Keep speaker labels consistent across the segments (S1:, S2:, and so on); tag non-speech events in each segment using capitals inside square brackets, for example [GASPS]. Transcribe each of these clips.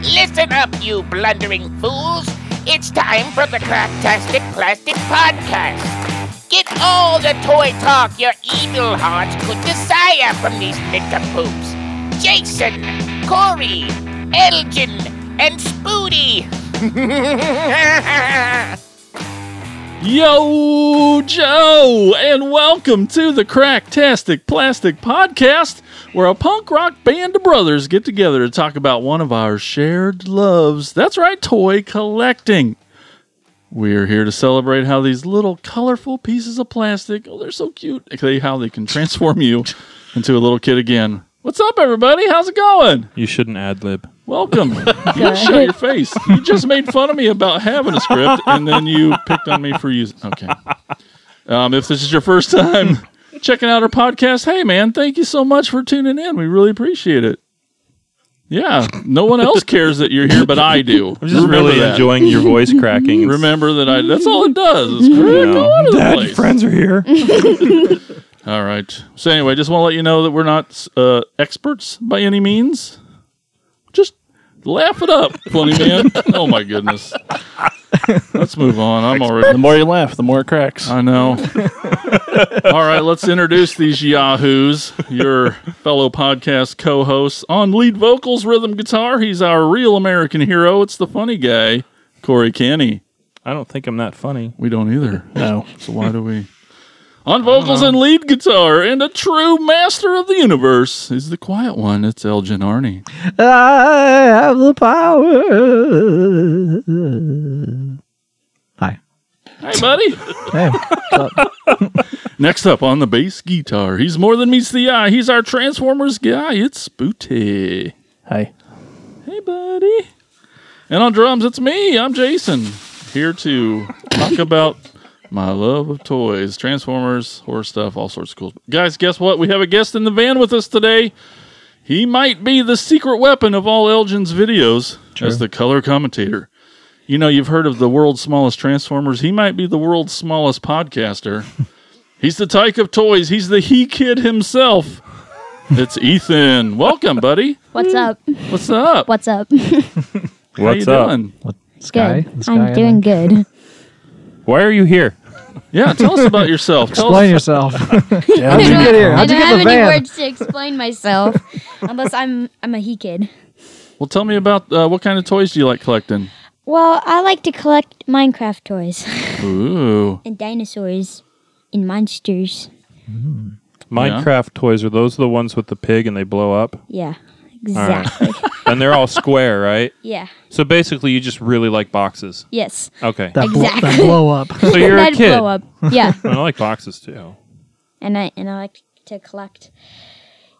S1: Listen up, you blundering fools. It's time for the Cracktastic Plastic Podcast. Get all the toy talk your evil hearts could desire from these nincompoops. Jason, Corey, Elgin, and Spoody. [LAUGHS]
S2: Yo, Joe, and welcome to the Cracktastic Plastic Podcast, where a punk rock band of brothers get together to talk about one of our shared loves. That's right, toy collecting. We're here to celebrate how these little colorful pieces of plastic, oh, they're so cute, okay, how they can transform you into a little kid again. What's up, everybody? How's it going?
S3: You shouldn't ad lib.
S2: Welcome. you show your face. You just made fun of me about having a script, and then you picked on me for using. Okay. Um, if this is your first time checking out our podcast, hey man, thank you so much for tuning in. We really appreciate it. Yeah, no one else cares that you're here, but I do.
S3: I'm just really
S2: that.
S3: enjoying your
S4: [LAUGHS]
S3: voice cracking.
S2: Remember that I. That's all it does. Is crack all over the place.
S3: friends are here.
S2: All right. So anyway, just want to let you know that we're not uh, experts by any means. Just laugh it up, funny man. oh my goodness. Let's move on. I'm
S4: [LAUGHS] The
S2: already.
S4: more you laugh, the more it cracks.
S2: I know. All right, let's introduce these yahoos. Your fellow podcast co-hosts on lead vocals, rhythm guitar. He's our real American hero. It's the funny guy, Corey Canny.
S3: I don't think I'm that funny.
S2: We don't either.
S4: no.
S2: So why do we? On vocals and lead guitar, and a true master of the universe is the quiet one. It's Elgin Arney.
S5: I have the power. Hi.
S2: Hey, buddy.
S5: Hey, what's up?
S2: [LAUGHS] Next up on the bass guitar, he's more than meets the eye. He's our Transformers guy. It's Spooty.
S4: Hi.
S2: Hey, buddy. And on drums, it's me. I'm Jason. Here to talk about my love of toys, Transformers, horror stuff, all sorts of cool. Guys, guess what? We have a guest in the van with us today. He might be the secret weapon of all Elgin's videos as the color commentator. You know, you've heard of the world's smallest Transformers. He might be the world's smallest podcaster. He's the tyke of toys. He's the he kid himself. It's Ethan. Welcome, buddy.
S6: What's up?
S2: What's up?
S6: What's up?
S3: What's
S2: How you
S3: up?
S2: doing?
S5: Sky?
S6: Good.
S5: The sky,
S6: I'm
S5: I
S6: doing
S5: think.
S6: good.
S3: Why are you here?
S2: Yeah, tell us about yourself. Tell
S5: Explain
S2: us,
S6: [LAUGHS]
S5: yourself. How'd you
S6: I don't,
S5: get here?
S6: I
S5: How'd you
S6: don't
S5: get
S6: have
S5: the
S6: any
S5: van?
S6: words to explain myself, [LAUGHS] unless I'm I'm a he kid.
S2: well, tell me about uh, what kind of toys do you like collecting?
S6: Well, I like to collect Minecraft toys [LAUGHS]
S2: Ooh,
S6: and dinosaurs and monsters.
S3: Minecraft toys are those the ones with the pig and they blow up?
S6: Yeah, exactly.
S3: And they're all square, [LAUGHS] right?
S6: Yeah.
S3: So basically, you just really like boxes.
S6: Yes.
S3: Okay.
S5: That, blo- that
S6: Exactly.
S5: blow up.
S3: So you're a
S6: That'd
S3: kid.
S6: blow up. Yeah,
S3: I like boxes too.
S6: and I and I like to collect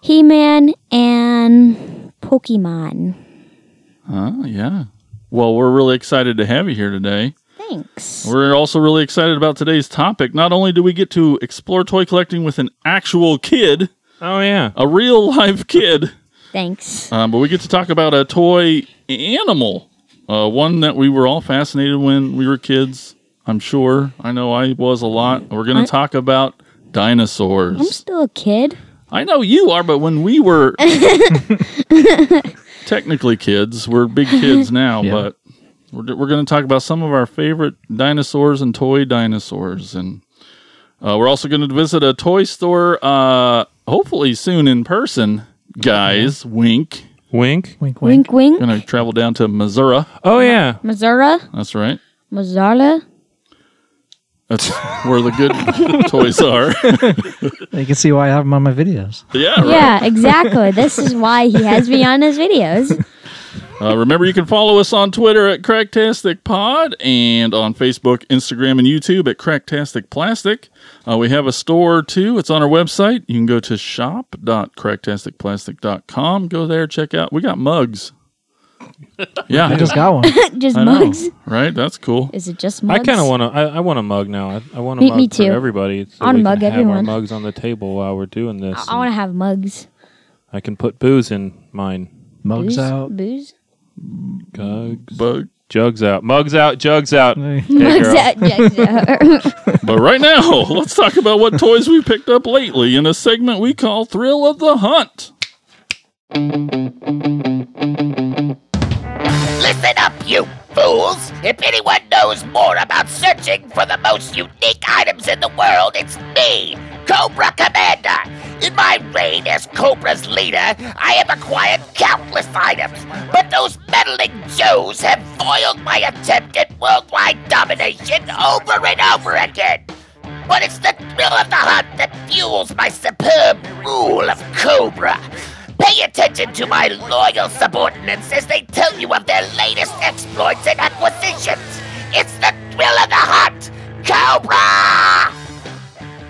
S6: He-Man and Pokemon.
S2: uh, yeah. Well, we're really excited to have you here today.
S6: Thanks.
S2: We're also really excited about today's topic. Not only do we get to explore toy collecting with an actual kid,
S3: Oh yeah.
S2: a real live kid, [LAUGHS]
S6: Thanks.
S2: um, but we get to talk about a toy animal, uh, one that we were all fascinated when we were kids. I'm sure. I know I was a lot. We're going to talk about dinosaurs.
S6: I'm still a kid.
S2: I know you are, but when we were technically kids, we're big kids now,
S5: Yeah.
S2: but we're, we're going to talk about some of our favorite dinosaurs and toy dinosaurs. And uh, we're also going to visit a toy store, uh, hopefully soon in person. Guys, wink.
S3: Wink.
S5: Wink,
S6: [LAUGHS]
S5: wink.
S6: Wink, wink.
S2: Gonna travel down to Missouri.
S3: Oh yeah.
S6: Missouri.
S2: That's right.
S6: Mazarla.
S2: That's [LAUGHS] where the good [LAUGHS] toys are.
S5: You can see why I have them on my videos.
S2: yeah, right.
S6: Yeah, exactly. this is why he has me on his videos. [LAUGHS]
S2: Uh, remember, you can follow us on Twitter at Cracktastic Pod and on Facebook, Instagram, and YouTube at Cracktastic Plastic. Uh, we have a store too. It's on our website. You can go to shop.cracktasticplastic.com. Go there, check out. We got mugs. Yeah,
S5: I just
S6: [LAUGHS]
S5: got one.
S6: just
S2: I know,
S6: mugs.
S2: right? That's cool.
S6: Is it just
S3: I
S6: mugs?
S3: kind of want to. I, I want a mug now. I, I want a
S6: Me-
S3: mug
S6: me
S3: for
S6: too.
S3: everybody. So
S6: I wanna
S3: we
S6: mug
S3: can have Our
S6: everyone.
S3: mugs on the table while we're doing this.
S6: I want to have mugs.
S3: I can put booze in mine.
S5: Mugs
S3: [LAUGHS]
S6: Booze?
S5: out.
S6: Booze?
S3: Jugs,
S2: But
S3: jugs out. Mugs out. Jugs out.
S5: Hey.
S3: Hey,
S6: mugs
S3: girl.
S6: out. jugs out.
S2: but right now, [LAUGHS] let's talk about what toys we picked up lately in a segment we call Thrill of the Hunt.
S1: Let's fools! If anyone knows more about searching for the most unique items in the world, it's me, Cobra Commander! In my reign as Cobra's leader, I have acquired countless items, but those meddling Joes have foiled my attempt at worldwide domination over and over again! But it's the thrill of the hunt that fuels my superb rule of Cobra. Pay attention to my loyal subordinates as they tell you of their latest exploits and acquisitions. It's the thrill of the hunt, Cobra!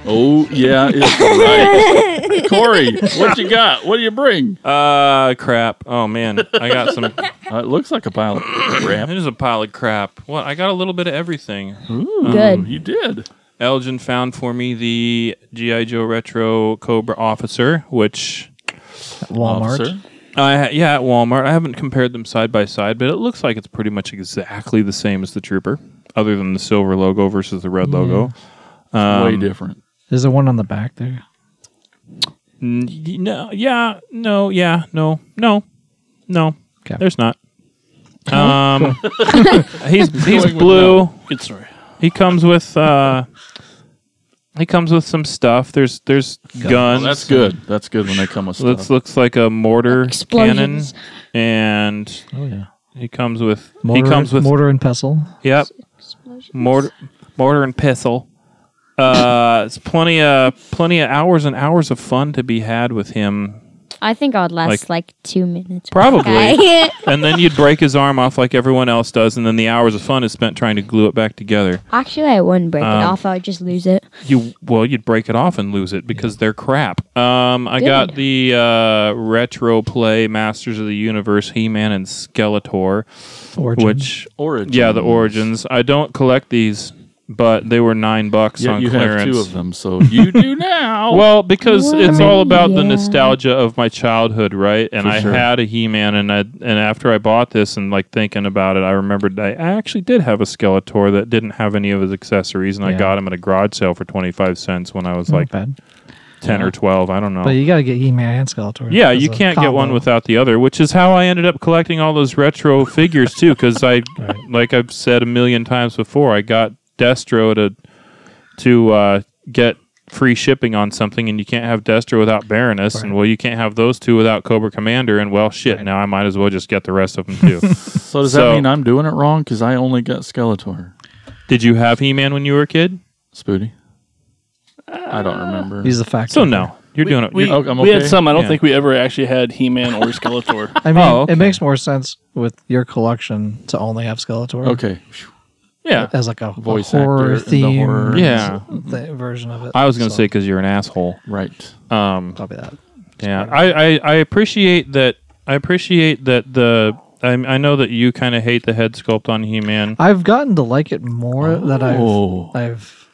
S2: Oh yeah, it's right. Corey, what you got? What do you bring?
S3: Uh, crap. Oh man, I got
S6: [LAUGHS]
S3: some. [LAUGHS]
S2: Uh, it looks like a pile of crap.
S3: There's a pile of crap. What? I got a little bit of everything.
S2: Ooh,
S6: Good.
S2: You did.
S3: Elgin found for me the GI Joe Retro Cobra Officer, which
S5: At Walmart.
S2: Officer.
S3: I ha- yeah at Walmart. I haven't compared them side by side, but it looks like it's pretty much exactly the same as the Trooper, other than the silver logo versus the red logo. Um,
S2: Way different.
S5: There's the one on the back there.
S3: N- y- No, yeah, no, yeah, no, no, no.
S5: Okay.
S3: There's not.
S2: [LAUGHS]
S3: Um, he's
S2: Going
S3: he's
S2: with
S3: blue.
S2: no. Good story.
S3: He comes with uh, he comes with some stuff. There's there's guns.
S2: That's good. That's good when they come with
S3: This
S2: stuff.
S3: looks like a mortar
S6: Explosions.
S3: cannon, and
S5: Oh yeah.
S3: he comes with
S5: Mortar,
S3: he comes with
S5: mortar and pestle.
S3: yep
S6: Explosion.
S3: mortar mortar and pistol. Uh, it's plenty of plenty of hours and hours of fun to be had with him.
S6: I think I'd last
S3: Like-
S6: like, two minutes.
S3: Probably.
S6: Okay.
S3: and then you'd break his arm off like everyone else does, and then the hours of fun is spent trying to glue it back together.
S6: Actually, I wouldn't break
S3: Um,
S6: it off. I'd just lose it.
S3: You well, you'd break it off and lose it because they're crap. Um, I
S6: Good.
S3: got the uh, retro play Masters of the Universe, He Man, and Skeletor,
S5: Origin.
S3: which
S2: Origin.
S3: yeah, the origins. I don't collect these, but they were nine bucks
S2: Yeah,
S3: on
S2: you
S3: clearance.
S2: have two of them, so you do now.
S3: Well, because it's
S6: Wow.
S3: all about the
S6: Yeah.
S3: nostalgia of my childhood, right? And
S2: For
S3: I
S2: sure.
S3: had a He-Man, and I and after I bought this and like thinking about it, I remembered I actually did have a Skeletor that didn't have any of his accessories, and I
S5: Yeah.
S3: got him at a garage sale for twenty five cents when I was
S5: Not
S3: like
S5: bad.
S3: ten or twelve. I don't know.
S5: But you gotta get He-Man and Skeletor.
S3: yeah,
S5: as
S3: you
S5: a
S3: can't get
S5: combo.
S3: one without the other, which is how I ended up collecting all those
S5: [LAUGHS]
S3: retro figures too. Because I, like I've said a million times before, I got Destro to to uh, get free shipping on something, and you can't have Destro without Baroness, and well, you can't have those two without Cobra Commander, and well, shit, now I might as well just get the rest
S5: [LAUGHS]
S3: of them too.
S2: so does
S3: so-
S2: that mean I'm doing it wrong? Because I only got Skeletor.
S3: Did you have He Man when you were a kid?
S2: Spooty. I don't remember.
S5: He's the fact.
S3: So no, you're doing it.
S4: We,
S3: you're-
S2: Oh, I'm
S4: we had
S2: okay?
S4: some. I don't
S3: Yeah.
S4: think we ever actually had He Man or [LAUGHS] Skeletor.
S5: I mean,
S3: Oh, okay.
S5: it makes more sense with your collection to only have Skeletor.
S2: okay.
S3: yeah,
S5: As like a
S2: Voice
S5: a horror
S2: actor, the
S5: theme.
S2: horror-
S3: yeah.
S5: th- version of it.
S3: I was gonna
S5: So,
S3: say say because you're an asshole.
S2: Right.
S3: Um,
S5: Copy that.
S3: Yeah, I, I, I appreciate that. I appreciate that the. I, I know that you kind of hate the head sculpt on He Man.
S5: I've gotten to like it more that
S2: Oh.
S5: I've I've.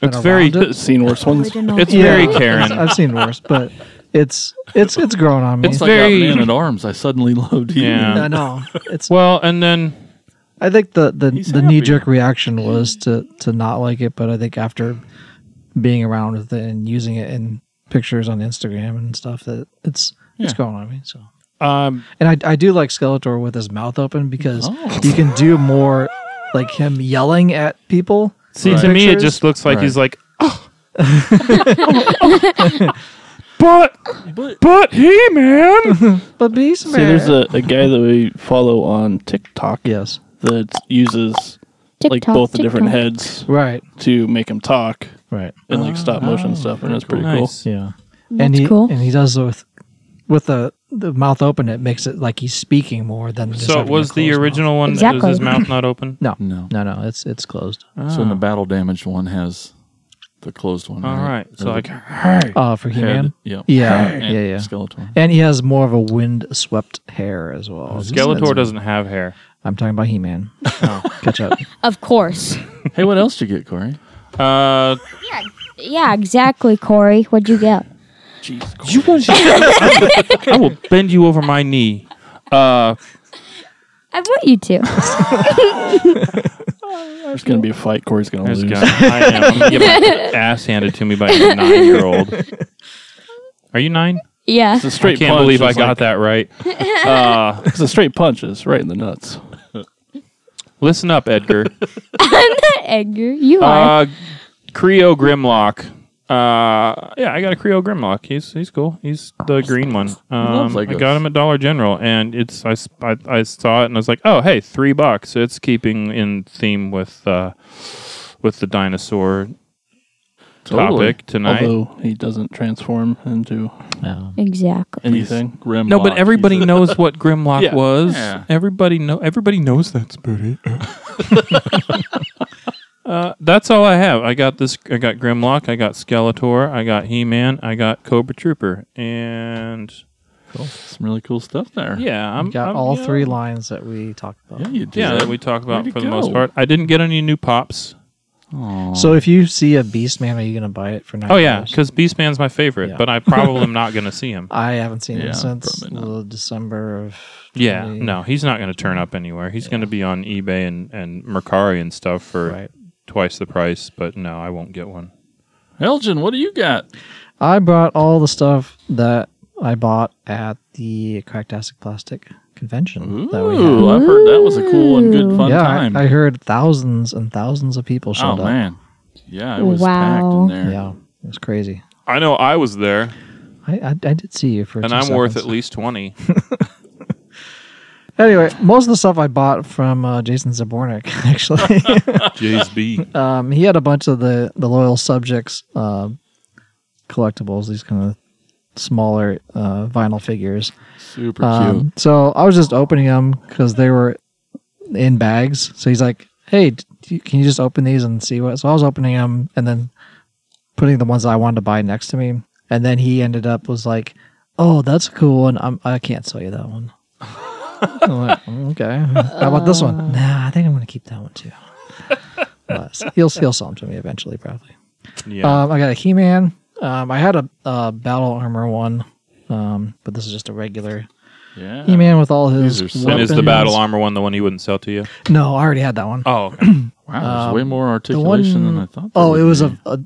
S5: been
S3: It's very-
S5: around it.
S4: Seen worse ones.
S6: Original.
S3: It's
S5: Yeah.
S3: very
S5: I've,
S3: Karen.
S5: I've seen worse, but it's it's it's grown on me.
S2: Once
S3: very-
S2: I got Man at Arms, I suddenly [LAUGHS] loved him.
S3: Yeah.
S5: I know. It's
S3: Well, and then
S5: I think the the,
S2: He's
S5: the
S2: happy.
S5: knee jerk reaction was to to not like it, but I think after being around with it and using it in pictures on Instagram and stuff, that it's it's
S2: Yeah.
S5: grown on me. So
S3: um,
S5: and I I do like Skeletor with his mouth open because
S2: Oh.
S5: you can do more like him yelling at people.
S3: see
S2: Right.
S3: to me it
S5: Pictures?
S3: just looks like
S2: Right.
S3: he's like. but
S2: But
S3: but He Man.
S5: But beast
S4: See, there's a, [LAUGHS] a guy that we follow on TikTok
S5: yes,
S4: that uses like
S6: TikTok,
S4: both the different
S6: TikTok.
S4: heads
S5: right,
S4: to make him talk
S5: right,
S4: and like stop motion stuff, and it's pretty
S3: Ah, Nice.
S5: yeah. and
S6: That's
S5: he
S6: cool.
S5: and he does it with with the the mouth open. It makes it like he's speaking more than just
S3: So it
S5: having a
S3: was the
S5: closed mouth.
S3: original one. That was his
S6: Exactly.
S3: mouth not
S5: [LAUGHS]
S3: open.
S5: No,
S2: No.
S5: no, no. It's it's closed.
S2: Ah. So in the battle damaged one has the closed one.
S3: All right.
S2: Or
S3: So
S2: the
S3: like,
S2: head.
S3: hey.
S5: Uh, for He Man.
S2: Yep.
S5: Yeah,
S2: And
S5: yeah, yeah.
S2: Skeletor.
S5: And he has more of a wind swept hair as well.
S3: Skeletor doesn't have hair.
S5: I'm talking about
S3: [LAUGHS]
S5: He Man.
S3: Oh.
S5: Catch up.
S6: Of course.
S2: Hey, what else did you get, Corey?
S3: Uh,
S6: Yeah, exactly, Corey. What'd you get?
S3: You [LAUGHS] want to I will bend you over my knee. Uh,
S6: I want you to.
S4: cool. There's gonna be a fight. Corey's gonna
S3: there's a
S4: lose.
S3: gun. I am. I'm
S4: [LAUGHS]
S3: gonna get my ass handed to me by a nine-year-old. Are you nine?
S6: yeah. [LAUGHS]
S4: It's a straight
S3: I can't
S4: punch.
S3: believe I
S4: It's
S3: got
S4: like-
S3: that right.
S4: It's a straight punch. It's right in the nuts.
S3: Listen up,
S4: [LAUGHS]
S3: Edgar.
S6: Edgar, you are.
S3: uh, Creo Grimlock. Uh, yeah, I got a Creo Grimlock. He's he's cool. He's the green one. Um, I
S2: Legos.
S3: got him at Dollar General, and it's I, s- I- I saw it and I was like, oh hey, three bucks. It's keeping in theme with uh, with the dinosaur
S2: Totally.
S3: topic tonight.
S4: Although he doesn't transform into
S5: No.
S6: exactly.
S4: anything.
S2: Grim
S3: no,
S2: [LAUGHS]
S3: but everybody knows what Grimlock
S2: Yeah.
S3: was.
S2: Yeah.
S3: Everybody know. Everybody knows that's Booty. [LAUGHS] uh, that's all I have. I got this. I got Grimlock. I got Skeletor. I got He Man. I got Cobra Trooper. And
S2: some really cool stuff there.
S3: yeah, I'm
S5: We got
S3: I'm,
S5: all
S3: you
S5: three
S3: know,
S5: lines that we talked about.
S2: Yeah, you did.
S3: yeah, that we talk about
S2: Way to
S3: for the most
S2: go.
S3: part. I didn't get any new pops.
S5: So if you see a Beast Man, are you going to buy it for nine?
S3: Oh yeah,
S5: dollars?
S3: because Beastman's my favorite,
S5: Yeah.
S3: but I probably am not going to see
S5: [LAUGHS]
S3: him.
S5: I haven't seen
S2: Yeah,
S5: him since
S2: probably not.
S5: the December of.
S3: Yeah,
S5: 20
S3: no, he's not going to turn up anywhere. He's going to be on eBay and and Mercari and stuff for
S5: Right.
S3: twice the price. But no, I won't get one.
S2: Elgin, what do you got?
S5: I brought all the stuff that I bought at the Cracktastic Plastic convention that we had.
S2: Ooh, I've heard that was a cool and good fun
S5: yeah, I-
S2: time.
S5: I, heard thousands and thousands of people showed
S2: oh
S5: up.
S2: man, yeah, it was
S6: Wow.
S2: packed in there.
S5: Yeah, it was crazy.
S3: I know I was there,
S5: I, I, I did see you for.
S3: and
S5: two
S3: I'm worth at
S5: seconds.
S3: least
S5: [LAUGHS]
S3: twenty.
S5: Anyway, most of the stuff I bought from uh, Jason Zabornik [LAUGHS]
S3: [LAUGHS]
S5: actually.
S3: J's B.
S5: um, he had a bunch of the the loyal subjects uh, collectibles, these kind of smaller uh, vinyl figures.
S2: Super cute.
S5: Um, so I was just opening them because they were in bags. So he's like, "Hey, d- you- can you just open these and see what?" So I was opening them and then putting the ones that I wanted to buy next to me. And then he ended up was like, "Oh, that's a cool one. I'm, I can't sell you
S2: [LAUGHS]
S5: that one." I'm like, "Mm, okay. How about this
S2: Uh.
S5: one? Nah, I think I'm gonna keep that one too. But he'll he'll sell them to me eventually, probably.
S3: Yeah,
S5: Um, I got a He Man. Um, I had a, uh battle armor one, um, but this is just a regular
S2: yeah,
S5: He Man with all his.
S2: These are so-
S3: and is the
S5: weapons.
S3: battle armor one the one he wouldn't sell to you?
S5: No, I already had that one.
S3: Oh,
S2: wow, there's
S5: um,
S2: way more
S5: The
S2: articulation
S5: one-
S2: than I thought. there
S5: Oh, it
S2: would
S5: was
S2: be.
S5: a, a.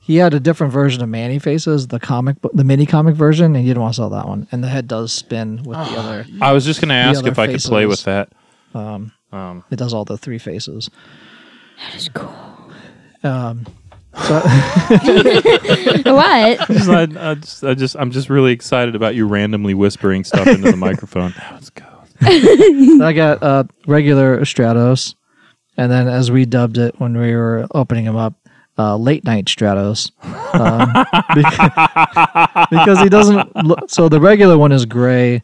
S5: He had a different version of Manny Faces, the comic, bo- the mini comic version, and he didn't want to sell that one. And the head does spin with
S2: Ah.
S5: the other.
S3: I was just going to ask
S5: other
S3: if I could play with
S5: faces.
S3: that.
S5: [LAUGHS] Um,
S3: Um,
S5: it does all the three faces.
S6: That is cool.
S5: Um, so,
S2: [LAUGHS]
S6: what?
S3: just- I, [LAUGHS] I just, I just, I'm just really excited about you randomly whispering stuff into
S5: [LAUGHS]
S3: the microphone. Let's go.
S5: I got uh, regular Stratos, and then as we dubbed it when we were opening them up, uh, late night Stratos, um, [LAUGHS] because, [LAUGHS] because he doesn't. Look, so the regular one is gray.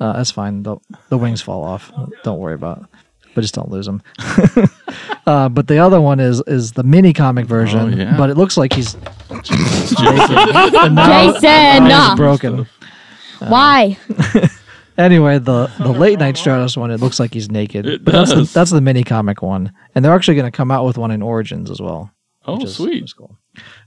S5: Uh, that's fine. The, the wings fall off. Don't worry about. it. But just don't lose them. [LAUGHS] uh, but the other one is is the mini comic version.
S2: yeah.
S5: But it looks like he's
S6: Jason, [LAUGHS]
S5: he's
S6: nah.
S5: broken. Uh,
S6: Why?
S5: Anyway, the the late night Stratos one, it looks like he's naked.
S2: It
S5: But That's,
S2: does.
S5: the, that's the mini comic one, and they're actually going to come out with one in Origins as well.
S2: Oh,
S5: which is-
S2: sweet.
S5: which is cool.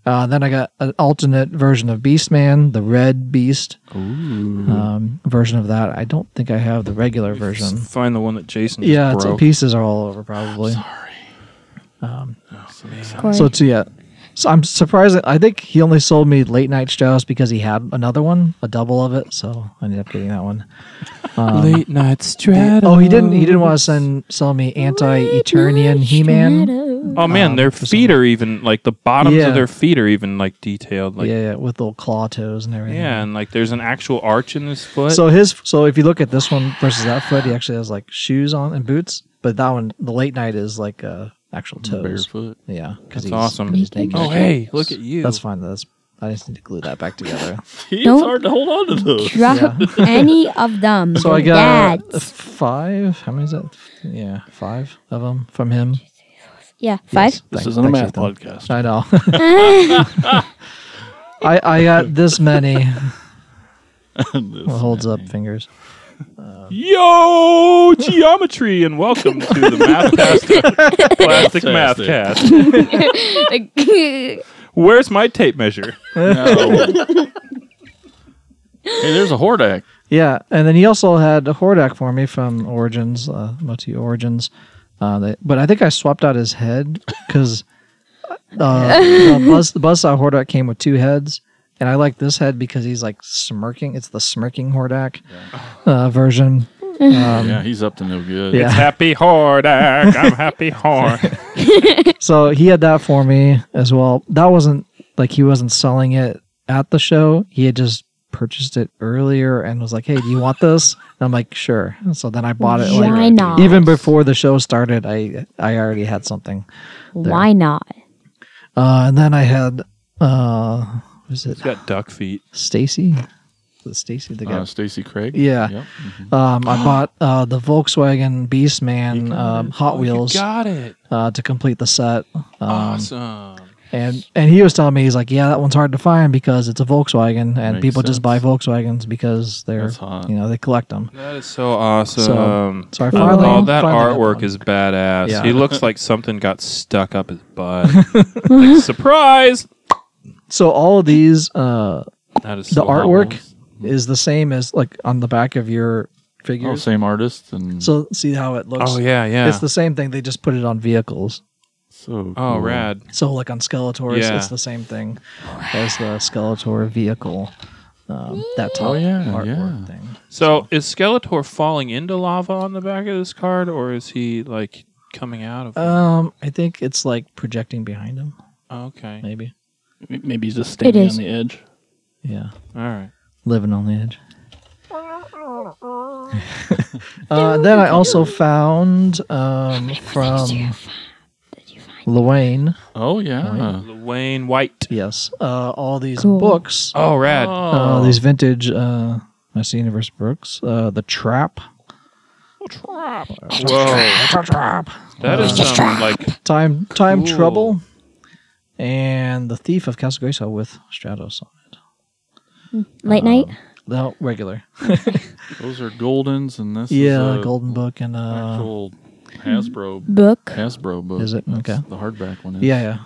S5: Uh, then I got an alternate version of Beastman, the Red Beast um, version of that. I don't think I have the regular version.
S3: Find the one that Jason. Just
S5: Yeah, it's,
S3: broke.
S5: pieces are all over probably.
S6: Corey?
S5: So it's yeah. So I'm surprised. I think he only sold me late night Stratos because he had another one, a double of it. So I ended up getting that one.
S3: Late night strat.
S5: Oh, he didn't. He didn't want to send sell me anti Eternian He Man.
S6: Shadow.
S3: Oh man,
S5: Um,
S3: their
S5: for
S3: feet
S5: some-
S3: are even like the bottoms
S5: Yeah.
S3: of their feet are even like detailed. Like
S5: yeah,
S3: yeah.
S5: yeah, with little claw toes and everything.
S3: and like there's an actual arch in his foot.
S5: So his so if you look at this one versus that foot, he actually has like shoes on and boots, but that one the late night is like uh actual toes.
S2: barefoot.
S5: Yeah, because
S3: That's awesome.
S5: He's naked.
S3: oh hey, look at you.
S5: That's fine. That's I just need to glue that
S3: [LAUGHS]
S5: back together.
S2: It's
S6: Don't-
S2: hard to hold on to those.
S6: Drop [LAUGHS] any of them.
S5: So I got
S6: Dads.
S5: five. How many is that? Yeah, five of them from him.
S6: Yeah, five.
S5: [LAUGHS]
S4: This
S5: Thank-
S4: isn't a math
S5: thanks, Ethan.
S4: podcast.
S5: I know. [LAUGHS] I I got this many. [LAUGHS] Well, holds up fingers.
S3: Yo, geometry, and welcome to
S5: [LAUGHS]
S3: the Mathcast, Plastic
S2: Fantastic.
S3: Mathcast. Where's my tape measure?
S2: No. hey, there's a Hordak.
S5: Yeah, and then he also had a Hordak for me from Origins, uh, Moti Origins. Uh, they, but I think I swapped out his head because uh, the buzz the buzzsaw Hordak came with two heads, and I like this head because he's like smirking. It's the smirking Hordak uh, version.
S2: yeah, he's up to no good.
S5: yeah.
S3: Happy Hordak.
S5: [LAUGHS]
S3: I'm happy Hordak.
S5: So he had that for me as well. That wasn't like he wasn't selling it at the show. He had just purchased it earlier and was like, "Hey, do you want this?" And I'm like, "Sure." And so then I bought it.
S6: Why
S5: like,
S6: not?
S5: Even before the show started, I I already had something.
S6: Why not?
S5: Uh, and then I had uh, was it
S3: He's got duck feet.
S5: Stacy? Was it Stacy the guy?
S2: Uh, Stacy Craig.
S5: yeah.
S2: Yep.
S5: Um, I bought uh, the Volkswagen Beastman um, Hot Wheels
S3: Got it.
S5: uh, to complete the set. Um,
S3: Awesome.
S2: Oh,
S5: And and he was telling me he's like, yeah, that one's hard to find because it's a Volkswagen, and
S2: Makes
S5: people
S2: sense.
S5: just buy Volkswagens because they're
S2: That's hot.
S5: you know they collect them.
S3: That is so awesome.
S5: So I
S3: Oh,
S5: finally,
S3: that
S5: finally got
S3: artwork
S5: one.
S3: is badass.
S5: Yeah.
S3: He looks like something got stuck up his
S5: [LAUGHS]
S3: butt. Like, surprise!
S5: So all of these uh,
S3: That is
S5: the
S3: so
S5: artwork
S3: awesome.
S5: is the same as like on the back of
S2: Oh,
S5: your figures.
S2: same artist and so,
S5: so see how it looks.
S3: Oh yeah, yeah.
S5: It's the same thing. They just put it on vehicles.
S3: oh
S2: cool.
S3: rad.
S5: So like on Skeletor, it's-
S3: Yeah.
S5: it's the same thing as the Skeletor vehicle. Um, that top
S3: Oh,
S2: yeah, yeah.
S5: artwork thing.
S3: So is Skeletor falling into lava on the back of this card, or is he like coming out of? it?
S5: Um, I think it's like projecting behind him,
S3: okay,
S5: maybe.
S4: M- Maybe he's just standing
S6: is.
S4: on the edge.
S5: Yeah.
S3: all right.
S5: living on the edge. [LAUGHS] uh, then I also found um, from Luane,
S2: Oh yeah.
S3: Wayne White.
S5: yes, uh, all these
S6: Cool.
S5: books,
S3: Oh rad.
S5: uh, these vintage uh, Master Universe books, uh, The Trap,
S3: Whoa, that is some like
S5: Time Time
S3: Cool.
S5: Trouble, and The Thief of Castle Grayskull with Stratos on it.
S6: Late night?
S5: Uh, No, regular.
S2: Those are goldens and this.
S5: yeah,
S2: is a
S5: Golden Book and uh,
S2: Actual Hasbro
S6: Book?
S2: Hasbro book.
S5: Is it?
S2: That's
S5: Okay.
S2: The hardback one. Is.
S5: yeah, yeah.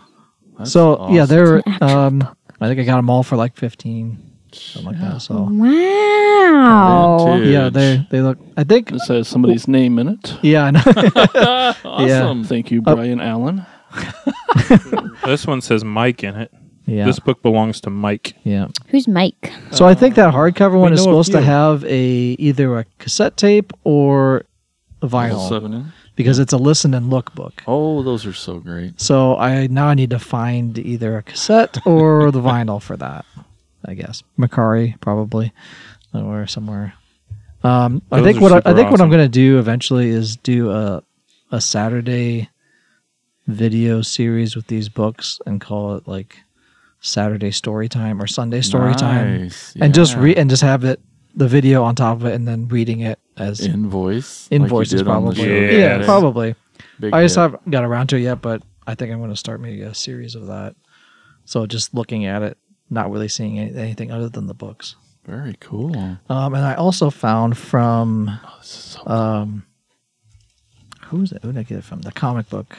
S2: That's
S5: so yeah,
S2: awesome.
S5: they're.
S6: It's an actual
S5: Um, I think I got them all for like fifteen, something like that.
S6: Oh.
S5: So
S6: Wow.
S2: Vintage.
S5: Yeah, they they look. I think.
S4: It says somebody's name in it.
S5: Yeah, I know. [LAUGHS]
S2: awesome.
S4: Thank you, Brian Allen.
S3: this one says Mike in it.
S5: Yeah,
S3: This book belongs to Mike.
S5: yeah.
S6: Who's Mike?
S5: So I think that hardcover one is
S4: know a
S5: supposed to
S4: few.
S5: have a either a cassette tape or a vinyl
S2: Seven in.
S5: because it's a listen and look book.
S2: Oh, those are so great.
S5: So I now I need to find either a cassette
S2: [LAUGHS]
S5: or the vinyl for that. I guess Macari probably or somewhere. Um, I
S3: Those
S5: think
S3: are
S5: what I, I
S3: super
S5: think what I'm
S3: awesome.
S5: going to do eventually is do a a Saturday video series with these books and call it like Saturday story time or Sunday story time
S2: Nice,
S5: and just
S2: yeah.
S5: re and just have it the video on top of it and then reading it as
S2: invoice. like you
S5: invoices
S2: did on the
S5: probably
S2: show.
S3: Yeah.
S5: yeah
S3: Yes.
S5: probably
S2: Big
S5: I just
S2: hit.
S5: haven't got around to it yet, but I think I'm going to start maybe a series of that. So just looking at it, not really seeing any, anything other than the books.
S2: very cool.
S5: Um, and I also found from
S2: Oh, this is so
S5: um, who was it? Who did I get it from? The comic book.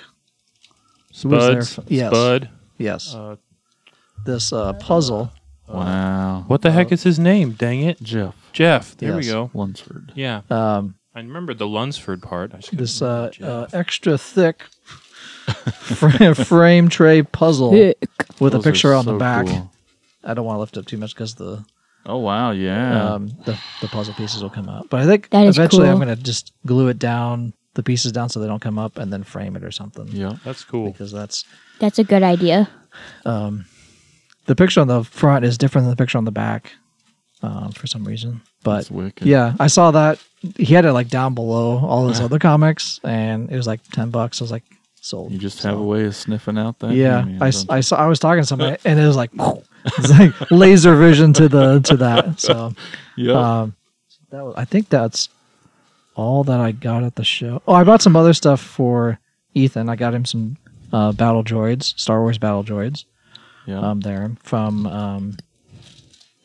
S5: Who was there
S3: Spud.
S5: f- yes,
S3: Spud.
S5: yes.
S3: Uh,
S5: this uh, puzzle.
S2: wow.
S3: What the heck is his name? Dang it,
S2: Jeff
S3: Uh, Jeff. There we
S5: Yes.
S3: go.
S2: Lunsford.
S3: Yeah,
S5: Um,
S3: I remember the Lunsford part. I just couldn't
S5: this
S3: remember
S5: uh,
S3: Jeff.
S5: uh,
S2: [LAUGHS]
S5: extra thick fra- frame tray puzzle with a
S2: Those are
S5: picture on the
S2: so
S5: back.
S2: cool.
S5: I don't want to lift up too much because the
S2: Oh wow, yeah.
S5: um, the, the puzzle pieces will come up. But I think
S6: That is
S5: eventually I'm
S6: cool.
S5: going to just glue it down, the pieces down so they don't come up, and then frame it or something.
S2: yeah.
S3: That's
S5: [LAUGHS]
S3: cool.
S5: Because that's um,
S6: That's a good idea.
S5: the picture on the front is different than the picture on the back um, for some reason. But
S2: That's wicked. Uh-huh.
S5: yeah, I saw that. He had it like down below all his other comics, and it was like 10 bucks. I was like, sold.
S2: You just have a way of sniffing out that.
S5: Yeah,
S2: name,
S5: I, s-
S2: don't
S5: I saw. I was talking
S2: [LAUGHS]
S5: to somebody, and it was like, [LAUGHS] it's like laser vision to the to that. So
S2: you? yeah.
S5: Um, that was, I think that's all that I got at the show. Oh, I bought some other stuff for Ethan. I got him some uh, battle droids, Star Wars battle droids.
S2: yeah.
S5: Um, there from um,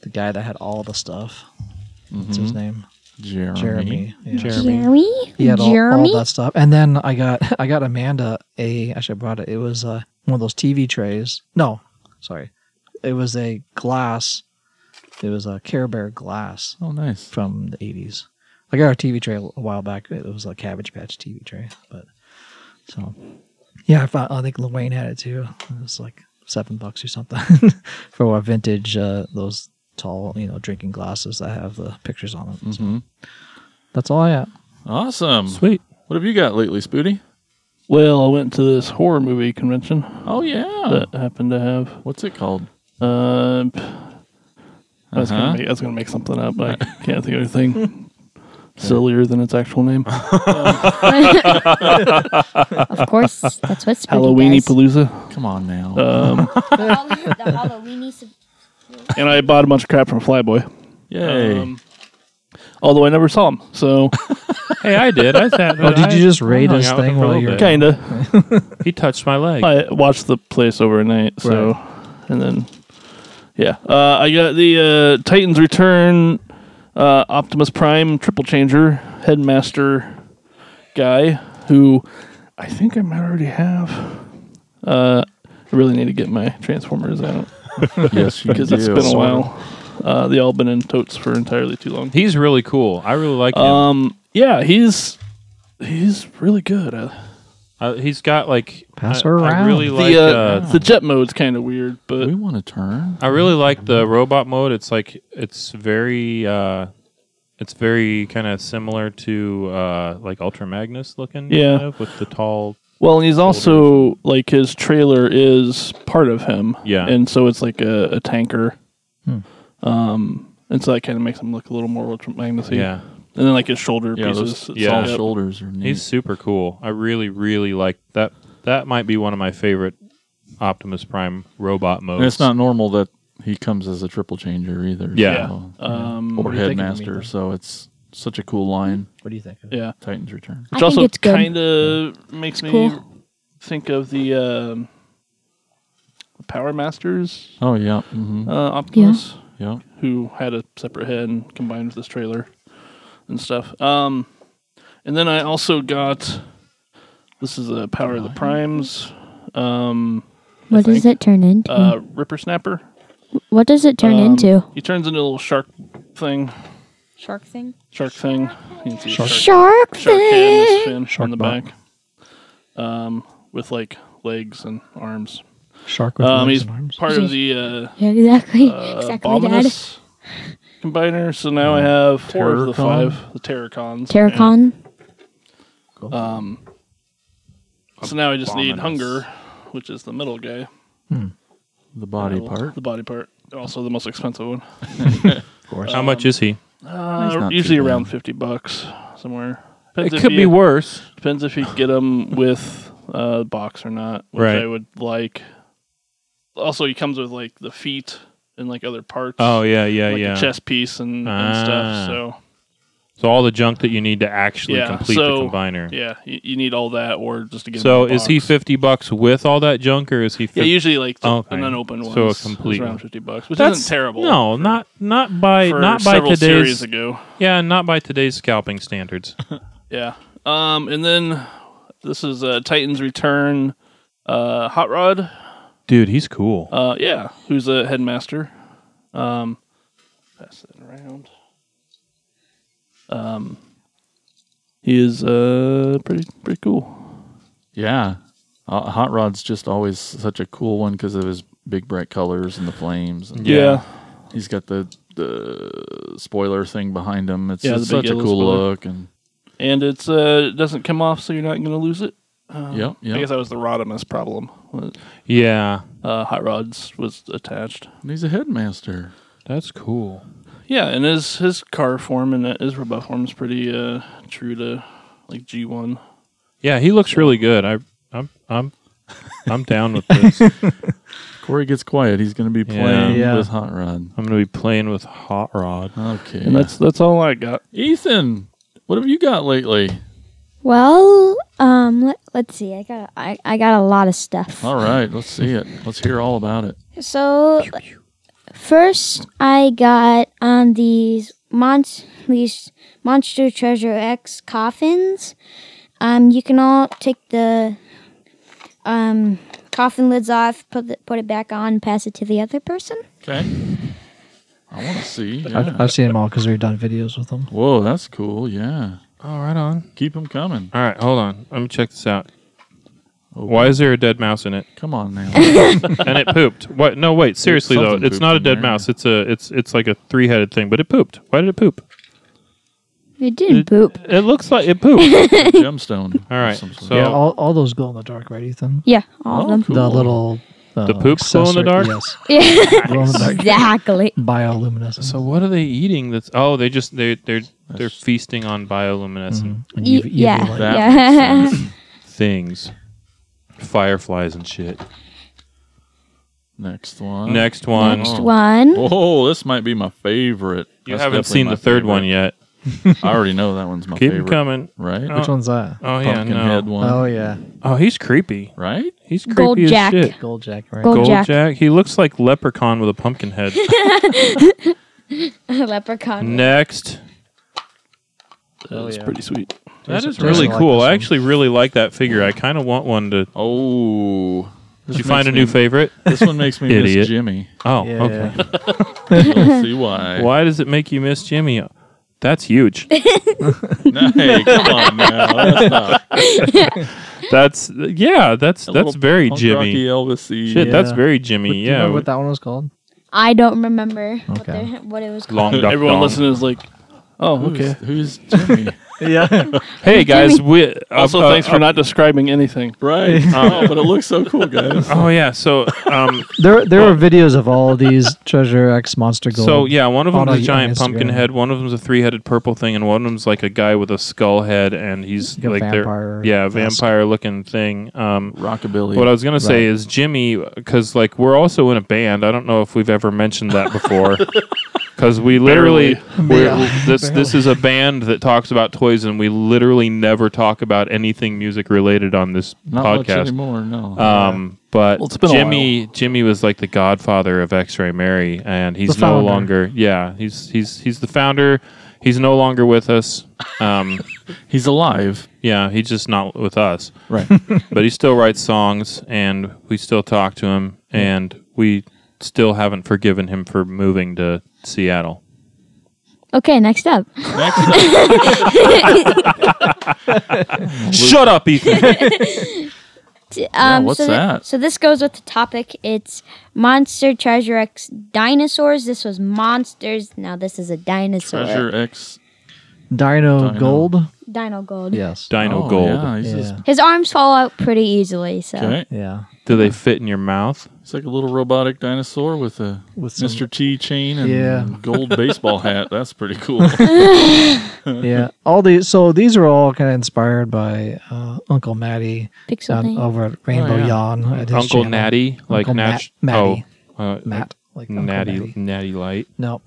S5: the guy that had all the stuff. What's his name?
S2: Jeremy.
S5: Jeremy. Yeah.
S6: Jeremy?
S5: He had all,
S6: Jeremy?
S5: all that stuff, and then I got [LAUGHS] I got Amanda a. I should have brought it. It was uh, one of those TV trays. No, sorry, it was a glass. It was a Care Bear glass
S2: Oh, nice.
S5: from the 80s. I got our TV tray a while back. It was a Cabbage Patch TV tray, but so yeah, I, found, I think Luane had it too. It was like seven bucks or something [LAUGHS] for a vintage uh,
S3: Mm-hmm.
S5: those tall you know drinking glasses that have the pictures on them. So
S2: Mhm.
S5: that's all I got.
S2: Awesome.
S3: Sweet.
S2: What have you got lately, Spooty?
S4: Well, I went to this horror movie convention
S2: Oh yeah.
S4: that happened to have.
S2: What's it called?
S4: Uh, pff, I was
S2: Uh-huh.
S4: gonna make I was gonna make something up, but I can't think of anything sillier than its actual name.
S6: Of course, that's
S5: [LAUGHS]
S6: what Spooky
S4: Halloweeny
S2: [LAUGHS]
S6: does.
S4: Palooza.
S2: Come on now.
S6: [LAUGHS]
S4: Um,
S6: Halloweeny- the Halloweeny sub-
S4: and I bought a bunch of crap from Flyboy.
S2: Yay.
S4: Um, although I never saw him, so
S3: Hey, I did. I thought.
S5: Oh, did you just raid
S3: hung
S5: his
S3: out with
S5: thing
S3: him for a
S5: while
S3: little
S5: you were-
S3: bit.
S5: [LAUGHS]
S4: kinda.
S3: He touched my leg.
S4: I watched the place overnight, so and then yeah, uh, I got the uh, Titans Return, uh, Optimus Prime Triple Changer Headmaster guy who I think I might already have. Uh, I really need to get my Transformers out
S2: [LAUGHS] yes, you
S4: because it's been a while. Uh, they all been in totes for entirely too long.
S3: He's really cool. I really like him.
S4: Um, yeah, he's he's really good. Uh,
S3: Uh, he's got like
S5: Pass
S3: I,
S5: her
S3: I
S5: around.
S3: really
S4: the
S3: like.
S4: uh,
S3: uh,
S4: the jet mode's kind of weird, but
S2: We want to turn.
S3: I really like the robot mode. It's like it's very. Uh, it's very kind of similar to uh, like Ultra Magnus looking.
S4: Yeah.
S3: kind of, with the tall.
S4: Well, and he's also like his trailer is part of him.
S3: Yeah.
S4: And so it's like a, a tanker.
S6: Hmm.
S4: Um, and so that kind of makes him look a little more ultra magnus
S3: Yeah,
S4: And then like his shoulder
S2: Yeah,
S4: pieces.
S2: those
S4: it's
S3: yeah.
S4: all-
S2: tall shoulders are neat.
S3: he's super cool. I really, really like that. That might be one of my favorite Optimus Prime robot modes.
S2: and it's not normal that he comes as a triple changer either.
S3: Yeah.
S2: so-
S4: Um,
S2: or
S5: do you think of me,
S2: headmaster.
S5: then?
S2: So it's such a cool line.
S5: What do you think? Of
S4: yeah.
S2: Titans return.
S6: I
S4: Which
S6: think
S4: also
S6: it's good.
S4: kind of makes me
S6: cool.
S4: think of the um, Power Masters
S2: Oh yeah. hmm
S4: uh, Optimus.
S2: Yeah.
S4: who had a separate head and combined with this trailer and stuff. Um, and then I also got this is a Power of the Primes, um,
S6: What does
S4: think.
S6: it turn into?
S4: uh,
S5: Hmm.
S4: Ripper Snapper.
S6: what does it turn
S4: um,
S6: into?
S4: He turns into a little shark thing,
S6: Shark thing.
S4: shark thing. You can see a shark, shark,
S6: Shark
S4: head and
S6: thing.
S4: his fin on the
S5: bot.
S4: back, um, with like legs and arms.
S5: Shark with
S4: Um,
S5: legs
S4: he's
S5: and arms.
S4: part of the. Uh,
S6: Yeah, [LAUGHS] exactly.
S4: uh,
S6: exactly, Dad.
S4: Abominus combiner. So now I have four of the
S2: Terrorcon?
S4: five, the Terracons.
S6: Terracon.
S4: Um, so now I just need hunger, which is the middle guy.
S2: The body
S4: Middle-
S2: part.
S4: The body part. Also the most expensive one.
S3: How much is he?
S4: Uh,
S2: not too
S4: usually
S2: bad.
S4: around 50 bucks somewhere.
S3: It
S4: Depends if
S3: could be
S4: you-
S3: worse.
S4: Depends if you get them with uh, box or not, which
S3: Right.
S4: I would like. Also, he comes with like the feet and like other parts.
S3: Oh yeah, yeah,
S4: like
S3: yeah.
S4: a chest piece and, and
S3: Ah.
S4: stuff. So
S3: So all the junk that you need to actually
S4: Yeah,
S3: complete
S4: so-
S3: the combiner.
S4: yeah, you, you need all that or just to get. 'em
S3: So
S4: in a
S3: is he
S4: box.
S3: fifty bucks with all that junk, or is he? 50?
S4: Yeah, usually like the,
S3: Okay.
S4: an unopened one.
S3: So a
S4: is- is
S3: complete one.
S4: around fifty bucks, which
S3: That's
S4: isn't terrible.
S3: No, not not by
S4: for
S3: not by
S4: several series
S3: today's
S4: ago.
S3: yeah, not by today's scalping standards.
S4: Yeah. Um, and then this is uh, Titans Return. Uh, Hot Rod.
S3: Dude, he's cool.
S4: Uh, yeah, who's a headmaster. Um, pass that around. Um, he is uh pretty pretty cool.
S2: Yeah. Uh, Hot Rod's just always such a cool one because of his big bright colors and the flames. And
S3: Yeah.
S2: He's got the the spoiler thing behind him. It's
S4: Yeah,
S2: just
S4: the big
S2: such a
S4: yellow
S2: cool
S4: spoiler.
S2: look. And
S4: and it's uh it doesn't come off, so you're not gonna lose it.
S3: Uh,
S2: yep,
S4: I
S2: yep.
S4: guess that was the Rodimus problem. was,
S3: Yeah,
S4: Uh, Hot Rod's was attached.
S2: And he's a headmaster.
S3: that's cool.
S4: Yeah, and his his car form and his robot form is pretty uh, true to like G one.
S3: Yeah, he looks really good. I I'm I'm I'm down with [LAUGHS] this.
S2: Corey gets quiet. He's going to be
S3: Yeah.
S2: playing
S5: Yeah.
S2: with Hot Rod.
S3: I'm gonna be playing with Hot Rod.
S2: Okay.
S4: And that's that's all I got.
S2: Ethan. What have you got lately?
S6: Well, um, let, let's see. I got I, I got a lot of stuff.
S2: All right, let's see it. Let's hear all about it.
S6: So first, I got on these monst these monster treasure X coffins. Um, you can all take the um coffin lids off, put the, put it back on, pass it to the other person.
S2: Okay. I want to see.
S5: I've,
S2: yeah.
S5: I've seen them all because we've done videos with them.
S2: Whoa, that's cool. Yeah.
S3: All right on.
S2: Keep them coming.
S3: All right, hold on. Let me check this out.
S2: Oh,
S3: Why is there a dead mouse in it?
S2: Come on
S5: [LAUGHS]
S2: now.
S3: and it pooped. What? No, wait. Seriously though,
S2: something
S3: it's not a
S2: pooped in
S3: dead
S2: there.
S3: mouse. It's a it's it's like a three headed thing, but it pooped. Why did it poop?
S6: It didn't poop.
S3: It looks like it [LAUGHS] pooped.
S2: gemstone.
S3: All right,
S2: of some sort.
S3: so-
S5: Yeah, all, all those glow in the dark, right, Ethan?
S6: Yeah, all
S2: Oh,
S6: of them. [LAUGHS]
S2: cool.
S5: The little uh,
S3: The poops glow in the
S5: accessory-
S3: dark?
S5: Yes,
S6: Yeah,
S5: glow in the dark.
S6: [LAUGHS] exactly.
S5: Bioluminescence.
S3: So what are they eating? That's oh, they just they they're they're
S2: That's-
S3: feasting on bioluminescent
S5: And
S6: Ye-
S5: Mm-hmm. UV
S6: yeah,
S5: light.
S2: That
S6: yeah.
S5: [LAUGHS]
S3: things, fireflies and shit.
S2: Next one.
S3: Next one.
S6: Next one.
S2: Oh, this might be my favorite.
S3: You
S2: That's
S3: haven't
S2: definitely
S3: seen
S2: my
S3: the third
S2: favorite.
S3: one yet.
S2: I already know that one's my
S3: Keep 'em
S2: favorite.
S3: coming.
S2: Right?
S3: Oh,
S5: Which one's that?
S3: Oh yeah,
S2: Pumpkin
S3: no.
S2: head one.
S5: Oh yeah,
S3: Oh, he's creepy.
S2: Right?
S3: He's creepy
S6: Gold
S3: as
S6: Jack.
S3: shit.
S5: gold jacket. Right?
S6: Gold-
S3: Gold
S6: Jack.
S3: Jack. He looks like leprechaun with a pumpkin head.
S6: [LAUGHS]
S3: [LAUGHS]
S6: Leprechaun.
S3: Next.
S4: That's
S5: yeah.
S4: pretty sweet.
S3: That
S5: Jason-
S3: is really
S5: Jason liked
S3: cool.
S5: this
S3: I
S5: one.
S3: actually really like that figure. I kind of want one to.
S2: Oh.
S3: Did you find a new favorite?
S2: This one makes me
S3: Idiot.
S2: miss
S3: [LAUGHS]
S2: Jimmy.
S3: Oh,
S5: Yeah.
S3: okay.
S2: You'll see why.
S3: Why does it make you miss Jimmy? That's huge.
S2: No, [LAUGHS] hey, come on now. That's not
S3: That's yeah. That's
S2: a
S3: [LAUGHS] that's
S2: little
S3: very
S2: punk
S3: Jimmy.
S2: rocky Elvis-y.
S3: Shit, that's
S5: Yeah.
S3: very
S5: What- do
S3: Jimmy.
S5: you remember
S3: Yeah.
S5: what that one was called?
S6: I don't remember what,
S5: Okay.
S6: the- what it was called.
S3: Long duck
S4: Everyone
S3: dong.
S4: listening is like, oh,
S2: Who's,
S4: okay.
S2: who's
S3: [LAUGHS]
S2: Jimmy?
S5: yeah,
S3: Hey guys, we
S4: [LAUGHS] Also,
S3: uh,
S4: thanks
S3: uh,
S4: for not describing anything.
S2: right. Oh, but it looks so cool,
S3: [LAUGHS]
S2: guys.
S3: Oh yeah. So um.
S5: [LAUGHS] there there are videos of all these [LAUGHS] Treasure X monster gold.
S3: So yeah, one of
S5: Oh,
S3: them's
S5: no,
S3: a
S5: you- on
S3: giant pumpkin
S5: Instagram.
S3: head, one of them's a three-headed purple thing, and one of them's like a guy with a skull head, and he's
S5: Like a
S3: like
S5: vampire
S3: they're yeah,
S5: mask.
S3: vampire-looking thing. Um,
S2: Rockabilly.
S3: what I was gonna say is Jimmy, because like we're also in a band. I don't know if we've ever mentioned that before, because we literally we're, this this is a band that talks about toys, and we literally never talk about anything music related on this
S2: Not much
S3: podcast.
S2: anymore, no.
S3: Um, but
S4: Well, it's been a
S3: Jimmy Jimmy was like the godfather of X-Ray Mary, and he's
S5: The
S3: no
S5: founder.
S3: longer. Yeah, he's he's he's the founder. He's no longer with us. Um,
S2: He's alive.
S3: yeah, he's just not with us, [LAUGHS]
S2: Right.
S3: but he still writes songs, and we still talk to him, and we still haven't forgiven him for moving to Seattle.
S6: Okay, next up.
S3: Shut up, Ethan.
S6: T- Um,
S2: what's
S6: so thi-
S2: that?
S6: so this goes with the topic. It's Monster Treasure X Dinosaurs. This was monsters. Now this is a dinosaur.
S2: Treasure X.
S5: Dino,
S2: Dino.
S5: Gold.
S6: Dino Gold.
S5: Yes.
S3: [LAUGHS] Dino
S2: oh,
S3: Gold.
S2: Yeah, he's
S5: Yeah.
S2: just-
S6: His arms fall out pretty easily, so
S2: okay.
S5: Yeah.
S3: Do they fit in your mouth?
S2: It's like a little robotic dinosaur with a
S5: With some-
S2: Mr. T chain and
S5: Yeah.
S2: gold
S5: [LAUGHS]
S2: baseball hat. That's pretty cool.
S5: yeah. All these. So these are all kind of inspired by uh, Uncle Matty
S6: pixel
S5: um,
S6: thing.
S5: over at Rainbow
S2: yeah.
S5: Yawn. at his
S3: Oh, Uncle
S5: channel.
S3: Natty, like
S5: Uncle
S3: Nat-
S5: Matt-
S3: oh,
S5: Matty.
S3: uh,
S5: Matt. Like Uncle
S3: Natty,
S5: Matty.
S3: Natty Light.
S5: No.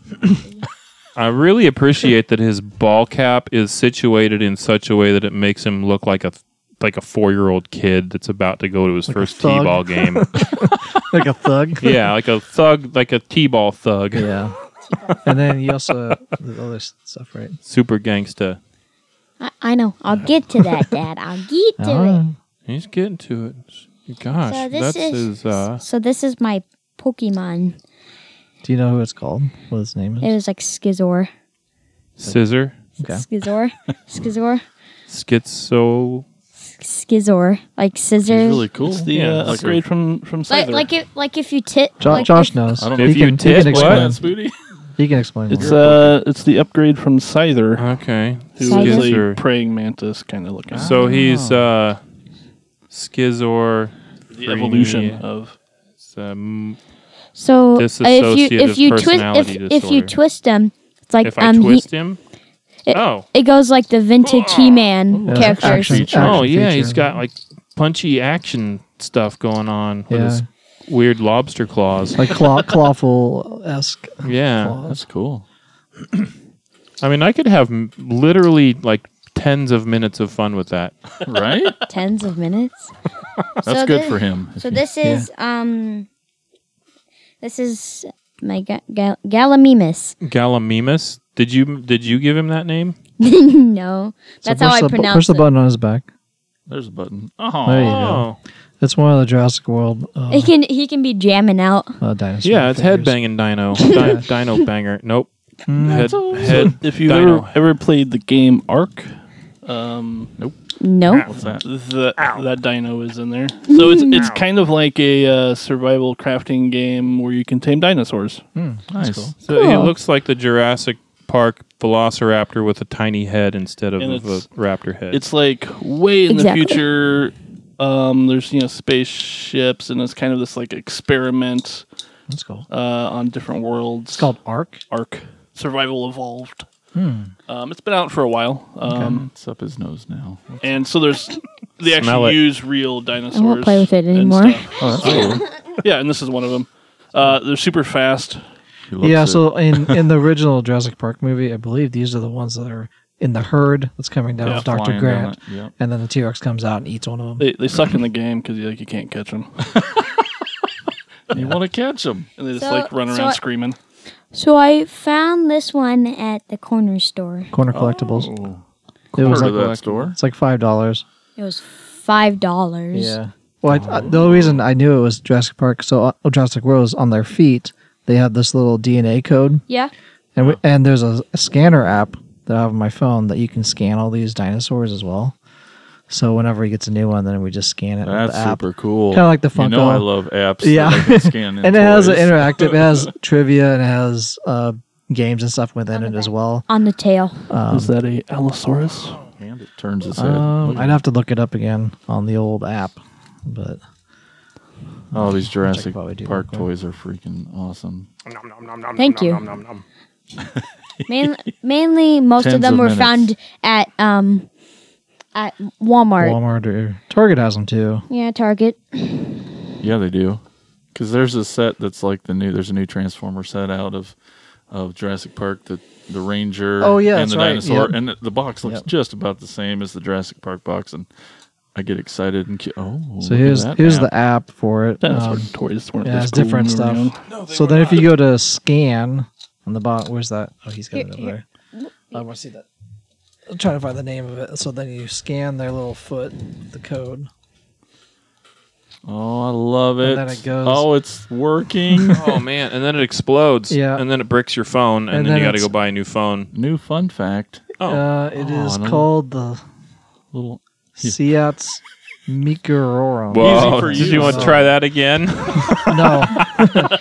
S3: I really appreciate that his ball cap is situated in such a way that it makes him look like a like a four year old kid that's about to go to his first
S5: thug.
S3: t ball game.
S5: [LAUGHS] [LAUGHS] like a
S3: [LAUGHS]
S5: thug.
S3: yeah, like a thug, like a t ball thug,
S5: Yeah. and then you also the other s- stuff, right?
S3: super gangsta.
S6: I, I know. I'll
S2: [LAUGHS]
S6: get to that, Dad. I'll get to it.
S5: Ah,
S3: He's getting to it. Gosh,
S6: So this
S3: that's
S6: is-
S3: his. Uh,
S6: So this is my Pokemon.
S5: do you know who it's called? What its name
S6: It
S5: is?
S6: was like Skizor.
S3: scissor,
S2: [LAUGHS]
S5: Okay.
S6: Skizor. Skizor.
S3: schizo.
S6: Skizor. Like
S2: he's
S6: scissors.
S2: really cool.
S4: It's the uh,
S2: like
S4: upgrade from from
S6: like
S4: Scyther.
S6: like if like if you tit
S5: Jo-
S6: like
S5: Josh
S6: if-
S5: knows.
S2: I don't
S5: He
S3: know. If you
S5: can- he
S3: did
S5: can
S3: what?
S5: explain.
S2: That's Spooty.
S5: He can explain.
S4: it's
S5: more.
S4: uh, it's the upgrade from Scyther,
S3: Uh, Okay,
S4: who is a
S3: scissor.
S4: praying mantis kind of looking.
S3: So he's uh, schizor.
S4: the evolution of
S3: Um,
S6: So uh, if you
S3: Dissociative
S6: if you twist if,
S3: personality
S6: if you
S3: disorder.
S6: twist them, it's like
S3: if I
S6: um he-
S3: twist Ah! him,
S6: it-
S3: oh.
S6: it goes like the vintage He-Man
S5: Yeah,
S6: characters.
S5: action- action
S3: oh yeah,
S5: feature.
S3: he's got like punchy action stuff going on with
S5: Yeah.
S3: his weird lobster claws.
S5: like claw, [LAUGHS] clawful esque.
S3: yeah,
S5: claws.
S2: That's [LAUGHS] cool.
S3: I mean, I could have m- literally like tens of minutes of fun with that.
S2: Right?
S6: Tens of
S3: [LAUGHS]
S6: minutes.
S2: That's good for him.
S6: So this is um, this is my ga- ga- Gallimimus. [LAUGHS]
S3: Gallimimus, did you did you give him that name?
S6: no,
S5: So
S6: that's how
S5: push
S6: I
S5: the bu-
S6: pronounce
S5: Push the
S6: it.
S5: button on his back.
S2: There's a button.
S5: There
S2: Oh,
S5: you go. It's one of the Jurassic World uh,
S6: He can he can be jamming out.
S5: uh, dinosaurs.
S3: yeah, it's headbanging dino, Di- dino banger. Nope,
S5: Mm.
S3: head, head
S4: If you've
S3: Dino.
S4: ever, ever played the game Ark,
S6: No,
S2: what's that?
S4: the, that dino is in there. So it's it's kind of like a uh, survival crafting game where you can tame dinosaurs.
S2: Nice.
S5: cool.
S3: So he
S6: Cool.
S3: looks like the Jurassic Park velociraptor with a tiny head instead of,
S4: And
S3: of a
S4: it's-
S3: raptor head.
S4: It's like way in
S6: Exactly.
S4: the future. Um, there's you know spaceships and it's kind of this like experiment
S5: That's cool.
S4: uh, on different worlds.
S5: It's called Arc.
S4: Arc Survival Evolved.
S6: Hmm.
S4: Um, it's been out for a while, um,
S2: It's up his nose now.
S5: Oh,
S4: and so there's they actually
S3: Smell it.
S4: use real dinosaurs.
S6: play with it
S4: and
S6: anymore.
S4: stuff. yeah, and this is one of them. Uh, they're super fast.
S2: He loves
S5: Yeah,
S2: it.
S5: so in, in the original Jurassic Park movie, I believe these are the ones that are in the herd that's coming down
S4: Yeah,
S5: with Dr.
S2: flying
S5: Grant.
S2: down it, yep.
S5: And then the T Rex comes out and eats one of them.
S4: They, they suck in the game because like you can't catch them,
S2: [LAUGHS] you want to catch him.
S4: and they just
S6: So-
S4: like run
S6: so
S4: around
S6: I-
S4: screaming.
S6: So I found this one at the corner store.
S5: Corner collectibles.
S2: It
S5: it was like,
S2: of that store.
S5: it's like $5.
S6: It was five dollars.
S5: Well, I, I- the only reason I knew it was Jurassic Park, so uh, Jurassic World is on their feet. They have this little DNA code,
S6: Yeah.
S5: and we, and there's a, a scanner app that I have on my phone that you can scan all these dinosaurs as well. So whenever he gets a new one, then we just scan it. with
S2: That's
S5: the app.
S2: super cool.
S5: Kinda like the
S2: You know
S5: Funko.
S2: I love apps.
S5: Yeah.
S2: that I can
S5: [LAUGHS]
S2: scan
S5: and it has an
S2: toys.
S5: interactive. It has
S2: [LAUGHS]
S5: trivia and it has uh, games and stuff within it as well.
S6: On the tail.
S4: Um, is that a Allosaurus?
S2: And it turns its head.
S5: Um,
S2: Look at
S5: I'd have to look it up again on the old app, but
S2: All these Jurassic
S5: probably do
S2: Park
S5: that, yeah.
S2: toys are freaking awesome.
S6: Thank you. Main, mainly, most
S2: Tens
S6: of them
S2: of
S6: were
S2: minutes.
S6: found at um at Walmart.
S5: Walmart or Target has them too.
S6: Yeah, Target.
S2: Yeah, they do. Because there's a set that's like the new. There's a new Transformer set out of of Jurassic Park. The the Ranger.
S5: Oh, yeah,
S2: and
S5: that's
S2: the
S5: right,
S2: dinosaur.
S5: yep.
S2: And the, the box looks
S5: Yep.
S2: just about the same as the Jurassic Park box. And I get excited and cu- oh.
S5: So here's here's the
S2: app.
S5: app
S2: [LAUGHS]
S5: for it.
S4: Dinosaur
S5: Um,
S4: toys weren't
S5: yeah,
S4: this
S5: it's
S4: cool
S5: different
S4: when we were
S5: stuff. so then if you go to scan on the bottom, where's that? Oh, he's got it over there. I want to see that. I'm trying to find the name of it. So then you scan their little foot, the code.
S2: Oh, I love it.
S5: And then it goes-
S2: Oh, it's
S5: [LAUGHS]
S2: working.
S3: [LAUGHS] oh man! And then it explodes.
S5: Yeah.
S3: And then it breaks your phone, and,
S5: And
S3: then,
S5: then
S3: you got to
S5: it's-
S3: go buy a new phone.
S2: new fun fact.
S3: Oh,
S5: Uh, it
S2: Oh,
S5: is
S2: no.
S3: [LAUGHS]
S5: called the
S2: Little
S5: Seat's Microrum.
S3: whoa!
S2: easy for
S3: [LAUGHS] Did
S2: you.
S3: you want to try that again?
S5: [LAUGHS]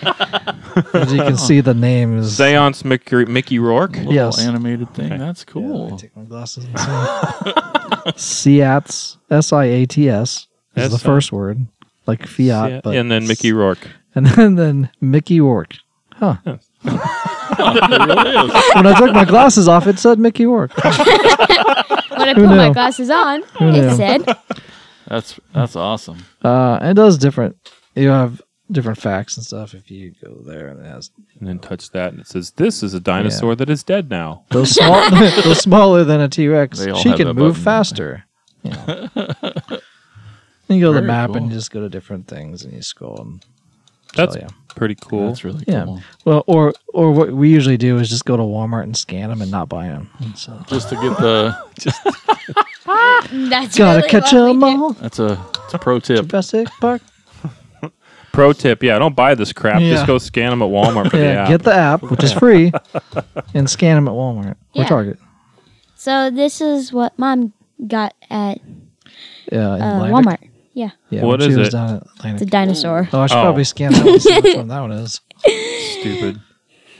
S3: [LAUGHS]
S5: No. As you can see, the name is.
S3: Seance Mickey, Mickey Rourke.
S2: little
S5: Yes.
S2: animated thing. That's cool.
S5: Let me take my glasses. and see. Seat's S I A T S is the
S3: S I-
S5: first word, like fiat,
S3: Yeah,
S5: but
S3: and then Mickey Rourke.
S5: [LAUGHS] and then, then Mickey Ork. Huh.
S2: It is.
S5: when I took my glasses off, it said Mickey Ork.
S6: When I put my
S5: knew?
S6: glasses on,
S5: knew?
S6: it said
S2: That's that's awesome.
S5: Uh, it does different. You have different facts and stuff if you go there, and it has
S3: And then touch that, and it says, "This is a dinosaur that is dead now."
S5: those small, [LAUGHS] those smaller than a T Rex.
S2: They all
S5: She
S2: have
S5: can
S2: that
S5: move
S2: button.
S5: faster.
S2: [LAUGHS]
S5: You know. And you go to the
S2: Very
S5: map and
S2: cool.
S5: you just go to different things and you scroll and
S3: That's
S5: yeah.
S3: pretty cool.
S2: That's really
S5: Yeah.
S2: cool.
S5: Well, or or what we usually do is just go to Walmart and scan them and not buy them. So
S2: Just to get the
S6: that's
S5: gotta
S6: really
S5: catch
S6: what we
S5: 'em
S6: did.
S5: all.
S2: that's a, it's a pro tip.
S5: Jurassic Park.
S3: Pro tip: Yeah, don't buy this crap.
S5: Yeah.
S3: Just go scan them at
S5: [LAUGHS]
S3: Walmart for
S5: Yeah,
S3: the app.
S5: get the app, which
S3: [LAUGHS]
S5: is free, and scan them at Walmart or
S6: Yeah.
S5: Target.
S6: So this is what mom got at
S5: Yeah, in
S6: uh,
S5: Atlantic.
S6: Walmart. Yeah,
S5: Yeah,
S3: What
S5: when
S3: is
S5: she was
S3: it?
S5: down at
S6: it's a
S5: Atlantic.
S6: dinosaur.
S5: Oh, I should
S3: Oh.
S5: probably scan that one. See which one that
S3: [LAUGHS]
S5: one is.
S3: Stupid.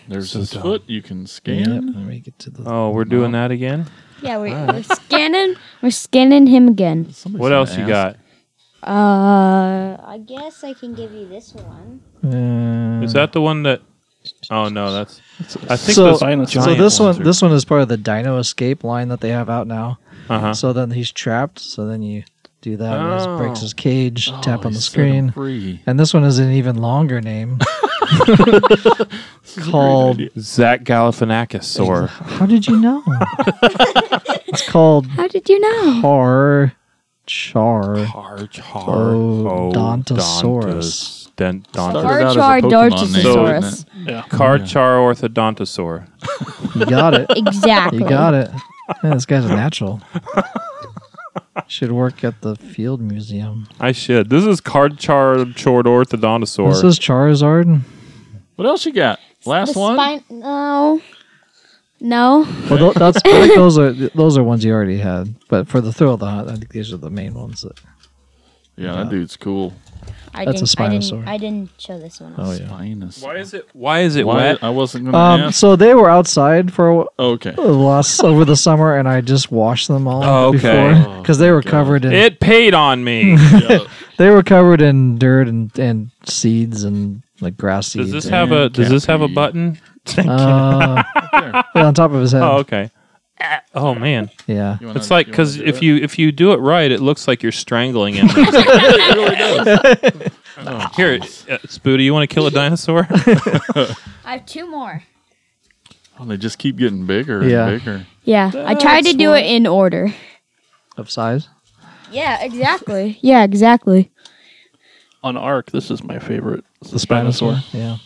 S2: There's his foot you can
S5: Yep.
S2: scan.
S5: Let me get to the.
S3: Oh, we're doing that again.
S6: Yeah, we're, we're scanning. We're scanning him again.
S2: Somebody's
S3: What
S2: gonna
S3: else you
S2: ask.
S3: got?
S6: Uh, I guess I can give you this one.
S5: Uh,
S3: Is that the one that? Oh no, that's. I think
S5: so,
S3: those.
S4: giant
S5: so this
S4: ones
S5: one, this one is part of the Dino Escape line that they have out now.
S3: Uh-huh.
S5: So then he's trapped. So then you do that. and he
S3: Oh.
S5: breaks his cage. tap on
S2: He
S5: the
S2: set him
S5: screen.
S2: Free.
S5: And this one is an even longer
S3: [LAUGHS]
S5: name. called.
S3: Zach Galifianakis or
S5: [LAUGHS] How did
S3: [LAUGHS]
S5: you know? it's called
S6: How did you know?
S5: Har Char
S3: Arch
S5: Odontosaurus.
S3: Den, Dont-
S2: Started out as a
S6: Archar
S2: Pokemon name,
S6: Dortosaurus.
S2: didn't it?
S4: Yeah.
S3: Carchar orthodontosaur.
S5: You got it.
S6: Exactly.
S5: You got it. Yeah, this guy's a natural. [LAUGHS] Should work at the Field Museum.
S3: I should. This is Carchar chord orthodontosaur.
S5: This is Charizard.
S2: What else you got? Last
S6: The
S2: one.
S6: spine- no. No.
S5: Well, tho- that's, I think those are those are ones you already had. But for the thrill of the hunt, I think these are the main ones that
S2: Yeah, that dude's cool.
S6: I
S5: That's
S6: didn't,
S5: a
S6: I
S5: Spinosaur.
S6: didn't, I didn't show this one.
S5: Oh
S6: off.
S5: yeah.
S2: Minus.
S3: Why is it? Why is it
S2: Why-
S3: wet?
S2: I wasn't gonna
S5: Um,
S2: ask.
S5: So they were outside for a wh-
S2: Okay.
S5: the last over the summer, and I just washed them all
S3: Oh, okay.
S5: before because they were covered in
S3: It paid on me.
S5: [LAUGHS]
S2: Yeah.
S5: they were covered in dirt and, and seeds and like grass seeds.
S3: Does this
S5: and-
S3: have a Does this have a
S2: Cappy.
S3: button?
S5: [LAUGHS]
S3: [LAUGHS]
S5: Uh, yeah, on top of his head?
S3: Oh, okay. Ah, Oh man,
S5: Yeah,
S2: You wanna-
S3: it's like
S2: you wanna
S3: because
S2: do
S3: if
S2: it?
S3: you if you do it right, it looks like you're strangling
S2: [LAUGHS]
S3: him. [LAUGHS] Here,
S2: Oh,
S3: uh, Spoo, do you want to kill a dinosaur?
S6: I have two more.
S2: Oh, they just keep getting bigger and
S5: Yeah.
S2: bigger.
S6: Yeah, I tried to do it in order.
S5: of size.
S6: Yeah, exactly. [LAUGHS] yeah, exactly.
S4: On Arc, this is my favorite. It's the
S5: Dinosaur. Yeah.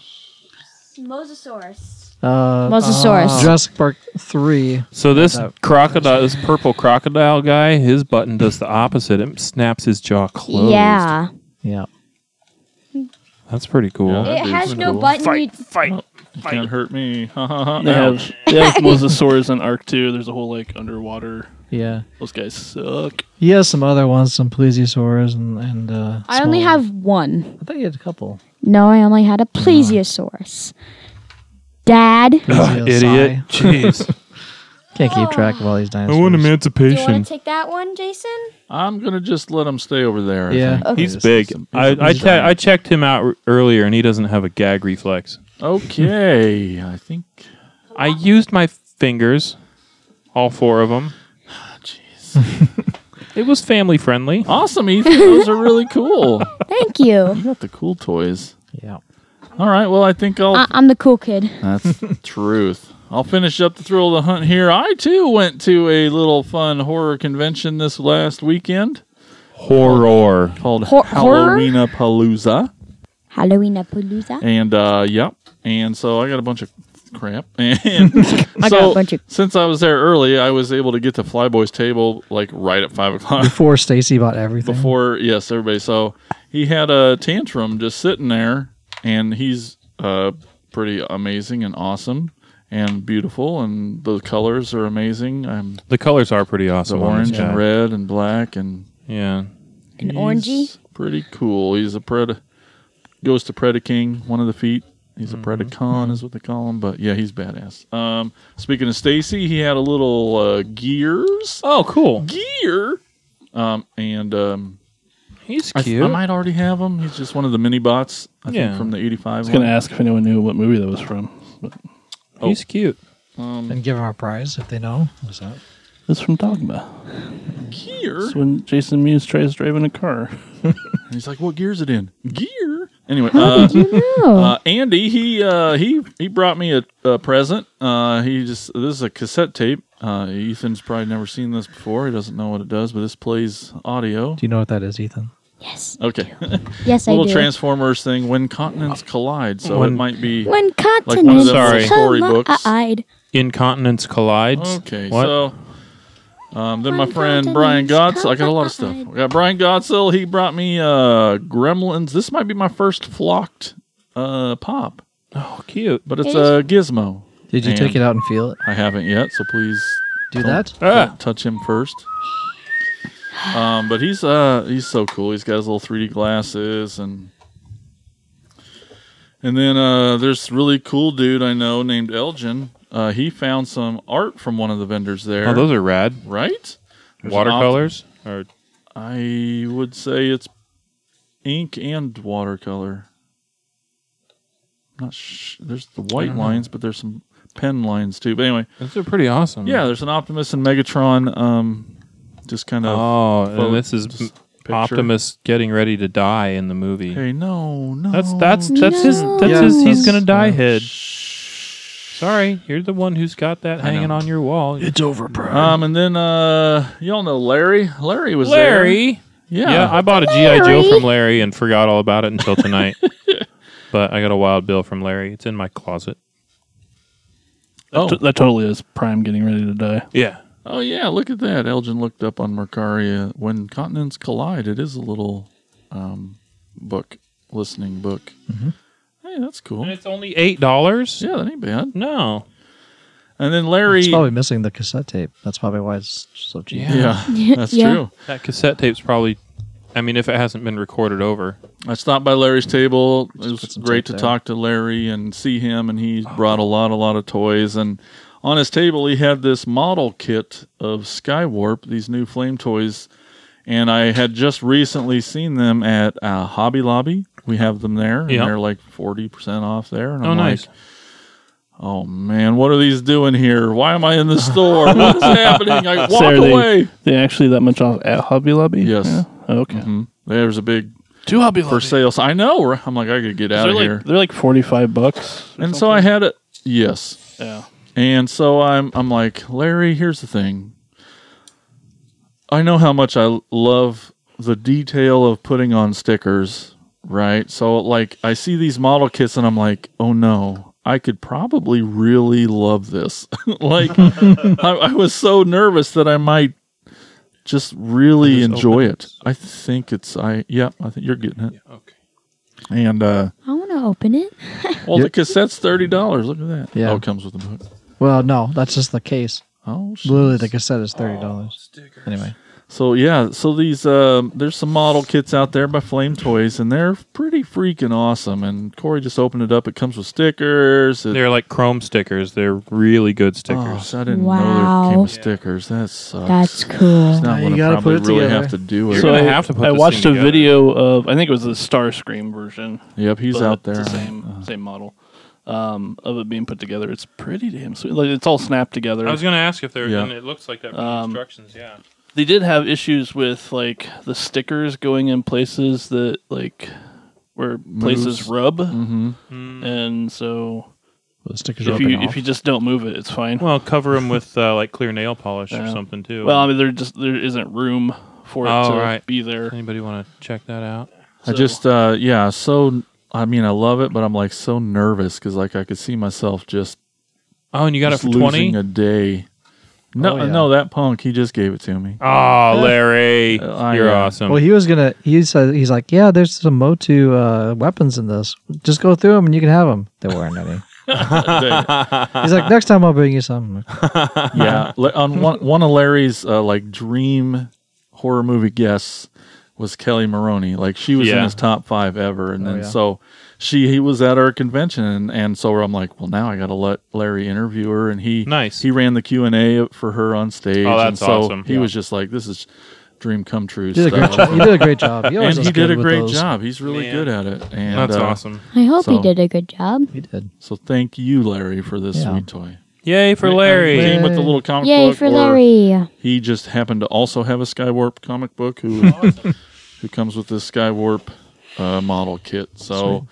S6: Mosasaurus.
S5: Uh,
S6: Mosasaurus.
S5: Jurassic Park three.
S3: so this
S5: That-
S3: crocodile, this purple crocodile guy, his button does the opposite. It snaps his jaw closed.
S6: Yeah.
S5: Yeah.
S3: that's pretty cool.
S2: Yeah.
S6: It
S2: That
S6: has
S2: is
S6: no
S2: cool.
S6: button. you-
S2: You can't hurt me. Uh-huh. Ha ha ha.
S4: They
S2: Ouch.
S4: have,
S6: [LAUGHS]
S4: they have mosasaurs in Arc too. There's a whole like underwater.
S5: Yeah.
S4: Those guys suck.
S5: He has some other ones, some plesiosaurs and and. Uh,
S6: I only
S5: smaller-
S6: have one.
S5: I thought you had a couple.
S6: No, I only had a plesiosaurus. Dad.
S5: Plesiosaur.
S3: Idiot. Jeez.
S5: Can't keep track of all these dinosaurs.
S3: emancipation.
S6: take that one, Jason?
S2: I'm gonna just let them stay over there. I
S5: Yeah.
S2: think.
S6: Okay.
S3: He's big. I I, te- I checked him out r- earlier, and he doesn't have a gag reflex.
S2: Okay. I think.
S3: I used my fingers, all four of them.
S2: [SIGHS] Jeez.
S3: [LAUGHS] It was family friendly.
S2: awesome, Ethan. Those are really cool.
S6: Thank you.
S2: [LAUGHS] You got the cool toys.
S5: Yeah.
S2: All right. Well, I think I'll.
S6: I- I'm the cool kid.
S2: That's [LAUGHS] the truth. I'll finish up the thrill of the hunt here. I too went to a little fun horror convention this last weekend
S3: Horror.
S2: called
S6: Hor- horror?
S2: Halloween Palooza.
S6: Halloween Palooza.
S2: And uh yep. And so I got a bunch of crap. [LAUGHS] And
S6: [LAUGHS] I
S2: so
S6: got a bunch of-
S2: since I was there early, I was able to get to Flyboy's table like right at five o'clock.
S5: Before Stacy bought everything.
S2: before yes everybody so he had a tantrum just sitting there and he's uh pretty amazing and awesome and beautiful and the colors are amazing i'm
S3: The colors are pretty
S2: the
S3: awesome. on this
S2: orange and
S3: guy.
S2: red and black and
S3: Yeah.
S6: An
S2: he's
S6: orangey?
S2: pretty cool he's a pred goes to predaking one of the feet he's a predacon is what they call him but yeah he's badass um speaking of stacy he had a little uh gears
S3: Oh, cool.
S2: gear um and um
S3: He's
S2: I, th-
S3: cute.
S2: I might already have him. He's just one of the mini bots. I
S3: Yeah.
S2: think from the '85.
S4: I was gonna ask if anyone knew what movie that was from. But
S3: He's cute.
S5: And give them a prize if they know. What's that?
S4: it's from Dogma.
S2: gear.
S4: It's when Jason Mewes tries driving a car.
S2: And he's like, "What gear is it in? Gear." Anyway, uh, uh, Andy, he uh, he he brought me a, a present. Uh, he just this is a cassette tape. Uh, Ethan's probably never seen this before. He doesn't know what it does, but this plays audio.
S5: Do you know what that is, Ethan?
S6: Yes.
S2: Okay,
S6: Yes,
S2: [LAUGHS]
S6: I
S2: little
S6: do.
S2: Transformers thing. When continents collide, so it
S3: When-
S2: might be.
S6: when cotton
S2: Like one of
S6: is
S2: those
S3: Sorry.
S2: storybooks.
S6: collide.
S3: Incontinence collides.
S2: Okay,
S3: What?
S2: so um, then my
S6: One
S2: friend
S6: golden
S2: Brian
S6: age
S2: Gods, I got a lot of stuff.
S6: covered.
S2: I got Brian Godsell. He brought me uh, Gremlins. This might be my first flocked uh, pop,
S3: oh, cute.
S2: but it's
S6: It is-
S2: a gizmo.
S5: Did you take
S2: And-
S5: it out and feel it?
S2: I haven't yet, so please
S5: Do
S2: don't-
S5: that?
S3: Ah.
S2: don't touch him first. Um, but he's uh he's so cool. He's got his little 3D glasses and and then uh there's really cool dude I know named Elgin. Uh, he found some art from one of the vendors there.
S3: Oh, those are rad.
S2: Right? There's an
S3: Watercolors. Or
S2: op- I would say it's ink and watercolor. Not sh- there's the
S3: Uh-huh.
S2: white lines, but there's some pen lines too. But anyway,
S3: those are pretty awesome.
S2: yeah, there's an Optimus and Megatron. Um, just kind of.
S3: Oh,
S2: Photo-
S3: and this is
S2: just picture.
S3: Optimus getting ready to die in the movie.
S2: Hey, no, no.
S3: That's that's that's his
S6: No.
S3: that's
S5: Yeah,
S3: his he's
S5: that's-
S3: gonna
S2: Oh,
S3: die
S5: yeah.
S3: head. Sorry, you're the one who's got that
S2: know.
S3: hanging on your wall.
S5: It's over, bro.
S2: Um, and then uh, y'all know Larry. Larry was
S3: Larry.
S2: there.
S3: Yeah.
S2: Yeah.
S3: I bought a GI Joe
S6: Larry.
S3: from Larry and forgot all about it until tonight. but I got a Wild Bill from Larry. It's in my closet.
S2: Oh.
S4: T- that totally is Prime getting ready to die.
S3: Yeah.
S2: oh yeah. Look at that. Elgin looked up on Mercaria when continents collide. It is a little um book, listening book.
S3: Mm-hmm.
S2: Hey, that's cool.
S3: And it's only eight dollars.
S2: Yeah, that ain't bad.
S3: No.
S2: And then Larry.
S5: It's probably missing the cassette tape. That's probably why it's so cheap.
S3: Yeah.
S2: yeah, that's
S6: Yeah.
S2: true.
S3: That cassette tape's probably I mean, if it hasn't been recorded over.
S2: I stopped by Larry's table. It
S5: put
S2: was
S5: some
S2: great
S5: tape
S2: to
S5: there. Oh,
S2: talk to Larry and see him, and he brought a lot, a lot of toys. And on his table, he had this model kit of Skywarp, these new flame toys. And I had just recently seen them at uh, Hobby Lobby. We have them there, and
S3: Yeah.
S2: they're like forty percent off there. And
S3: Oh,
S2: I'm
S3: nice.
S2: Like, oh man, what are these doing here? Why am I in the
S5: [LAUGHS]
S2: store? What's happening? I walk
S4: So are they-
S2: away.
S4: They actually that much off at Hobby Lobby?
S2: Yes.
S4: Yeah? Oh, okay.
S2: Mhm. There's a big
S4: Two Hobby
S2: for sale. So I know. right? I'm like, I could get out
S4: They're
S2: of
S4: like
S2: here.
S4: they're like forty five bucks.
S2: and so I had a yes,
S4: Yeah.
S2: and so I'm I'm like Larry. Here's the thing. I know how much I l- love the detail of putting on stickers, right? So like I see these model kits and I'm like, oh no, I could probably really love this. [LAUGHS] like I, I was so nervous that I might just really
S3: Just
S2: enjoy
S3: open
S2: it. I think it's I yeah, I think you're getting it.
S3: Okay.
S2: And uh
S6: I want to open it.
S2: well
S5: Yeah.
S2: the cassette's thirty dollars. Look at that.
S5: Yeah.
S2: Oh, it comes with the book.
S5: Well, no, that's just the case.
S2: Oh, shit.
S5: Literally, the cassette is thirty dollars. anyway,
S2: so yeah, so these um, there's some model kits out there by Flame Toys, and they're pretty freaking awesome. And Corey just opened it up. It comes with stickers. It,
S3: They're like chrome stickers. They're really good
S2: oh,
S3: stickers.
S2: so I didn't know
S6: Wow.
S2: there came with stickers. That sucks.
S6: That's cool.
S2: It's not
S5: Now
S2: what
S5: you
S2: I
S5: gotta
S2: probably
S5: put it
S2: really
S5: together.
S2: have to do.
S3: You're
S2: It.
S3: gonna
S4: I,
S3: have to put
S4: I
S3: this
S4: watched
S3: thing
S4: a
S3: together.
S4: video of I think it was the Starscream version.
S2: Yep, he's
S4: but
S2: out there. Uh-huh.
S4: It's the same same model um, of it being put together. It's pretty damn sweet. Like it's all snapped together.
S3: I was going to ask if they're,
S2: Yeah.
S3: and it looks like that from the
S4: Um,
S3: instructions, yeah.
S4: they did have issues with like the stickers going in places that like where places
S2: Moves.
S4: rub,
S2: Mm-hmm.
S3: Mm.
S4: and so
S5: the stickers are
S4: if
S5: open
S4: you
S5: off.
S4: if you just don't move it, it's fine. Well,
S3: Well, cover them with uh, like clear nail polish or
S4: Yeah.
S3: something too.
S4: I mean, there just there isn't room for it
S3: Oh,
S4: to
S3: right.
S4: be there.
S3: anybody want to check that out?
S2: I
S4: So-
S2: just uh, yeah. So I mean, I love it, but I'm like so nervous because like I could see myself just
S3: Oh, and you got it
S2: just
S3: for
S2: losing
S3: twenty.
S2: a day. No,
S5: Oh, yeah.
S2: no, that punk he just gave it to
S3: [LAUGHS]
S2: me.
S3: Oh, Larry,
S2: Uh, I,
S3: you're
S2: uh,
S3: awesome.
S5: well, he was gonna. He said he's like, yeah, there's some Motu uh, weapons in this. Just go through them and you can have them. There weren't any. He's like, next time I'll bring you [LAUGHS] some.
S2: yeah, La-
S3: [LAUGHS]
S2: on one one of Larry's uh, like dream horror movie guests was Kelly Maroney. Like she was in
S3: Yeah.
S2: his top five ever, and
S5: Oh,
S2: then
S5: yeah.
S2: so she he was at our convention, and, and so I'm like, well, now I got to let Larry interview her, and he
S3: Nice.
S2: he ran the Q and A for her on stage.
S3: Oh,
S2: and
S3: that's
S2: so
S3: awesome.
S2: He
S3: Yeah.
S2: was just like, this is dream come true.
S5: You did a great
S2: stuff.
S5: job. You did a great job. He always
S2: and
S5: does
S2: he did
S5: good
S2: a
S5: with
S2: great
S5: those.
S2: job. He's really
S3: Man.
S2: good at it. And
S3: That's
S2: uh,
S3: awesome.
S6: I hope
S2: So-
S6: he did a good job.
S5: He did.
S2: So thank you, Larry, for this
S5: Yeah.
S2: sweet toy.
S3: Yay for
S2: It
S3: Larry.
S2: Came with the little comic
S6: Yay
S2: book.
S6: for
S2: or-
S6: Larry. [LAUGHS]
S2: he just happened to also have a Skywarp comic book
S4: [LAUGHS]
S2: who who comes with this Skywarp uh, model kit. So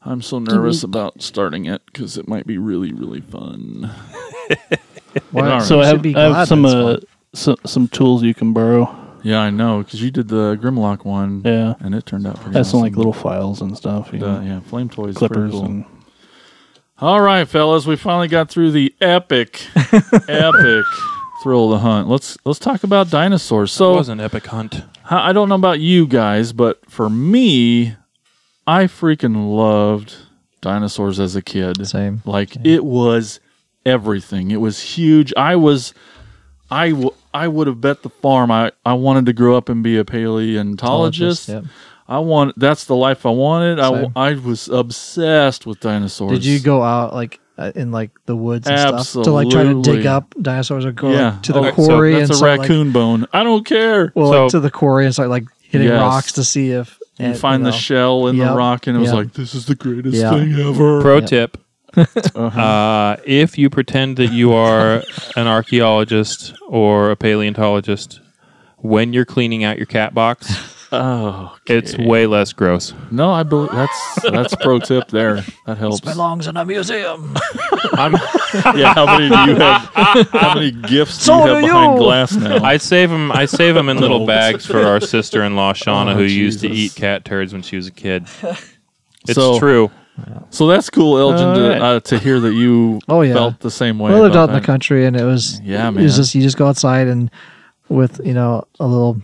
S2: I'm so nervous about starting it because it might be really really
S4: [LAUGHS]
S2: fun.
S5: Why-
S2: All right.
S4: So
S5: you
S4: I
S5: should
S4: have,
S5: be
S4: I have
S5: glad
S4: some
S5: that's
S4: uh,
S5: fun.
S4: some some tools you can borrow.
S2: Yeah, I know because you did the Grimlock one,
S4: Yeah,
S2: and it turned out pretty.
S4: that's some
S2: awesome.
S4: like little files and stuff. You
S2: But, uh,
S4: know,
S2: yeah, flame toys, is pretty
S4: clippers
S2: cool.
S4: and [LAUGHS]
S2: All right, fellas, we finally got through the
S5: [LAUGHS]
S2: epic, epic thrill of the hunt. Let's let's talk about dinosaurs.
S3: It
S2: So
S3: was an epic hunt.
S2: I I don't know about you guys, but for me, I freaking loved dinosaurs as a kid.
S5: Same.
S2: Like it was everything. It was huge. I was, I, w- I would have bet the farm. I, I wanted to grow up and be a paleontologist.
S5: Yep.
S2: I want that's the life I wanted. I, w-
S5: Same.
S2: I was obsessed with dinosaurs.
S5: Did you go out like uh, in like the woods and stuff to like try to dig
S2: Absolutely.
S5: up dinosaurs or go like,
S2: Yeah.
S5: to the
S2: Oh,
S3: so
S5: quarry
S2: That's
S5: and
S2: a
S5: start, like-
S2: raccoon bone. I don't care.
S5: well,
S3: So-
S5: like, to the quarry and start like hitting
S2: Yes.
S5: rocks to see if
S2: you
S5: and,
S2: find
S5: know.
S2: the shell in the
S5: Eh, Yep.
S2: rock, and it was
S5: Yep.
S2: like this is the greatest
S5: Yeah.
S2: thing ever.
S3: Pro
S5: Yep. [LAUGHS]
S3: tip: uh, if you pretend that you are an archaeologist or a paleontologist when you're cleaning out your cat box,
S2: oh,
S3: it's way less gross.
S2: No, I believe that's that's pro tip there. That helps. [LAUGHS]
S5: belongs in a museum.
S2: Yeah, how many do you have? How [LAUGHS] many gifts
S5: So
S2: do you have
S5: do
S2: behind
S5: you.
S2: glass now?
S3: I save them. I save
S2: [LAUGHS]
S3: 'em in little
S2: No.
S3: bags for our sister-in-law Shauna,
S2: Oh,
S3: who used to eat
S2: Jesus.
S3: cat turds when she was
S2: [LAUGHS]
S3: a kid. It's
S2: So-
S3: true.
S2: so that's cool, Elgin, to,
S4: Alright.
S2: uh, to hear that you
S5: Oh, yeah.
S2: felt the same way.
S5: I lived out
S2: about
S5: in the
S2: that.
S5: country, and it was
S2: Yeah,
S5: It was
S2: man.
S5: just you just go outside and with you know a little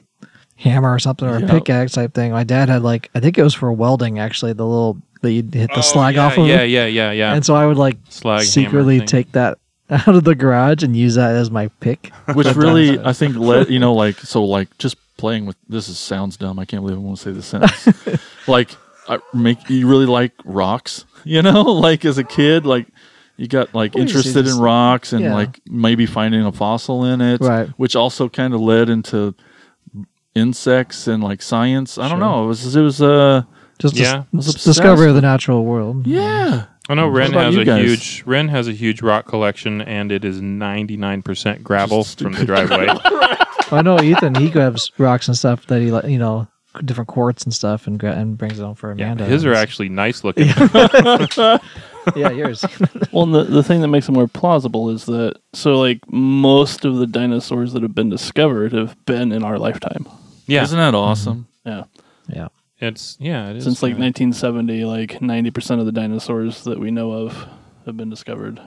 S5: hammer or something or
S2: Yeah.
S5: a pickaxe type thing. My dad had like I think it was for welding actually the little that you hit
S2: Oh,
S5: the slag
S3: Oh, yeah,
S5: off of.
S3: Yeah,
S5: it.
S3: yeah, yeah, yeah.
S5: And so I would like
S3: Slag hammer
S5: secretly
S3: thing.
S5: take that [LAUGHS] out of the garage and use that as my pick. [LAUGHS]
S2: Which really, I think, led you know, like so, like just playing with this is sounds dumb. I can't believe I want to say this sentence.
S5: [LAUGHS]
S2: like I make you really like rocks, [LAUGHS] you know? Like as a kid, like you got like
S5: Well, you see
S2: interested
S5: this-
S2: in rocks and
S5: yeah.
S2: like maybe finding a fossil in it,
S5: Right.
S2: which also kind of led into insects and like science. I don't know. It was it was uh
S5: Just
S3: Yeah, I
S5: yeah,
S2: was
S5: discovery
S2: obsessed.
S5: of the natural world.
S2: yeah.
S3: I know Ren
S2: about
S3: has
S2: you
S3: a
S2: guys?
S3: huge Ren has a huge rock collection, and it is ninety nine percent gravel
S2: Just
S3: from
S2: [LAUGHS]
S3: the driveway.
S5: I know Ethan. He grabs rocks and stuff that he like, you know, different quartz and stuff, and gra- and brings it home for
S3: yeah,
S5: Amanda.
S3: his are actually nice looking.
S5: [LAUGHS] yeah, yours.
S4: Well, and the, the thing that makes it more plausible is that so like most of the dinosaurs that have been discovered have been in our lifetime.
S3: [LAUGHS] Yeah,
S2: Isn't that awesome?
S4: Yeah,
S5: yeah,
S3: it's yeah. It is
S4: since like
S3: nice.
S4: 1970, like 90 percent of the dinosaurs that we know of have been discovered.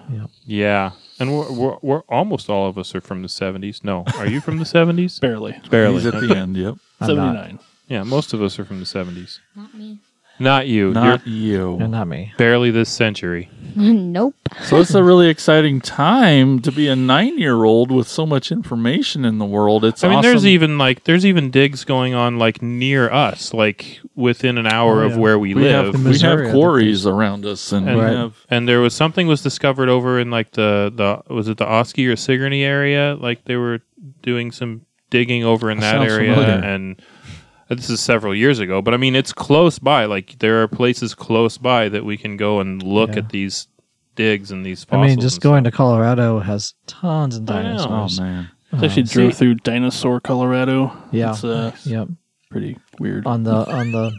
S3: yeah, and we're, we're we're almost all of us are from the seventies. No, are you from
S2: [LAUGHS]
S3: the seventies?
S4: Barely,
S3: Barely.
S2: He's at the end, yep.
S5: I'm not.
S4: 79.
S3: Yeah, most of us are from the seventies.
S6: Not me.
S3: Not you. You're
S2: Not you.
S5: No, not me.
S3: barely this century.
S6: nope.
S2: So it's a really exciting time to be a nine-year-old with so much information in the world. It's
S3: I mean,
S2: awesome.
S3: there's even like there's even digs going on like near us, like within an hour
S5: Oh,
S3: of
S5: yeah.
S3: where we,
S2: we
S3: live.
S2: have, we
S5: Missouri, I
S2: have
S5: think.
S2: quarries around us, and
S3: And-
S2: we
S5: Right.
S2: have
S3: and there was something was discovered over in like the the was it the Oski or Sigourney area? Like they were doing some digging over in that
S2: Sounds
S3: area,
S2: familiar.
S3: and this is several years ago. But I mean, it's close by. Like there are places close by that we can go and look
S5: Yeah.
S3: at these digs and these
S5: I
S3: fossils.
S5: mean, just
S3: and stuff.
S5: going to Colorado has tons of
S3: I know.
S2: oh
S5: dinosaurs. Um,
S2: man,
S4: So actually drove through Dinosaur, Colorado.
S5: Uh-huh. Yeah. Uh,
S4: it's uh,
S5: Yep.
S4: pretty weird.
S5: On the
S3: [LAUGHS]
S5: on the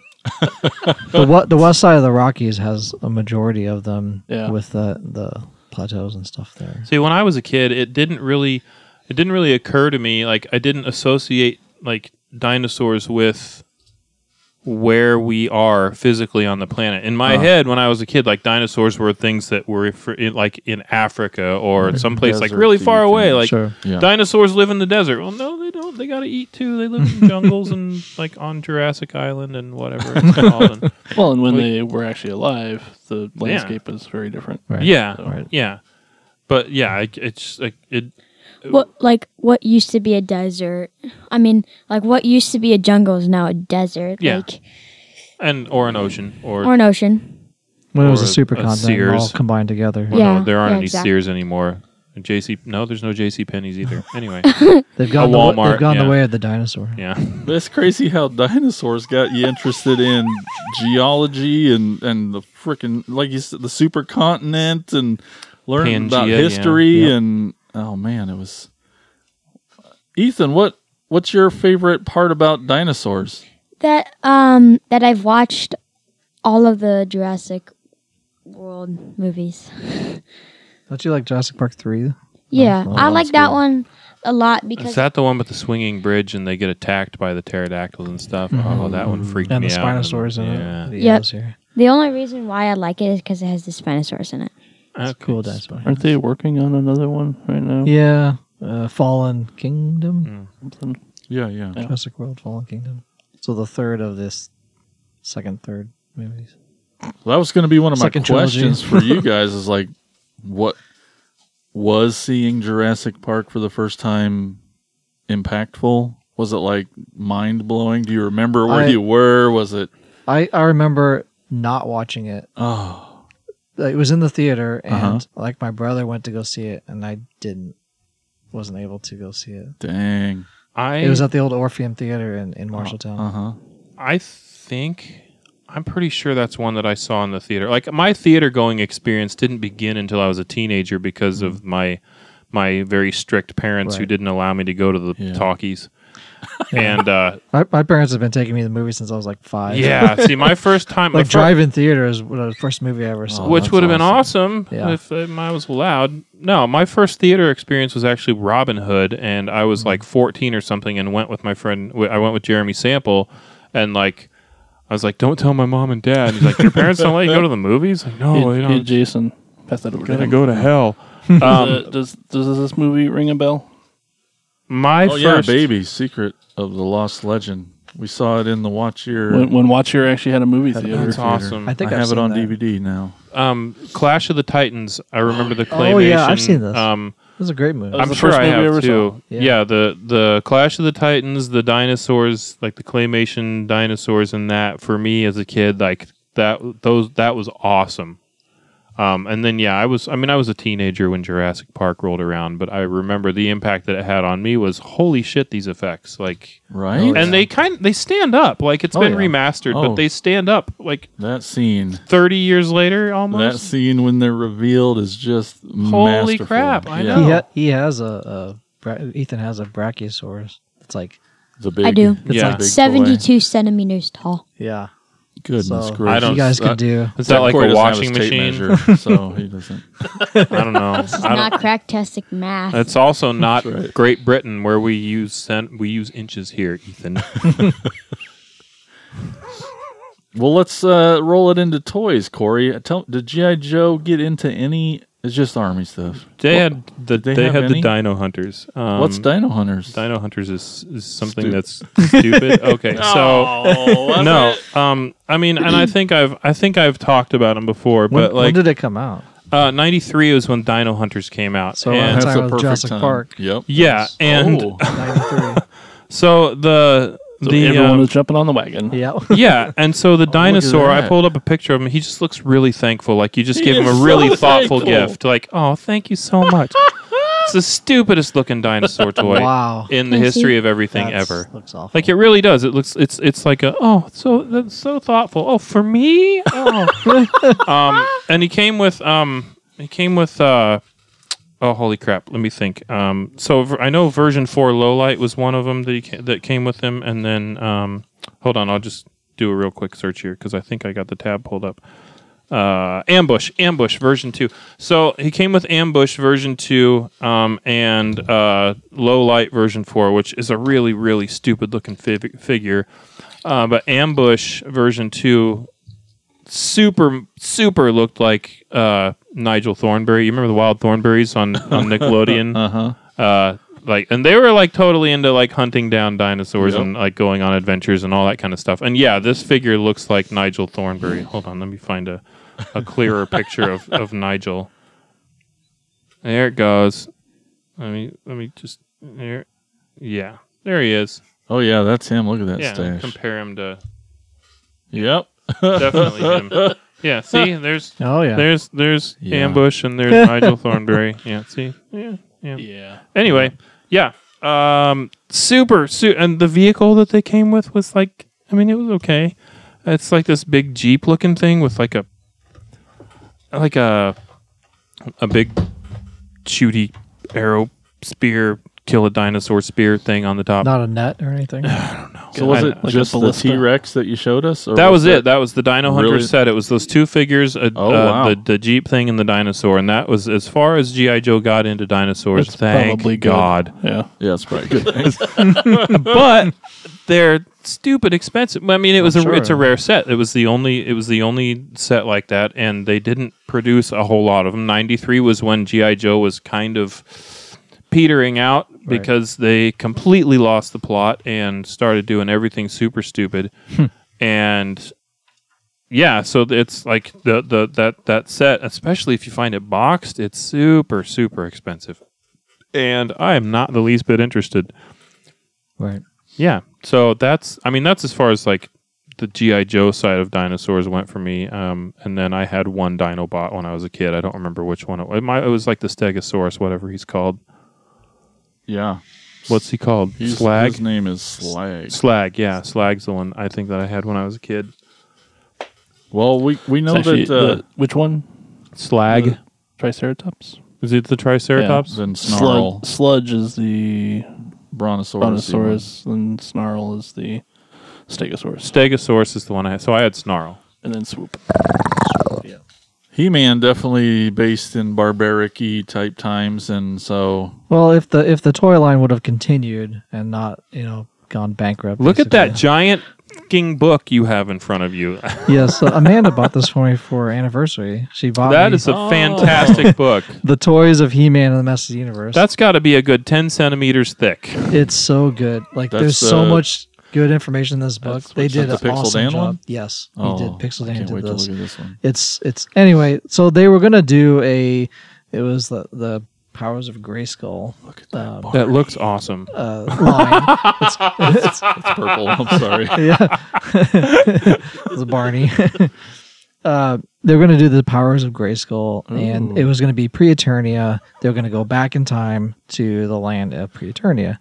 S5: the what the west side of the Rockies has a majority of them
S4: Yeah.
S5: with the the plateaus and stuff there.
S3: See, when I was a kid, it didn't really it didn't really occur to me like I didn't associate like dinosaurs with where we are physically on the planet. In
S5: Uh-huh.
S3: my head, when I was a kid, like dinosaurs were things that were for, in, like in Africa or someplace like
S2: desert
S3: really
S2: that
S3: far
S2: you can-
S3: away. Like
S5: sure.
S2: yeah.
S3: dinosaurs live in the desert. Well, no, they don't. They got to eat too. They live
S5: [LAUGHS]
S3: in jungles and like on Jurassic Island and whatever
S5: [LAUGHS]
S3: it's called. And-
S4: Well, and when
S3: Like-
S4: they were actually alive, the landscape was very different.
S5: Right.
S3: Yeah,
S5: Right.
S3: yeah. But yeah, I- it's like it.
S6: What like what used to be a desert? I mean, like what used to be a jungle is now a desert.
S3: Yeah.
S6: Like
S3: And or an ocean or
S6: or an ocean.
S5: When it was
S3: Or
S5: a
S3: a- a
S5: supercontinent,
S3: Sears.
S5: all combined together.
S3: Well,
S6: Yeah,
S3: no, there aren't
S6: yeah,
S3: any
S6: exactly.
S3: Sears anymore. And JC, no, there's no JC Penney's
S6: [LAUGHS]
S3: either. Anyway,
S5: They've gone,
S3: A
S5: the, wa-
S3: Walmart,
S5: they've gone
S3: yeah.
S5: the way of the dinosaur. [LAUGHS]
S3: yeah,
S2: that's crazy how dinosaurs got you interested in geology and and the freaking like you said the supercontinent and learning about
S3: Pangea, yeah.
S2: history
S3: Yep.
S2: and oh man, it was. Ethan, what what's your favorite part about dinosaurs?
S6: That um that I've watched all of the Jurassic World movies.
S3: Oh,
S5: Don't you like Jurassic Park three?
S6: Yeah,
S5: Oh,
S6: I
S5: that's
S6: like that
S5: good.
S6: one a lot because
S3: is that the one with the swinging bridge and they get attacked by the pterodactyls and stuff? Oh, that one freaked
S5: Mm-hmm. And
S3: me
S5: the
S3: out.
S5: Spinosaurus in
S3: yeah.
S5: it.
S6: Yep.
S5: here.
S6: the only reason why I like it is because it has the Spinosaurus in it.
S5: It's a
S3: Okay.
S5: cool dinosaur.
S4: Aren't they working on another one right now?
S5: Yeah. Uh, Fallen Kingdom.
S4: Something?
S2: Yeah, yeah.
S5: Jurassic World Fallen Kingdom. So the third of this second third movies.
S2: Well, that was going to be one of my
S5: Second trilogy.
S2: questions for you guys is like, what was seeing Jurassic Park for the first time impactful? Was it like mind blowing? Do you remember where
S5: I-
S2: you were? Was it,
S5: I, I remember not watching it.
S2: oh,
S5: It was in the theater and
S2: Uh-huh.
S5: like my brother went to go see it and I didn't wasn't able to go see it.
S2: dang.
S3: I
S5: It was at the old Orpheum Theater in, in Marshalltown.
S3: Uh-huh.
S2: Uh huh.
S3: I think I'm pretty sure that's one that I saw in the theater. Like my theater going experience didn't begin until I was a teenager because of my my very strict parents who
S5: Mm. Right.
S3: didn't allow me to go to the
S2: Yeah.
S5: [LAUGHS]
S3: talkies. and uh,
S5: My, my parents have been taking me to the movie since [LAUGHS] I was [LAUGHS] like five.
S3: yeah, see, my first time, my
S5: Like
S3: fir-
S5: drive in theater is what the first movie I ever saw.
S2: Oh,
S3: which
S2: that's
S3: would have been awesome,
S5: Yeah.
S3: if, um, I was allowed. No, my first theater experience was actually Robin Hood, and I
S5: Mm-hmm.
S3: was like 14 or something, and went with my friend. w- I went with Jeremy Sample, and like I was like, "Don't tell my mom and dad." He's like, "Your parents don't let you go to the movies?" Like, no,
S4: hey,
S3: they
S4: hey,
S3: don't.
S4: Jason, pass that over to
S3: Gonna
S4: him.
S3: go to hell.
S4: Uh,
S3: um,
S4: does does this movie ring a bell?
S3: my
S2: oh,
S3: first
S2: yeah, baby. Secret of the Lost Legend. We saw it in the Watch Year.
S4: When, when Watch Here actually had a movie
S5: Had a
S4: theater.
S3: That's awesome.
S5: I think
S2: I
S5: I've
S2: have it
S5: seen
S2: on
S5: that.
S2: DVD now.
S5: [GASPS]
S3: um, Clash of the Titans. I remember the claymation.
S5: Oh, yeah, I've seen this.
S3: Um,
S5: was a great movie.
S4: was
S3: I'm
S4: the
S3: sure
S4: first
S3: I
S4: movie I
S3: have
S4: ever
S3: too.
S5: saw.
S3: Yeah.
S5: Yeah.
S3: the the Clash of the Titans, the dinosaurs, like the claymation dinosaurs, and that for me as a kid, like that those that was awesome. Um, and then yeah, I was I mean I was a teenager when Jurassic Park rolled around, but I remember the impact that it had on me was holy shit these effects like
S2: Right?
S5: Oh, yeah.
S3: and they kind they stand up like it's
S2: Oh,
S3: been
S2: yeah.
S3: remastered,
S2: Oh.
S3: but they stand up like
S2: That scene.
S3: 30 years later
S2: That
S3: almost.
S2: scene when they're revealed is just
S3: Holy
S2: masterful.
S3: crap, I
S5: he,
S3: know.
S5: ha- he has a, a bra- Ethan has a brachiosaurus. It's like
S2: The big,
S6: I do.
S2: the
S3: Yeah.
S2: big toy.
S6: 72 centimeters tall.
S5: yeah,
S2: Goodness
S5: So,
S2: gracious!
S3: I don't-
S5: you guys
S2: Uh,
S5: can do.
S3: Is that like
S2: Corey
S3: a
S2: doesn't have
S3: washing
S2: his tape
S3: machine?
S2: measure, so he doesn't.
S3: [LAUGHS] I don't know.
S6: This is
S3: I don't,
S6: not cracktastic math.
S3: That's also not
S2: right.
S3: Great Britain, where we use cent- we use inches here,
S2: [LAUGHS]
S3: Ethan.
S2: Well, let's uh, roll it into toys, Corey. Tell, did GI Joe get into any? It's just army stuff.
S3: They had the
S2: Did they
S3: they,
S2: have
S3: had
S2: any?
S3: the Dino Hunters. Um,
S2: What's Dino Hunters?
S3: Dino Hunters is, is something
S2: Stupid. [LAUGHS]
S3: that's stupid. Okay, so
S5: Oh,
S3: no, um, I mean, and I think I've I think I've talked about them before,
S5: When,
S3: but
S5: when
S3: like
S5: did it come out?
S3: uh, ninety three was when Dino Hunters came out.
S5: So, uh,
S3: and,
S5: That's how it was Jurassic Park.
S2: Yep.
S3: yeah, and
S2: Oh.
S5: 93.
S3: so the
S4: So
S3: the
S4: everyone
S3: um,
S4: was jumping on the wagon.
S5: yeah.
S3: yeah, and so
S2: [LAUGHS]
S3: the dinosaur, I
S2: that.
S3: pulled up a picture of him. He just looks really thankful. Like you just
S2: He
S3: gave him a
S2: is
S3: really
S2: so
S3: thoughtful
S2: thankful.
S3: gift. Like, oh, thank you so
S2: [LAUGHS]
S3: much. it's the stupidest looking dinosaur toy
S5: Wow.
S3: in the
S6: Thank
S3: history
S6: you.
S3: of everything
S5: That's-
S3: ever.
S5: Looks awful.
S3: Like it really does. It looks it's it's like a oh so that's so thoughtful. Oh for me. Oh. [LAUGHS] um, and he came with um he came with uh oh holy crap. Let me think. Um, so ver- I know version four low light was one of them that he ca- that came with him, and then um hold on I'll just do a real quick search here because I think I got the tab pulled up. Uh, ambush, ambush version two. So he came with ambush version two, um, and uh, low light version four, which is a really really stupid looking fig- figure. Uh, but ambush version two, super super looked like uh, Nigel Thornberry. You remember the Wild Thornberries on on Nickelodeon?
S2: Uh
S3: uh like and they were like totally into like hunting down dinosaurs
S2: Yep.
S3: and like going on adventures and all that kind of stuff and yeah this figure looks like nigel thornberry hold on let me find a, a clearer picture of, of nigel there it goes let me let me just there yeah there he is
S2: Oh yeah, that's him. Look at that
S3: yeah
S2: stash.
S3: compare him to
S2: yep. [LAUGHS]
S3: definitely him yeah see there's
S5: Oh yeah.
S3: there's there's
S2: Yeah.
S3: ambush and there's nigel thornberry yeah see yeah yeah
S4: Yeah.
S3: Anyway, yeah. Um super su- and the vehicle that they came with was like I mean it was okay. It's like this big Jeep looking thing with like a like a a big shooty arrow spear kill a dinosaur spear thing on the top.
S5: Not a net or
S2: [LAUGHS]
S5: anything.
S2: So was
S3: I-
S2: it
S4: like a
S2: just the
S4: ballista.
S2: T Rex that you showed us? or
S3: that was it. That was the Dino Hunter
S2: Really?
S3: set. It was those two figures, a,
S2: Oh,
S3: uh,
S2: wow.
S3: the, the Jeep thing and the dinosaur, and that was as far as GI Joe got into dinosaurs.
S4: That's
S3: thank
S4: probably good.
S3: God.
S4: Yeah.
S2: Yeah, that's probably good. Thanks.
S3: but they're stupid expensive. I mean, it was a
S5: sure.
S3: it's a rare set. It was the only it was the only set like that, and they didn't produce a whole lot of them. Ninety three was when GI Joe was kind of petering out because they completely lost the plot and started doing everything super stupid, and yeah, so it's like the the that that set, especially if you find it boxed, it's super super expensive. And I am not the least bit interested.
S5: right.
S3: Yeah. So that's I mean that's as far as like the GI Joe side of dinosaurs went for me. Um, and then I had one Dinobot when I was a kid. I don't remember which one it was. It, might, it was like the Stegosaurus, whatever he's called.
S2: yeah.
S3: What's he called?
S2: He's,
S3: Slag.
S2: His name is Slag.
S3: Slag. Yeah, Slag's the one I think that I had when I was a kid.
S2: Well, we we know
S4: It's actually
S2: that uh,
S4: the- which one?
S3: Slag.
S4: The Triceratops.
S3: Is it the Triceratops?
S2: then Snarl,
S4: Sludge, sludge is the
S2: Brontosaurus, he was-
S4: Brontosaurus, and Snarl is the Stegosaurus,
S3: Stegosaurus is the one I had. So I had Snarl.
S4: and then Swoop.
S2: He-Man definitely based in barbaric type times, and so
S5: Well, if the if the toy line would have continued and not you know gone bankrupt.
S3: Look at that
S2: [LAUGHS]
S5: basically.
S3: giant fucking book you have in front of you. [LAUGHS]
S5: yeah. So Amanda bought this for me for our anniversary. She bought
S3: that
S5: me
S3: is a
S2: [LAUGHS]
S3: fantastic
S5: [LAUGHS]
S3: book.
S5: the toys of He-Man and the Masters of the Universe.
S3: That's got to be a good 10 centimeters thick.
S5: it's so good. Like
S2: That's,
S5: there's so
S2: uh,
S5: much good information in this book.
S2: that's
S5: They
S2: what's
S5: did
S2: that,
S5: an
S2: the Pixel
S5: awesome
S2: Dan
S5: job.
S2: one?
S5: Yes,
S2: oh,
S5: he did. Pixel
S2: I
S5: Dan
S2: can't
S5: did
S2: wait
S5: this. [LAUGHS]
S2: to look at this one.
S5: it's it's anyway so they were gonna do a it was the the Powers of Grayskull um,
S3: That looks awesome.
S5: uh, line.
S2: It's purple. I'm sorry.
S5: yeah, [LAUGHS] it was Barney. uh, they were going to do the Powers of Grayskull, and it was going to be pre-Eternia. They were going to go back in time to the land of pre-Eternia.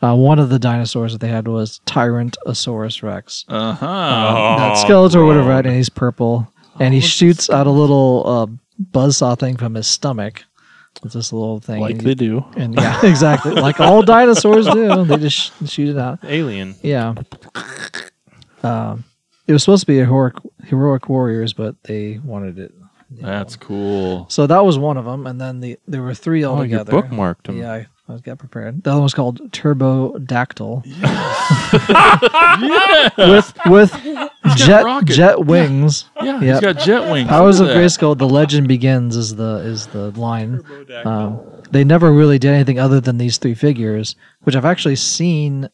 S5: Uh, one of the dinosaurs that they had was Tyrantosaurus Rex.
S2: Uh huh.
S5: that Skeletor would have read, and he's purple, and he shoots out a little uh, buzzsaw thing from his stomach. It's this little thing,
S4: like
S5: and,
S4: they do.
S5: and [LAUGHS] yeah, exactly, like all dinosaurs do. They just sh- shoot it out.
S3: Alien.
S5: Yeah. Um, it was supposed to be heroic, heroic warriors, but they wanted it.
S2: That's cool.
S5: So that was one of them, and then the there were three
S3: Oh, you
S5: altogether.
S3: bookmarked them.
S5: yeah, I, I got prepared. The other one was called Turbodactyl [LAUGHS]
S2: Yeah.
S5: with with jet
S2: rocket.
S5: jet wings.
S2: Yeah.
S5: Yep.
S2: He's got jet wings.
S5: Powers of
S2: Look at that.
S5: Grayskull, the legend begins is the is the line. Um, they never really did anything other than these three figures, which I've actually seen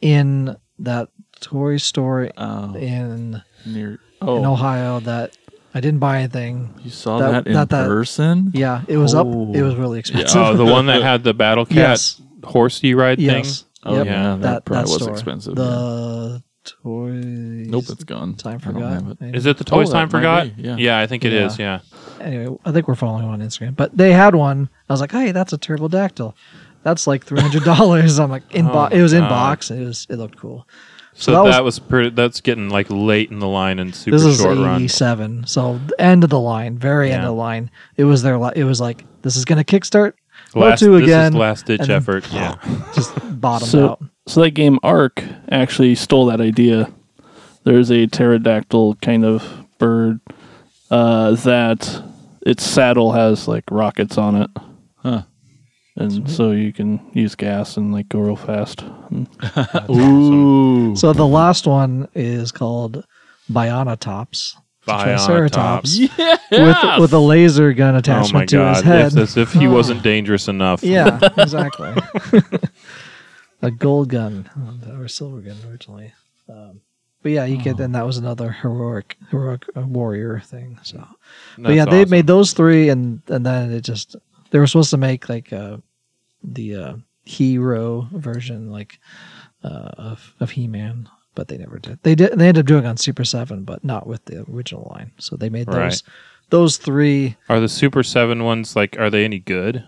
S5: in that toy store
S2: Oh,
S5: in
S2: near.
S5: in
S2: Oh,
S5: Ohio that I didn't buy anything.
S2: you saw
S5: that-
S2: that, in
S5: not that-
S2: person?
S5: Yeah, it was
S2: Oh.
S5: up. It was really expensive.
S3: [LAUGHS]
S5: [LAUGHS]
S3: Oh, the one that had the battle cat
S5: Yes.
S3: horsey ride
S5: yes.
S3: thing.
S2: Oh,
S5: Yep.
S2: yeah. That,
S5: That
S2: probably
S5: that
S2: was
S5: store.
S2: expensive. yeah.
S5: The toy.
S2: Nope, it's gone.
S5: Time
S2: I don't
S5: forgot.
S2: have it.
S3: Is it the Toys
S2: Oh, that
S3: Time
S2: might
S3: Forgot?
S2: be, yeah.
S3: I think it
S5: Yeah.
S3: is. yeah.
S5: anyway, I think we're following on Instagram, but they had one. I was like, hey, that's a turbodactyl. That's like three hundred dollars. I'm like, in bo-
S3: Oh,
S5: it was in
S3: God.
S5: box. It was it looked cool.
S3: So,
S5: that was-
S3: that was, pretty. That's getting like late in the line and super
S5: this is
S3: short run.
S5: '87, so the end of the line, very end
S3: Yeah.
S5: of the line. It was their. Li- it was like this is gonna kickstart.
S3: Last,
S5: two
S3: this
S5: again,
S3: is last ditch
S5: and then-
S3: effort.
S5: [GASPS]
S3: Yeah.
S5: Just bottomed
S4: So,
S5: out.
S4: so that game Ark actually stole that idea. There's a pterodactyl kind of bird uh, that its saddle has like rockets on it,
S2: Huh.
S4: and so you can use gas and like go real fast.
S2: Ooh.
S5: So the last one is called Bionatops. Triceratops
S3: Bionatops.
S5: with with a laser gun
S3: Oh my
S5: attachment to his
S3: god!
S5: head.
S3: Yes, as if he wasn't dangerous enough.
S5: [LAUGHS] Yeah, exactly. [LAUGHS] a gold gun um, or silver gun originally. Um, but yeah, you
S3: Oh.
S5: get and that was another heroic heroic uh, warrior thing. So, but
S3: That's
S5: yeah, they
S3: awesome.
S5: made those three, and and then it just they were supposed to make like uh, the uh, hero version like uh, of of He Man, but they never did. They did. They ended up doing it on Super Seven, but not with the original line. So they made those
S3: Right.
S5: those three.
S3: Are the Super Seven ones like? Are they any good?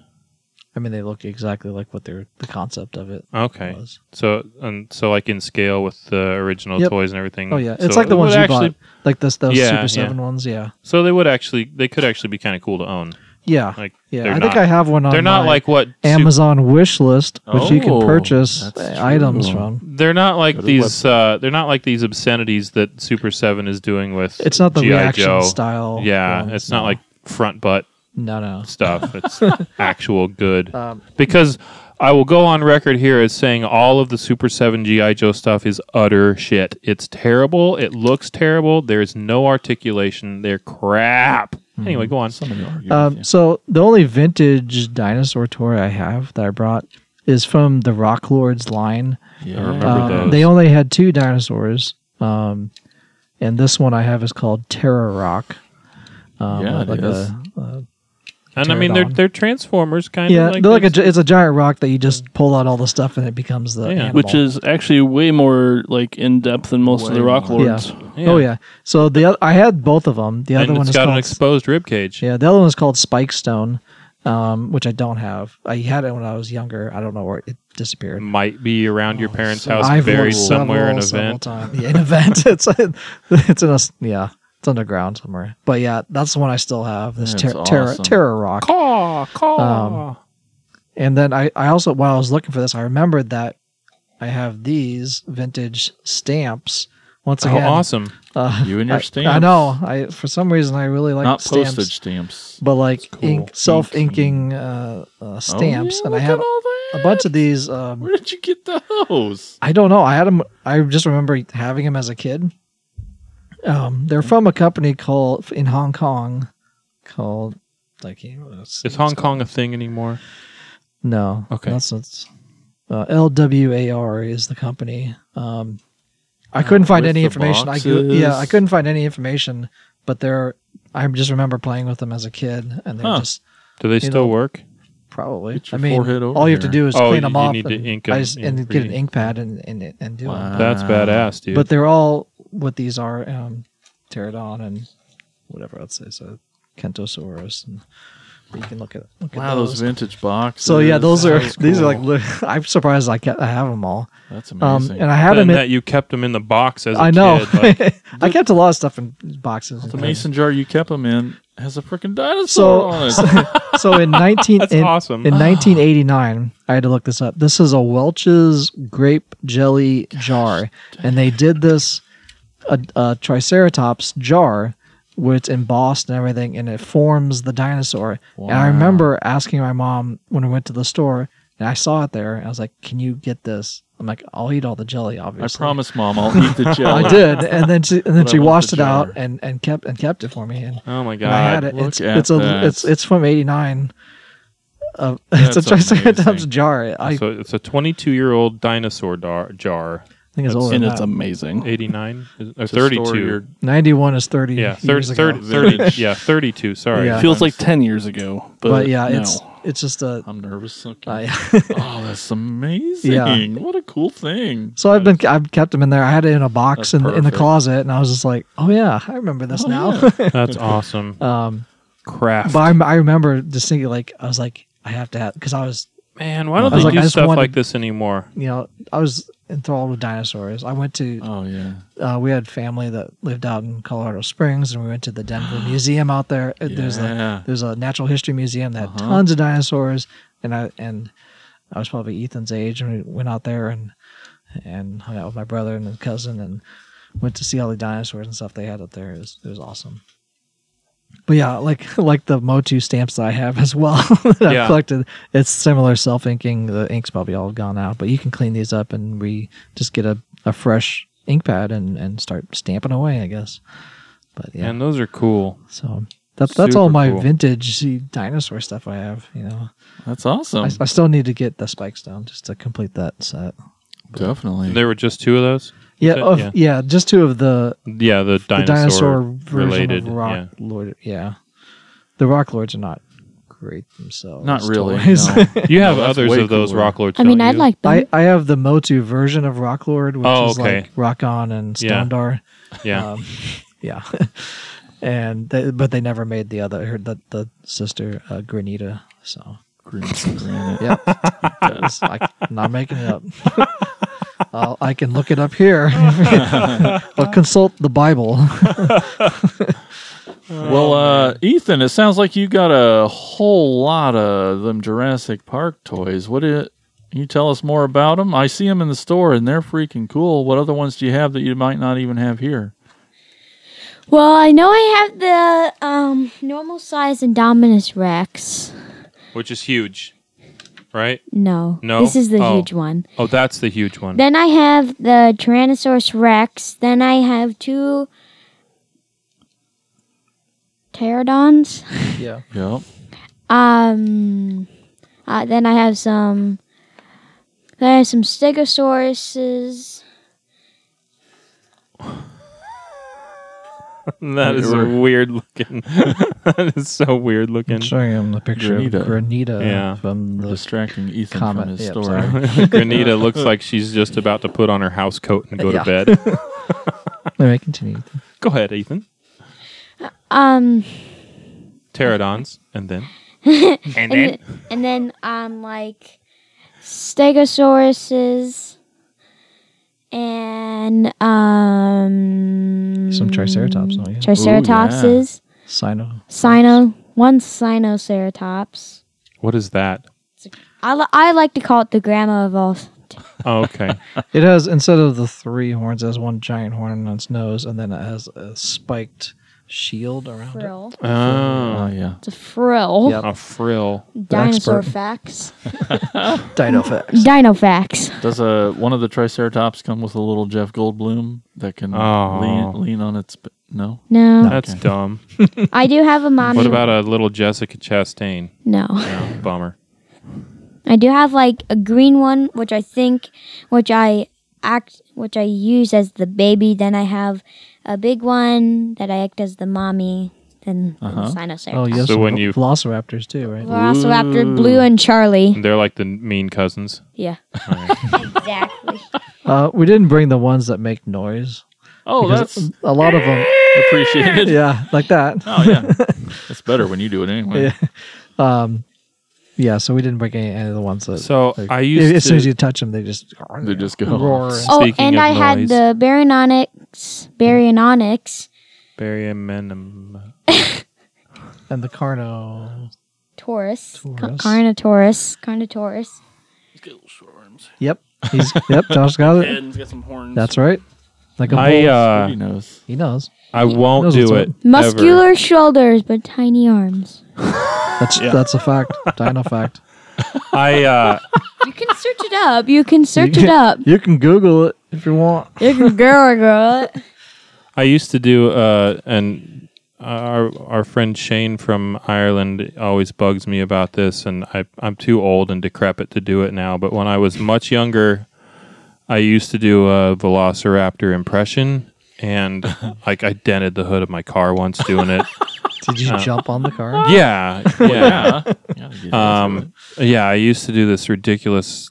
S5: I mean, they look exactly like what they're the concept of it
S3: Okay.
S5: was.
S3: So and so, like in scale with the original
S5: Yep.
S3: toys and everything.
S5: Oh yeah,
S3: Mm. So
S5: it's like
S3: it
S5: the ones
S3: would
S5: you
S3: actually,
S5: bought, like this those
S3: Yeah, yeah.
S5: Super Seven ones. Yeah,
S3: So they would actually, they could actually be kind of cool to own.
S5: yeah,
S3: Like
S5: yeah.
S3: they're
S5: I
S3: not,
S5: think I have one on.
S3: They're not
S5: my
S3: like what Su-
S5: Amazon wish list, which you
S2: Oh,
S5: can purchase
S2: that's
S5: items
S2: true.
S5: from.
S3: They're not like
S2: to
S3: these. Uh, they're not like these obscenities that Super Seven is doing with.
S5: It's not the
S3: G.I.
S5: reaction
S3: Joe.
S5: style.
S3: Yeah,
S5: ones,
S3: it's not
S5: no.
S3: like front butt
S5: no, no.
S3: stuff.
S5: [LAUGHS]
S3: It's actual good.
S5: Um,
S3: because I will go on record here as saying all of the Super 7 G.I. Joe stuff is utter shit. It's terrible. It looks terrible. There's no articulation. They're crap.
S5: Hmm.
S3: Anyway, go on.
S5: Um, so the only vintage dinosaur toy I have that I brought is from the Rock Lords line.
S2: yeah.
S3: remember
S5: Um,
S3: those.
S5: They only had two dinosaurs, um, and this one I have is called Terror Rock. Um,
S2: Yeah, it
S5: like
S2: is.
S5: a-
S3: And I mean, they're,
S5: Pterodon.
S3: they're Transformers kind
S5: Yeah,
S3: of. Like
S5: they're like a,
S3: this.
S5: gi- it's a giant rock that you just pull out all the stuff and it becomes the
S3: Yeah.
S5: animal.
S4: which is actually way more like in depth than most of
S2: Way
S4: the rock
S2: more.
S5: yeah.
S4: lords.
S5: Oh yeah. So the oth- I had both of them. The other
S3: and
S5: one
S3: it's
S5: is
S3: got an
S5: called
S3: exposed rib cage.
S5: yeah. The other one is called Spike Stone, um, which I don't have. I had it when I was younger. I don't know where it disappeared.
S3: Might be around your parents' house,
S5: Oh, I've
S3: buried
S5: looked
S3: somewhere in a
S5: several,
S3: vent.
S5: several times. Yeah, an event. [LAUGHS] It's it's in a s- yeah. It's underground somewhere. But yeah, that's the one I still have. This
S2: That's
S5: ter- terror
S2: awesome.
S5: terror rock.
S3: Caw, caw.
S5: Um, and then I, I also while I was looking for this, I remembered that I have these vintage stamps. Once
S3: How
S5: again,
S3: awesome.
S5: Uh,
S2: You and
S5: I-
S2: your stamps.
S5: I, know. I for some reason I really like
S2: Not
S5: stamps,
S2: postage stamps.
S5: but like
S2: cool.
S5: ink, self-inking uh, uh,
S2: Oh,
S5: stamps,
S2: yeah,
S5: and I
S2: look
S5: had
S2: at all that.
S5: a bunch of these. Um,
S2: Where did you get those?
S5: I don't know. I had them. I just remember having them as a kid. Um, they're from a company called in Hong Kong, called like
S3: Is Hong Kong a thing anymore?
S5: No.
S3: Okay.
S5: That's, that's uh, LWAR is the company. Um, I couldn't find
S2: Uh, with
S5: any
S2: the
S5: information. I go- yeah, I
S2: boxes.
S5: couldn't find any information, but they're. I just remember playing with them as a kid, and they're
S2: Huh.
S5: just
S3: Do they still
S5: know,
S3: work?
S5: Probably.
S2: Get your
S5: I mean,
S2: forehead over
S5: all you have to
S2: here.
S5: do is
S3: Oh,
S5: clean
S3: you-
S5: them
S3: you
S5: off.
S3: need to
S5: and
S3: ink
S5: I
S3: 'em
S5: just,
S3: in
S5: and get an
S3: pretty-
S5: ink pad and and, and do
S2: Wow.
S5: it.
S3: That's badass, dude.
S5: uh, But they're all what these are: um, pterodon and whatever else is a kentosaurus. And but you can look at look
S2: Wow,
S5: at
S2: those
S5: those.
S2: vintage boxes.
S5: so yeah, those are
S2: That's
S5: these are like
S2: cool.
S5: li- [LAUGHS] I'm surprised I kept, I have them all.
S2: that's
S5: Um,
S2: amazing.
S5: and I had
S3: and
S5: them. In,
S3: that you kept them in the box as a
S5: I know.
S3: kid.
S5: [LAUGHS]
S3: Like,
S5: I kept a lot of stuff in boxes.
S2: the mason jar you kept them in has a freaking dinosaur
S5: So- [LAUGHS]
S2: on it. [LAUGHS]
S5: so in 19
S3: That's
S5: in,
S3: awesome.
S5: in 1989 i had to look this up this is a welch's grape jelly jar and they did this a, a triceratops jar which embossed and everything and it forms the dinosaur and i remember asking my mom when we went to the store and i saw it there and i was like can you get this i'm like i'll eat all the jelly
S2: I
S5: obviously
S2: promise, Mom, I'll eat
S5: [LAUGHS]
S2: the jelly.
S5: I did, and then she and then
S2: But I
S5: she
S2: want
S5: washed
S2: the
S5: it
S2: jar.
S5: out and, and kept and kept it for me, and
S3: oh my
S5: and I had
S3: god.
S5: it.
S2: look
S5: It's
S2: at
S5: it's a
S2: that.
S5: it's it's from '89. Uh, [LAUGHS] it's a
S2: That's
S5: Triceratops
S2: amazing.
S5: jar. I
S3: so it's a 22 year old dinosaur dar- jar.
S5: think it's older.
S4: and
S5: Than
S4: it's
S5: that.
S4: amazing.
S3: 89 Is- or
S2: To store
S3: 32.
S2: your-
S5: '91 is 30.
S3: yeah,
S5: years
S3: 30,
S5: ago.
S3: 30,
S5: [LAUGHS]
S3: 30 yeah, 32. Sorry.
S5: Yeah.
S4: It feels like ten years ago, but,
S5: But, yeah,
S4: no.
S5: it's it's just a.
S2: I'm nervous. Okay.
S5: I- [LAUGHS]
S2: oh, that's amazing. What a cool thing.
S5: so I've been I've kept them in there. I had it in a box
S2: That's
S5: in, the- in the
S2: perfect.
S5: closet, and I was just like, oh yeah, I remember this now.
S3: [LAUGHS] That's awesome.
S5: [LAUGHS] um,
S3: Craft.
S5: but I'm, I remember distinctly, like I was like, I have to have because I was
S3: Man, why don't
S5: I was
S3: they
S5: like, I
S3: do
S5: just
S3: stuff
S5: wanted-
S3: like this anymore?
S5: you know I was enthralled with dinosaurs. I went to
S2: Oh, yeah.
S5: uh, we had family that lived out in Colorado Springs, and we went to the Denver Museum out there. Uh, There's
S2: Yeah.
S5: a there's a natural history museum that had tons of dinosaurs, and I and I was probably Ethan's age, and we went out there and and hung out with my brother and his cousin, and went to see all the dinosaurs and stuff they had up there. It was, it was awesome. But yeah, like [LAUGHS] like the Motu stamps that I have as well [LAUGHS] that
S3: Yeah.
S5: I've collected, it's similar self inking. The ink's probably all gone out, but you can clean these up and re just get a, a fresh ink pad and, and start stamping away, I guess. But yeah,
S3: And those are cool.
S5: so that, that's all
S3: super
S5: my
S3: cool.
S5: vintage dinosaur stuff I have. You know,
S2: That's awesome.
S3: Um,
S5: I, I still need to get the spikes down just to complete that set.
S2: Definitely.
S3: There were just two of those?
S5: Yeah,
S3: it?
S5: of-
S3: Yeah.
S5: yeah, just two of the
S3: Yeah, the
S5: the dinosaur
S3: dinosaur,
S5: version
S3: related.
S5: of Rock
S3: Yeah.
S5: Lord. Yeah, the Rock Lords are not great themselves.
S2: Not really.
S5: [LAUGHS] stories.
S2: no.
S3: You have
S2: that's
S3: others
S2: way
S3: of those
S2: cooler.
S3: rock lords.
S6: I mean,
S3: don't
S6: I'd
S3: you?
S6: like them.
S5: I, I have the Motu version of Rock Lord, which
S3: Oh,
S5: is
S3: okay.
S5: like Rock On and
S3: Yeah.
S5: Stondar.
S3: Yeah.
S5: Um, yeah. [LAUGHS] and they, but they never made the other her the, the sister uh, Granita. So
S2: Green- granite.
S5: yeah, I'm not making it up. [LAUGHS] I'll, I can look it up here. [LAUGHS] I'll consult the Bible. [LAUGHS]
S2: Well, uh, Ethan, it sounds like you got a whole lot of them Jurassic Park toys. What it? Can you tell us more about them? I see them in the store, and they're freaking cool. What other ones do you have that you might not even have here?
S6: well, I know I have the um, normal size Indominus Rex.
S3: Which is huge, right?
S6: No,
S3: No?
S6: this is the
S3: Oh.
S6: huge one.
S3: Oh, that's the huge one.
S6: Then I have the Tyrannosaurus Rex. Then I have two pterodons.
S5: Yeah.
S2: Yep.
S6: Um, uh, then I have some. Then I have some Stegosauruses.
S3: [LAUGHS] that is a
S2: You're-
S3: weird looking. [LAUGHS] that is so weird [LAUGHS] looking.
S5: showing him the picture
S2: Granita.
S5: of Granita
S3: Yeah.
S5: from
S2: We're
S5: the
S2: distracting Ethan
S5: comment.
S2: from his
S5: Yeah,
S2: story.
S5: sorry.
S3: [LAUGHS] Granita looks like she's just about to put on her house coat and go
S5: Yeah.
S3: to
S5: [LAUGHS]
S3: bed.
S5: Anyway, continue.
S3: go ahead, Ethan.
S6: Um,
S3: Pterodons, and then
S1: And
S6: and,
S1: then
S6: th- and then um like Stegosauruses. And um,
S5: Some Triceratops, oh, yeah.
S6: Triceratopses,
S5: Sino.
S6: Sino, one Sinoceratops.
S3: what is that?
S6: I, li- I like to call it the grandma of all.
S3: Oh, [LAUGHS] okay,
S5: It has instead of the three horns, it has one giant horn on its nose, and then it has a spiked shield around
S6: Frill.
S2: Oh yeah.
S6: It's a frill.
S5: Yep.
S3: a frill.
S6: Dinosaur
S5: Expert.
S6: facts.
S5: it. Dino facts.
S6: Dino facts.
S2: Does uh, one of the Triceratops come with a little Jeff Goldblum that can
S3: Oh.
S2: lean, lean on its? b- No.
S6: No.
S3: That's
S2: Okay.
S3: dumb.
S6: I do have a mommy.
S3: What about a little Jessica Chastain?
S6: No.
S3: No, bummer.
S6: I do have like a green one, which I think, which I act, which I use as the baby. Then I have a big one that I act as the mommy. than the Sinoceros.
S5: Oh, yes.
S3: So when you-
S5: Velociraptors too, right?
S6: Velociraptor
S2: Ooh.
S6: Blue and Charlie.
S3: They're like the mean cousins.
S6: Yeah. exactly.
S5: Uh, we didn't bring the ones that make noise.
S2: Oh,
S5: because
S2: that's
S5: a lot of them.
S2: appreciated.
S5: [LAUGHS] Yeah, like that.
S2: Oh [LAUGHS] yeah, it's better when you do it anyway.
S5: Yeah. Um, yeah. So we didn't break any, any of the ones that.
S3: So
S5: like,
S3: I used
S5: as soon as
S3: to-
S5: you touch them, they just
S2: They just go.
S5: roar. and-
S6: oh,
S3: Speaking
S6: and
S3: of
S6: I had
S3: noise.
S6: the Baryonyx. Baryonyx
S3: Baryamenum.
S5: and the Carno.
S6: Taurus. Ca-
S5: Taurus.
S6: Carnotaurus. Carnotaurus.
S5: Yep. He's yep. Josh
S2: [LAUGHS]
S5: got it.
S4: He's got some horns.
S5: That's right. Like
S3: I
S5: a bull.
S2: Pretty
S3: uh,
S2: knows.
S5: he knows.
S3: I won't
S5: Knows what's
S3: do it. ever.
S6: Muscular shoulders but tiny arms.
S5: That's that's a fact. Dino fact.
S3: I uh,
S6: You can search it up. You can search
S5: You
S6: it
S5: can-
S6: up.
S5: You can Google it if you want.
S6: You can girl, girl. it.
S3: I used to do uh, and our our friend Shane from Ireland always bugs me about this, and I I'm too old and decrepit to do it now. But when I was much younger, I used to do a Velociraptor impression, and like I dented the hood of my car once doing it. [LAUGHS]
S5: Did you jump on the car?
S3: yeah, yeah.
S2: Yeah. Uh,
S3: Um, yeah, I used to do this ridiculous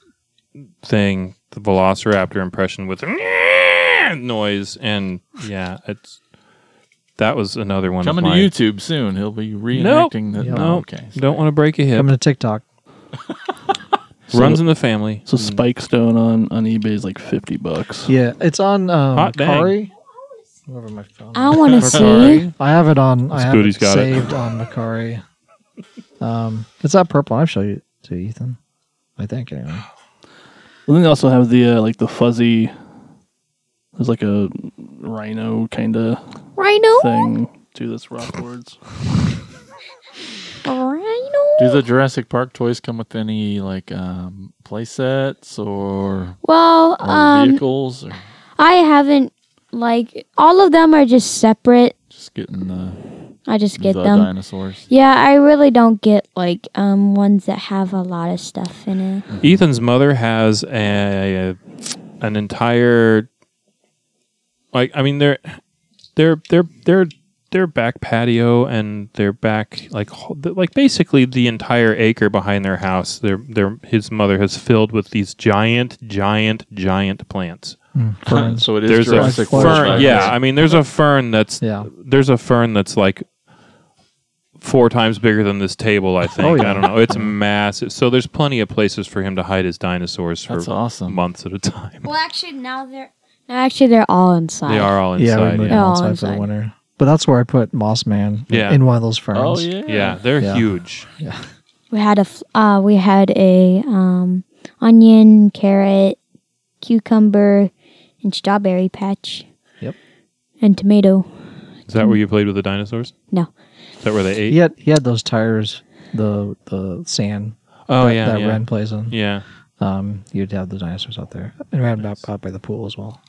S3: thing, the Velociraptor impression with [LAUGHS] a noise, and yeah, it's that was another one.
S2: Coming
S3: of
S2: to
S3: my,
S2: YouTube soon. He'll be
S3: Nope.
S2: reenacting the.
S5: Yeah.
S2: Oh,
S3: Nope.
S2: okay.
S3: Don't want to break a hip.
S5: Coming to TikTok.
S3: Runs in the family.
S4: So Spike Stone on on eBay is like fifty bucks.
S5: Yeah, it's on um,
S3: Hot dang.
S5: Kari. Whatever my phone.
S6: I want to see.
S5: I have it on. I have
S3: Spooty's
S5: it
S3: got it.
S5: saved on Macari. Um, it's that purple. I'll show you to Ethan. I think anyway.
S4: And then they also have the uh, like the fuzzy. There's like a rhino kind of
S6: Rhino.
S4: thing to this rock words.
S6: Rhino.
S2: Do the Jurassic Park toys come with any like um, play sets or, or
S6: Well, um,
S2: vehicles or
S6: I haven't like all of them are just separate.
S2: just getting the,
S6: I just get
S2: the
S6: them.
S2: dinosaurs?
S6: Yeah, I really don't get like um ones that have a lot of stuff in it.
S3: Ethan's mother has a an entire like I mean their their their their their back patio and their back like ho- the- like basically the entire acre behind their house their their his mother has filled with these giant giant giant plants.
S5: Hmm. [LAUGHS] Ferns.
S2: so it is
S3: There's
S2: Jurassic
S5: a
S2: World
S3: Fern,
S2: back
S3: yeah,
S2: there.
S3: I mean there's a fern that's [LAUGHS]
S5: Yeah.
S3: there's a fern that's like four times bigger than this table. I think.
S5: Oh, yeah.
S3: I don't know. It's massive. So there's plenty of places for him to hide his dinosaurs for
S2: That's awesome.
S3: months at a time.
S6: Well, actually, now they're actually they're all inside.
S3: They are all
S5: Yeah, we
S3: inside.
S5: moved
S3: Yeah,
S5: them
S6: Oh,
S5: outside for the
S6: inside.
S5: winter. But that's where I put Moss Man.
S3: Yeah.
S5: In one of those ferns.
S2: Oh yeah.
S3: yeah. they're
S5: Yeah.
S3: huge.
S6: We had a f- uh, we had a um onion, carrot, cucumber, and strawberry patch.
S5: Yep.
S6: And tomato.
S3: Is that where you played with the dinosaurs?
S6: No.
S3: Is that where they ate?
S5: He had he had those tires, the the sand.
S3: Oh
S5: that,
S3: yeah,
S5: That
S3: yeah.
S5: Ren plays on.
S3: Yeah.
S5: Um, you'd have the dinosaurs out there, and ran out, out by the pool as well.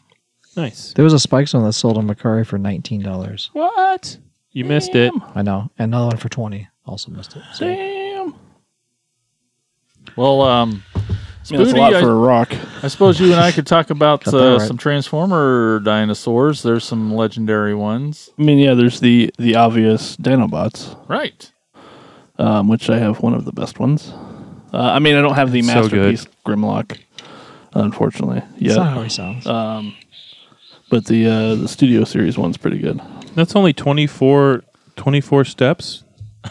S3: Nice.
S5: There was a spike zone that sold on Macari for nineteen dollars.
S4: What?
S3: You missed it.
S5: I know. And another one for twenty. Also missed it. So-
S4: Damn.
S2: Well, um,
S4: I mean, that's a
S2: Spooty,
S4: lot
S2: I-
S4: for a rock.
S2: I suppose you and I could talk about
S5: Got
S2: uh,
S5: that right.
S2: some Transformer dinosaurs. There's some legendary ones,
S4: I mean, yeah. There's the the obvious Dinobots,
S2: right?
S4: um, which I have one of the best ones. Uh, I mean, I don't have the
S3: So
S4: masterpiece Grimlock, unfortunately.
S5: That's not
S4: Yeah.
S5: how he sounds.
S4: But the uh, the Studio Series one's pretty good.
S3: That's only 24, 24 steps.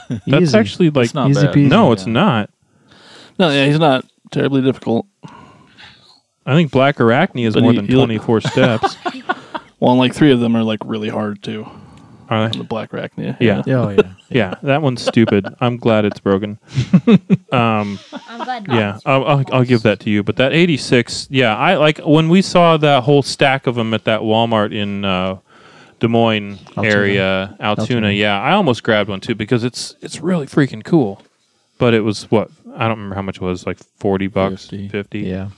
S3: That's
S5: Easy.
S3: actually like
S2: It's not
S5: easy
S2: bad.
S5: peasy.
S3: no, it's
S2: Yeah.
S3: not.
S4: No, yeah, he's not terribly difficult.
S3: I think Black Arachne is
S4: But
S3: more
S4: you-
S3: than
S4: you look-
S3: twenty four steps.
S4: Well, and like three of them are like really hard too.
S3: Are they?
S4: The Black Arachnia.
S3: Yeah.
S5: Yeah, oh yeah. [LAUGHS]
S3: Yeah, that one's stupid. I'm glad it's broken. Um,
S6: I'm glad.
S3: yeah, I'll, I'll, I'll give that to you. But that 86, yeah, I like when we saw that whole stack of them at that Walmart in uh, Des Moines
S5: Altoona.
S3: area, Altoona,
S5: Altoona.
S3: Yeah, I almost grabbed one too because it's it's really freaking cool. But it was what I don't remember how much it was, like forty bucks,
S2: Fifty.
S3: fifty.
S5: Yeah.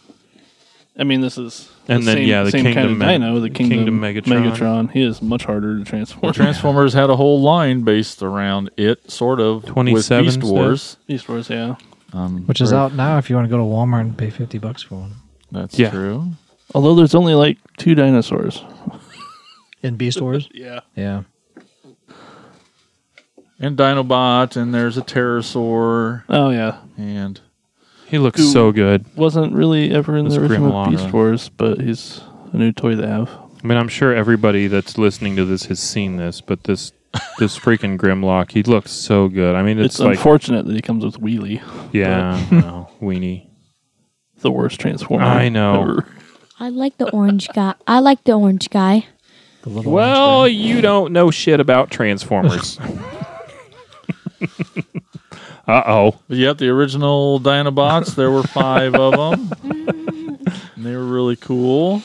S4: I mean, this is
S3: And
S4: the
S3: then,
S4: same,
S3: yeah, the
S4: same
S3: Kingdom
S4: kind
S3: Meg-
S4: of dino, the
S3: Kingdom
S4: Kingdom,
S3: Megatron.
S4: Megatron. He is much harder to transform.
S2: Well,
S4: [LAUGHS]
S2: Transformers had a whole line based around it, sort of. with
S3: 27
S2: Beast Wars,
S4: Beast Wars, yeah.
S2: um,
S5: Which is
S2: or-
S5: out now if you want to go to Walmart and pay fifty bucks for one.
S2: That's
S3: Yeah.
S2: true.
S4: Although there's only like two dinosaurs. [LAUGHS]
S5: In Beast Wars?
S4: Yeah.
S5: yeah.
S2: and Dinobot, and there's a pterosaur,
S4: Oh yeah,
S2: and
S3: He looks so good.
S4: wasn't really ever in
S2: That's
S4: the original
S2: Grimlock.
S4: Beast Wars, but he's a new toy to have.
S3: I mean, I'm sure everybody that's listening to this has seen this, but this
S5: [LAUGHS]
S3: this freaking Grimlock, he looks so good. I mean,
S4: It's,
S3: it's, like
S4: unfortunate that he comes with Wheelie,
S5: [LAUGHS]
S3: yeah, no, weenie.
S4: the worst transformer.
S3: I know.
S4: ever.
S6: I like the orange guy. I like the orange guy.
S5: The little
S3: Well, you don't know shit about [LAUGHS] Transformers. uh oh.
S2: but yep, the original Dinobots. there were five of them, and they were really cool.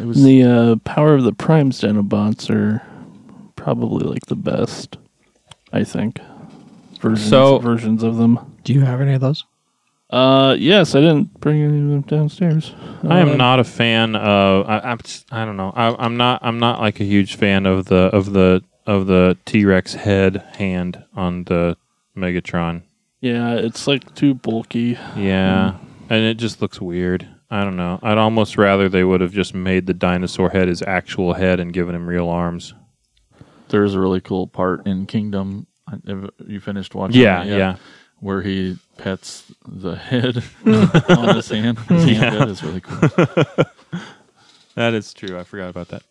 S2: It was
S4: The uh, power of the Prime Dinobots are probably like the best, I think. Versions,
S3: So-
S4: versions of them.
S5: Do you have any of those?
S4: Uh, yes, I didn't bring any of them downstairs.
S3: I am not a fan of. I, I'm. s- I don't know. I, I'm not. I'm not like a huge fan of the of the of the T Rex head hand on the Megatron.
S4: Yeah, it's like too bulky.
S3: Yeah, and it just looks weird. I don't know. I'd almost rather they would have just made the dinosaur head his actual head and given him real arms.
S2: there's a really cool part in Kingdom. Have You finished watching?
S3: Yeah,
S2: it
S3: yeah.
S2: yet? Where he pets the
S4: [LAUGHS]
S2: head on his hand. His hand
S3: Yeah.
S2: pet is really cool.
S3: That is true. I forgot about that.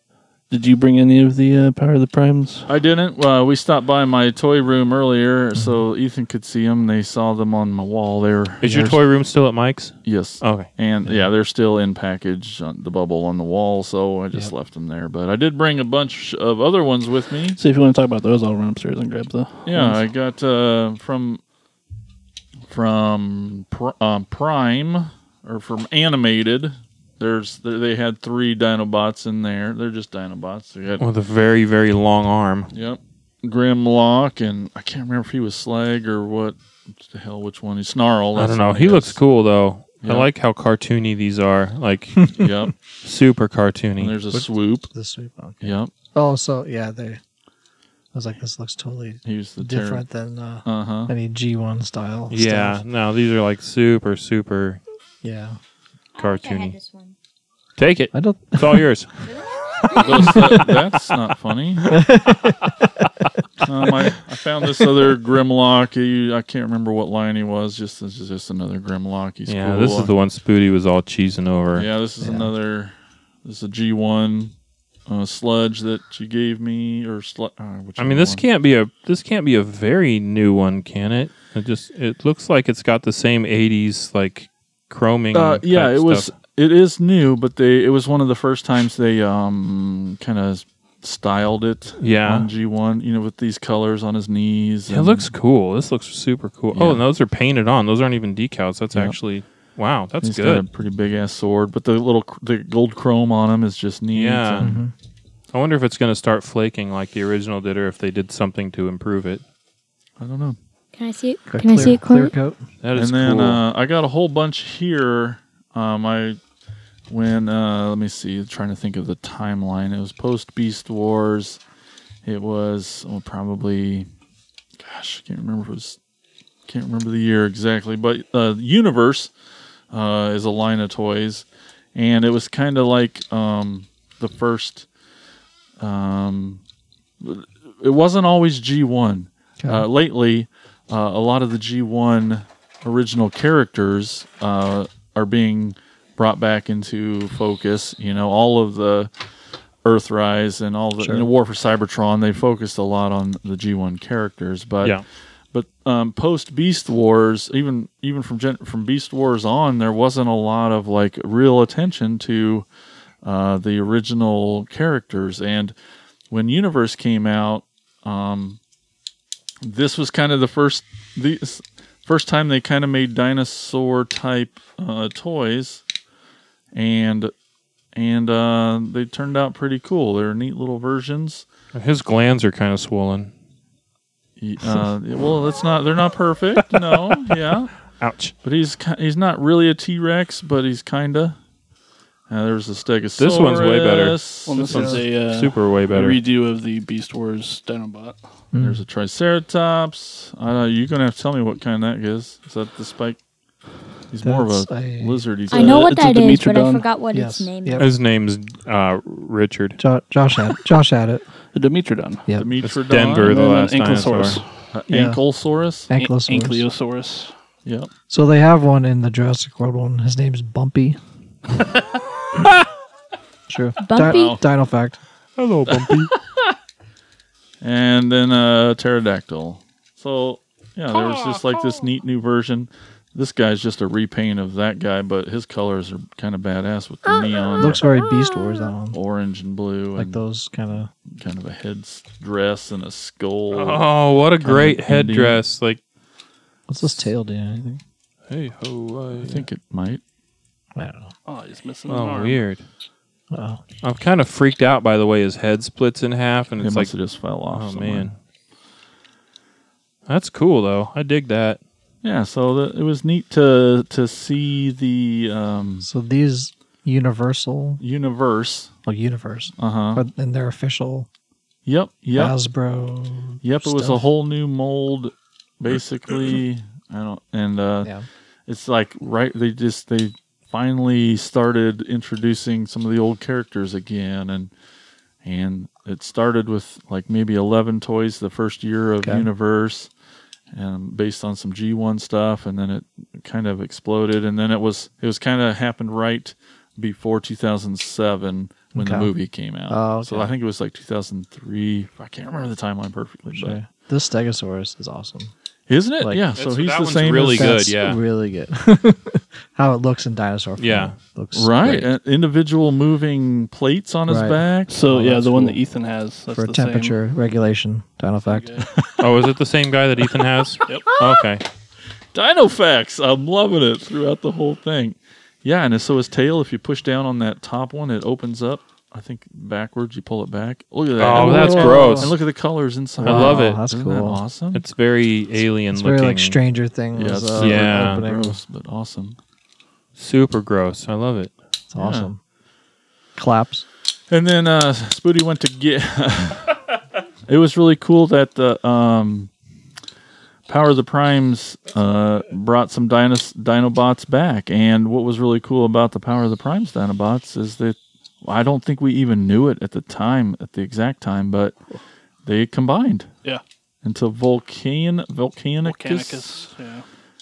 S4: Did you bring any of the uh, Power of the Primes?
S2: I didn't. Uh, we stopped by my toy room earlier,
S3: Mm-hmm.
S2: so Ethan could see them. They saw them on my wall there.
S3: Is your toy Oh. room still at Mike's?
S2: Yes.
S3: Okay.
S2: And yeah, they're still in package on the bubble on the wall, so I just left them there. But I did bring a bunch of other ones with me.
S4: See if you want to talk about those. I'll run upstairs and grab the.
S2: Yeah, I got uh, from from Pr- um, Prime or from Animated. There's they had three Dinobots in there. They're just Dinobots. They got
S3: With a very very long arm.
S2: Yep. Grimlock and I can't remember if he was Slag or what what the hell which one he Snarl.
S3: I
S2: that's
S3: don't know.
S2: the one
S3: He looks cool though.
S2: Yeah.
S3: I like how cartoony these are. Like
S2: [LAUGHS] got. Yep.
S3: super
S2: And
S3: cartoony.
S2: there's
S3: [LAUGHS]
S2: a swoop.
S5: The sweep. Okay.
S2: Yep.
S5: Oh, so yeah, they. I was like, this looks totally
S2: He was the terror.
S5: different than uh,
S2: Uh huh.
S5: any G1 style.
S3: yeah.
S5: stuff.
S3: No, these are like super super
S5: yeah.
S3: cartoony. Take it.
S5: I don't.
S3: It's
S2: [LAUGHS]
S3: all yours.
S2: that's not funny. um, I, I found this other Grimlock. He, I can't remember what line he was. Just this is just another Grimlock. He's
S3: yeah.
S2: cool.
S3: This is the one Spooty was all cheesing over.
S2: Yeah, this is
S5: Yeah.
S2: another. This is a G one uh, sludge that you gave me, or slu- uh,
S3: I mean, this can't be a this can't be a very new one, can it? It just it looks like it's got the same '80s like chroming.
S2: Uh, yeah,
S3: type
S2: it was.
S3: stuff.
S2: It is new, but they. It was one of the first times they um kind of styled it.
S3: Yeah.
S2: on G one, you know, with these colors on his knees.
S3: It looks cool. This looks super cool.
S2: Yeah.
S3: Oh, and those are painted on. Those aren't even decals. That's
S2: Yeah.
S3: actually wow. That's
S2: He's got a
S3: good.
S2: pretty big ass sword, but the little cr- the gold chrome on him is just neat.
S3: Yeah.
S2: and-
S3: I wonder if it's going to start flaking like the original did, or if they did something to improve it.
S2: I don't know.
S6: Can I see it?
S5: Got
S6: Can I see it,
S5: clear
S6: Corey?
S5: coat?
S3: That is
S2: and then
S3: cool.
S2: uh, I got a whole bunch here. Um, I when uh, let me see, trying to think of the timeline. It was post Beast Wars. It was oh, probably, gosh, I can't remember. If it was can't remember the year exactly, but uh, Universe uh, is a line of toys, and it was kind of like um, the first. Um, it wasn't always G one. Uh, lately, uh, a lot of the G1 original characters uh, are being brought back into focus. You know, all of the Earthrise and all the you know, War for Cybertron, they focused a lot on the G1 characters. But
S3: Yeah.
S2: but um, post Beast Wars, even even from gen- from Beast Wars on, there wasn't a lot of like real attention to uh, the original characters. And when Universe came out, this was kind of the first these first time they kind of made dinosaur type uh, toys, and and uh, they turned out pretty cool. They're neat little versions.
S3: His glands are kind of swollen.
S2: Y-
S3: [LAUGHS]
S2: Uh, well, that's not they're not perfect. No, yeah,
S3: Ouch.
S2: but he's ki- he's not really a T Rex, but he's kinda. Uh, there's the Stegosaurus.
S3: This one's way better.
S4: Well, this one's a uh,
S3: Super way better.
S4: redo of the Beast Wars Dinobot.
S2: Mm. There's a Triceratops. I don't know, you're gonna have to tell me what kind that is. Is that the spike? He's more of
S5: That's
S2: a
S5: a-
S2: lizard. He's
S6: I know
S4: uh,
S6: what
S4: it's a
S6: that is, but I
S4: Dimetrodon.
S6: forgot what
S5: Yes.
S6: its name
S5: Yep.
S6: is.
S3: His name's uh, Richard.
S5: Jo- Josh had Josh had it.
S4: The Dimetrodon.
S5: Yep.
S3: It's
S2: Dimetrodon.
S3: Denver, the
S4: And then
S3: last
S4: an
S3: dinosaur.
S4: Ankylosaurus.
S2: Uh,
S5: Yeah.
S2: Ankylosaurus.
S5: Ankylosaurus.
S4: Ankylosaurus.
S2: Yep.
S5: So they have one in the Jurassic World one. His name's
S3: [LAUGHS]
S5: Bumpy. True.
S6: Bumpy?
S5: Di- dino fact.
S3: Hello, Bumpy.
S2: and then uh, pterodactyl. So yeah, there was just like this neat new version. This guy's just a repaint of that guy, but his colors are kind of badass with
S4: Uh,
S2: the neon,
S5: Looks very Beast Wars that one.
S2: orange and blue,
S5: Like
S2: and
S5: those kind of.
S2: kind of a head s- dress and a skull.
S3: [LAUGHS]
S4: Uh-huh.
S3: oh, what a great
S2: Indian.
S3: headdress! Like,
S5: What's this tail do? Anything?
S3: hey ho,
S2: I think it might.
S5: I don't know.
S4: Oh, he's missing an
S3: Oh,
S4: arm.
S3: weird.
S5: Oh,
S3: I'm kind of freaked out by the way his head splits in half, and
S2: It
S3: it's
S2: must
S3: like,
S2: have just fell off.
S3: oh
S2: somewhere.
S3: man, that's cool though. I dig that.
S2: Yeah, so the, it was neat to to see the
S3: Hmm.
S2: um,
S5: so these Universal,
S2: universe.
S5: oh Universe,
S2: Uh huh.
S5: but in their official
S2: Yep. Yep.
S5: Hasbro.
S2: Yep, it was a
S5: stuff.
S2: whole new
S5: [CLEARS THROAT]
S2: mold, basically. I don't, and uh,
S5: Yeah,
S2: it's like right. They just they finally started introducing some of the old characters again, and and it started with like maybe eleven toys the first year of
S5: Okay.
S2: Universe, and based on some G one stuff, and then it kind of exploded, and then it was it was kind of happened right before 2007 when the
S5: Okay.
S2: movie came out.
S5: Oh,
S2: So
S5: okay.
S2: I think it was like 2003. I can't remember the timeline perfectly, but
S5: sure. This Stegosaurus is awesome.
S2: isn't it?
S5: Like-
S2: yeah. So
S3: That's-
S2: he's
S3: that
S2: the
S3: one's
S2: same.
S3: really
S2: as,
S3: good,
S5: That's
S3: yeah.
S5: really good. [LAUGHS] How it looks in dinosaur. form.
S3: Yeah.
S5: looks
S2: right?
S5: great.
S2: and Individual moving plates on his
S5: Right.
S2: back. Oh,
S4: So yeah, the
S2: that's
S4: one
S2: cool.
S4: that Ethan has. That's
S5: for
S4: the
S5: temperature regulation. Dino fact.
S4: Same.
S3: Oh, is it the same guy that Ethan has?
S4: [LAUGHS] Yep.
S3: Okay.
S2: Dino facts. I'm loving it throughout the whole thing. Yeah, and so his tail. If you push down on that top one, it opens up. I think backwards. You pull it back. Look at that.
S3: Oh, that's
S5: Whoa.
S3: gross.
S2: and look at the colors inside.
S3: I love it.
S5: That's
S2: Isn't
S5: cool.
S2: that awesome.
S3: It's very alien
S5: It's
S3: looking.
S5: very like Stranger Things.
S2: yeah, it's
S5: uh,
S2: super
S3: Yeah.
S5: opening.
S2: gross, but awesome.
S3: Super gross. I love it.
S5: It's awesome. Claps.
S2: And then uh, Spoody went to get. [LAUGHS] it was really cool that the um, Power of the Primes uh, brought some dinos- Dinobots back. And what was really cool about the Power of the Primes Dinobots is that I don't think we even knew it at the time, at the exact time, but they combined
S4: Yeah.
S2: into Vulcan Volcanicus.
S4: Volcanicus. Yeah.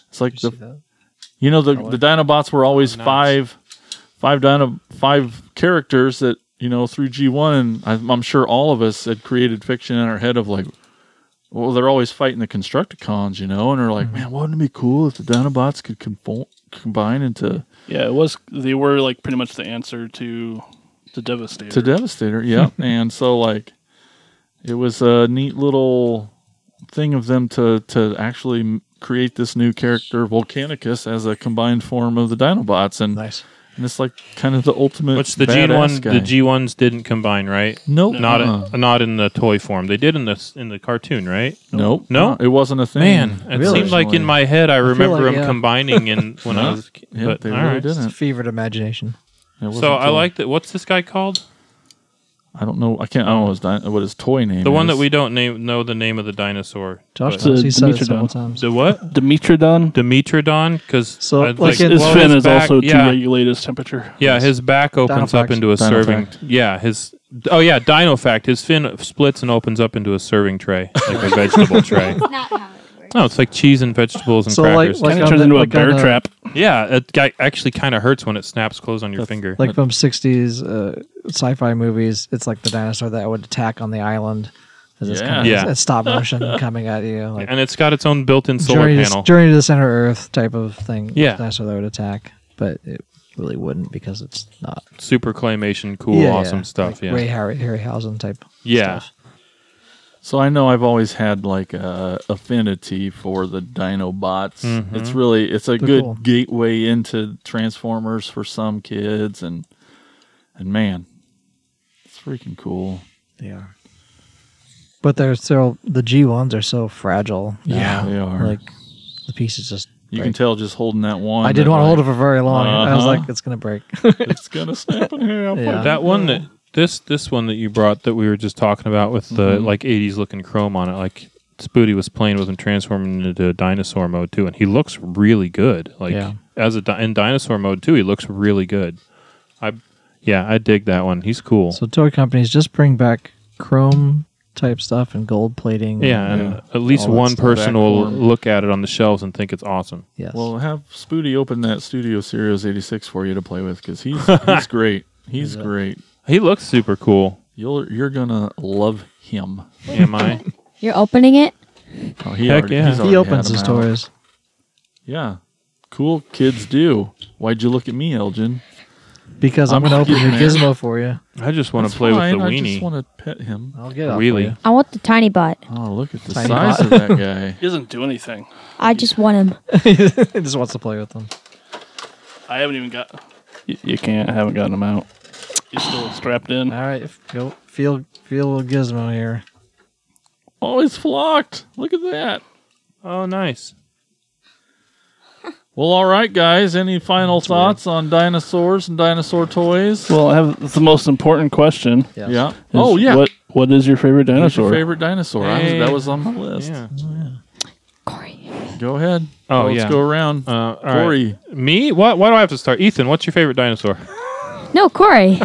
S2: It's like
S5: You
S2: the
S5: see that?
S2: you know the the Dinobots were always five, five Dino five characters that you know through G one, and I'm, I'm sure all of us had created fiction in our head of like, well, they're always fighting the Constructicons, you know, and they're like, man, wouldn't it be cool if the Dinobots could conform, combine into
S4: Yeah. It was. They were like pretty much the answer to the Devastator.
S2: to Devastator? Yeah, and so like, it was a neat little thing of them to to actually m- create this new character Volcanicus as a combined form of the Dinobots, and
S5: Nice.
S2: And it's like kind of the ultimate.
S3: Which the G
S2: badass
S3: one,
S2: guy.
S3: the G ones didn't combine, right?
S2: Nope.
S3: Not
S2: Uh-uh.
S3: in, not in the toy form. They did in the s- in the cartoon, right?
S2: Nope.
S3: No?
S2: Uh, It wasn't a thing.
S3: Man, it
S5: Really?
S3: seemed like in my head I remember
S5: like,
S3: them
S5: yeah.
S3: combining in when I
S2: Huh?
S3: was. a kid,
S2: Yeah,
S3: but,
S2: they
S3: all
S2: really
S3: right.
S2: did.
S5: It's a fevered imagination.
S2: It wasn't
S3: So I
S2: till-
S3: like that. What's this guy called?
S2: I don't know. I can't. I don't know his di- what his toy name.
S3: The one
S2: is.
S3: that we don't name know the name of the dinosaur.
S5: Josh
S4: But-
S5: knows. He said it
S4: Dimitrodon.
S5: several times.
S3: The what?
S4: Dimetrodon.
S3: Dimetrodon, because
S5: So, like in-
S4: His
S5: Well,
S4: fin is also to
S3: yeah,
S4: regulate his temperature.
S3: yeah, his back opens up
S5: Dinofact.
S3: into a serving.
S2: Dinofact.
S3: Yeah, his oh yeah, Dinofact. His fin splits and opens up into a serving tray, like a
S5: [LAUGHS]
S3: vegetable tray.
S6: That's not how it works.
S3: No, it's like cheese and vegetables and
S5: So, like-
S3: crackers.
S5: like-
S4: Kind
S5: on
S4: of turns
S5: the-
S4: into a
S5: like on
S4: bear
S5: the-
S4: trap.
S3: yeah, it ga- actually kind of hurts when it snaps closed on your finger.
S5: Like from 60s uh, sci fi movies, it's like the dinosaur that would attack on the island. As it's
S2: Yeah.
S5: coming,
S3: Yeah.
S5: It's stop
S3: [LAUGHS]
S5: motion coming at you. Like
S3: and it's got its own built-in solar
S5: journey,
S3: panel.
S5: to, journey to the center of Earth type of thing.
S3: Yeah.
S5: Dinosaur that would attack, but it really wouldn't because it's not
S3: Super claymation, cool,
S5: Yeah,
S3: awesome
S5: yeah.
S3: stuff.
S5: Like
S3: yeah,
S5: Ray Harry, Harryhausen type.
S3: yeah.
S5: stuff.
S2: So I know I've always had like a affinity for the Dinobots.
S3: Mm-hmm.
S2: It's really it's a good
S5: cool.
S2: gateway into Transformers for some kids, and and man, it's freaking cool.
S5: They are. But they're still the G ones are so fragile. Um, now.
S2: Yeah, they are.
S5: Like the pieces just.
S2: You can
S5: break.
S2: tell just holding that one.
S5: I didn't
S2: that,
S5: want to
S2: like,
S5: hold it for very long. I was
S2: Uh-huh.
S5: like, it's gonna break. [LAUGHS]
S2: It's gonna snap in
S3: [LAUGHS]
S2: half.
S5: Yeah.
S3: That one that this this one that you brought that we were just talking about with the
S2: Mm-hmm.
S3: like eighties looking chrome on it, like Spoody was playing with him transforming into dinosaur mode too, and he looks really good. Like
S5: Yeah.
S3: as a di- in dinosaur mode too. He looks really good. I yeah, I dig that one. He's cool.
S5: So toy companies just bring back chrome type stuff and gold plating.
S3: yeah, and
S2: Yeah.
S3: at least
S2: All that
S3: one
S2: stuff.
S3: person will
S2: Backform.
S3: look at it on the shelves and think it's awesome.
S5: Yes.
S2: Well, have Spoody open that Studio Series 86 for you to play with because he's he's great. He's great.
S3: He looks super cool.
S2: You'll you're gonna love him.
S3: Am
S2: [LAUGHS]
S3: I?
S6: You're opening it.
S2: Oh, he
S3: Heck yeah.
S2: he's
S3: He
S2: already had
S5: he opens
S2: him
S5: his
S2: out.
S5: doors.
S2: Yeah, cool kids do. Why'd you look at me, Elgin?
S5: Because I'm,
S2: I'm
S5: gonna open your
S2: getting there.
S5: gizmo for you.
S3: I just want
S2: That's
S3: to play with
S2: fine,
S3: the
S2: I
S3: weenie.
S2: just want to pet him.
S5: I'll get it off
S3: Really?
S5: for you. [LAUGHS]
S6: I want the tiny bot.
S2: Oh, look at the
S5: Tiny
S2: size of that guy. [LAUGHS]
S4: He doesn't do anything.
S6: I just want him.
S5: he just wants to play with them.
S4: I haven't even got. You, you can't. I haven't gotten him out. He's still strapped in.
S5: All right, f- go feel feel gizmo here.
S2: Oh, he's flocked. Look at that.
S3: Oh, nice.
S2: Well, all right, guys. Any final thoughts on dinosaurs and dinosaur toys?
S4: Well, I have the most important question. is
S5: Yes.
S2: yeah. Oh, yeah.
S4: What What is your favorite
S2: Who's
S4: dinosaur?
S2: your favorite dinosaur? I was-
S3: Hey.
S2: that was on my list.
S3: Yeah.
S6: Corey.
S2: Go ahead.
S3: Oh,
S2: let's
S3: yeah.
S2: go around.
S3: Uh, all right.
S2: Corey,
S3: Me? What? Why do I have to start? Ethan, what's your favorite dinosaur?
S6: No, Corey.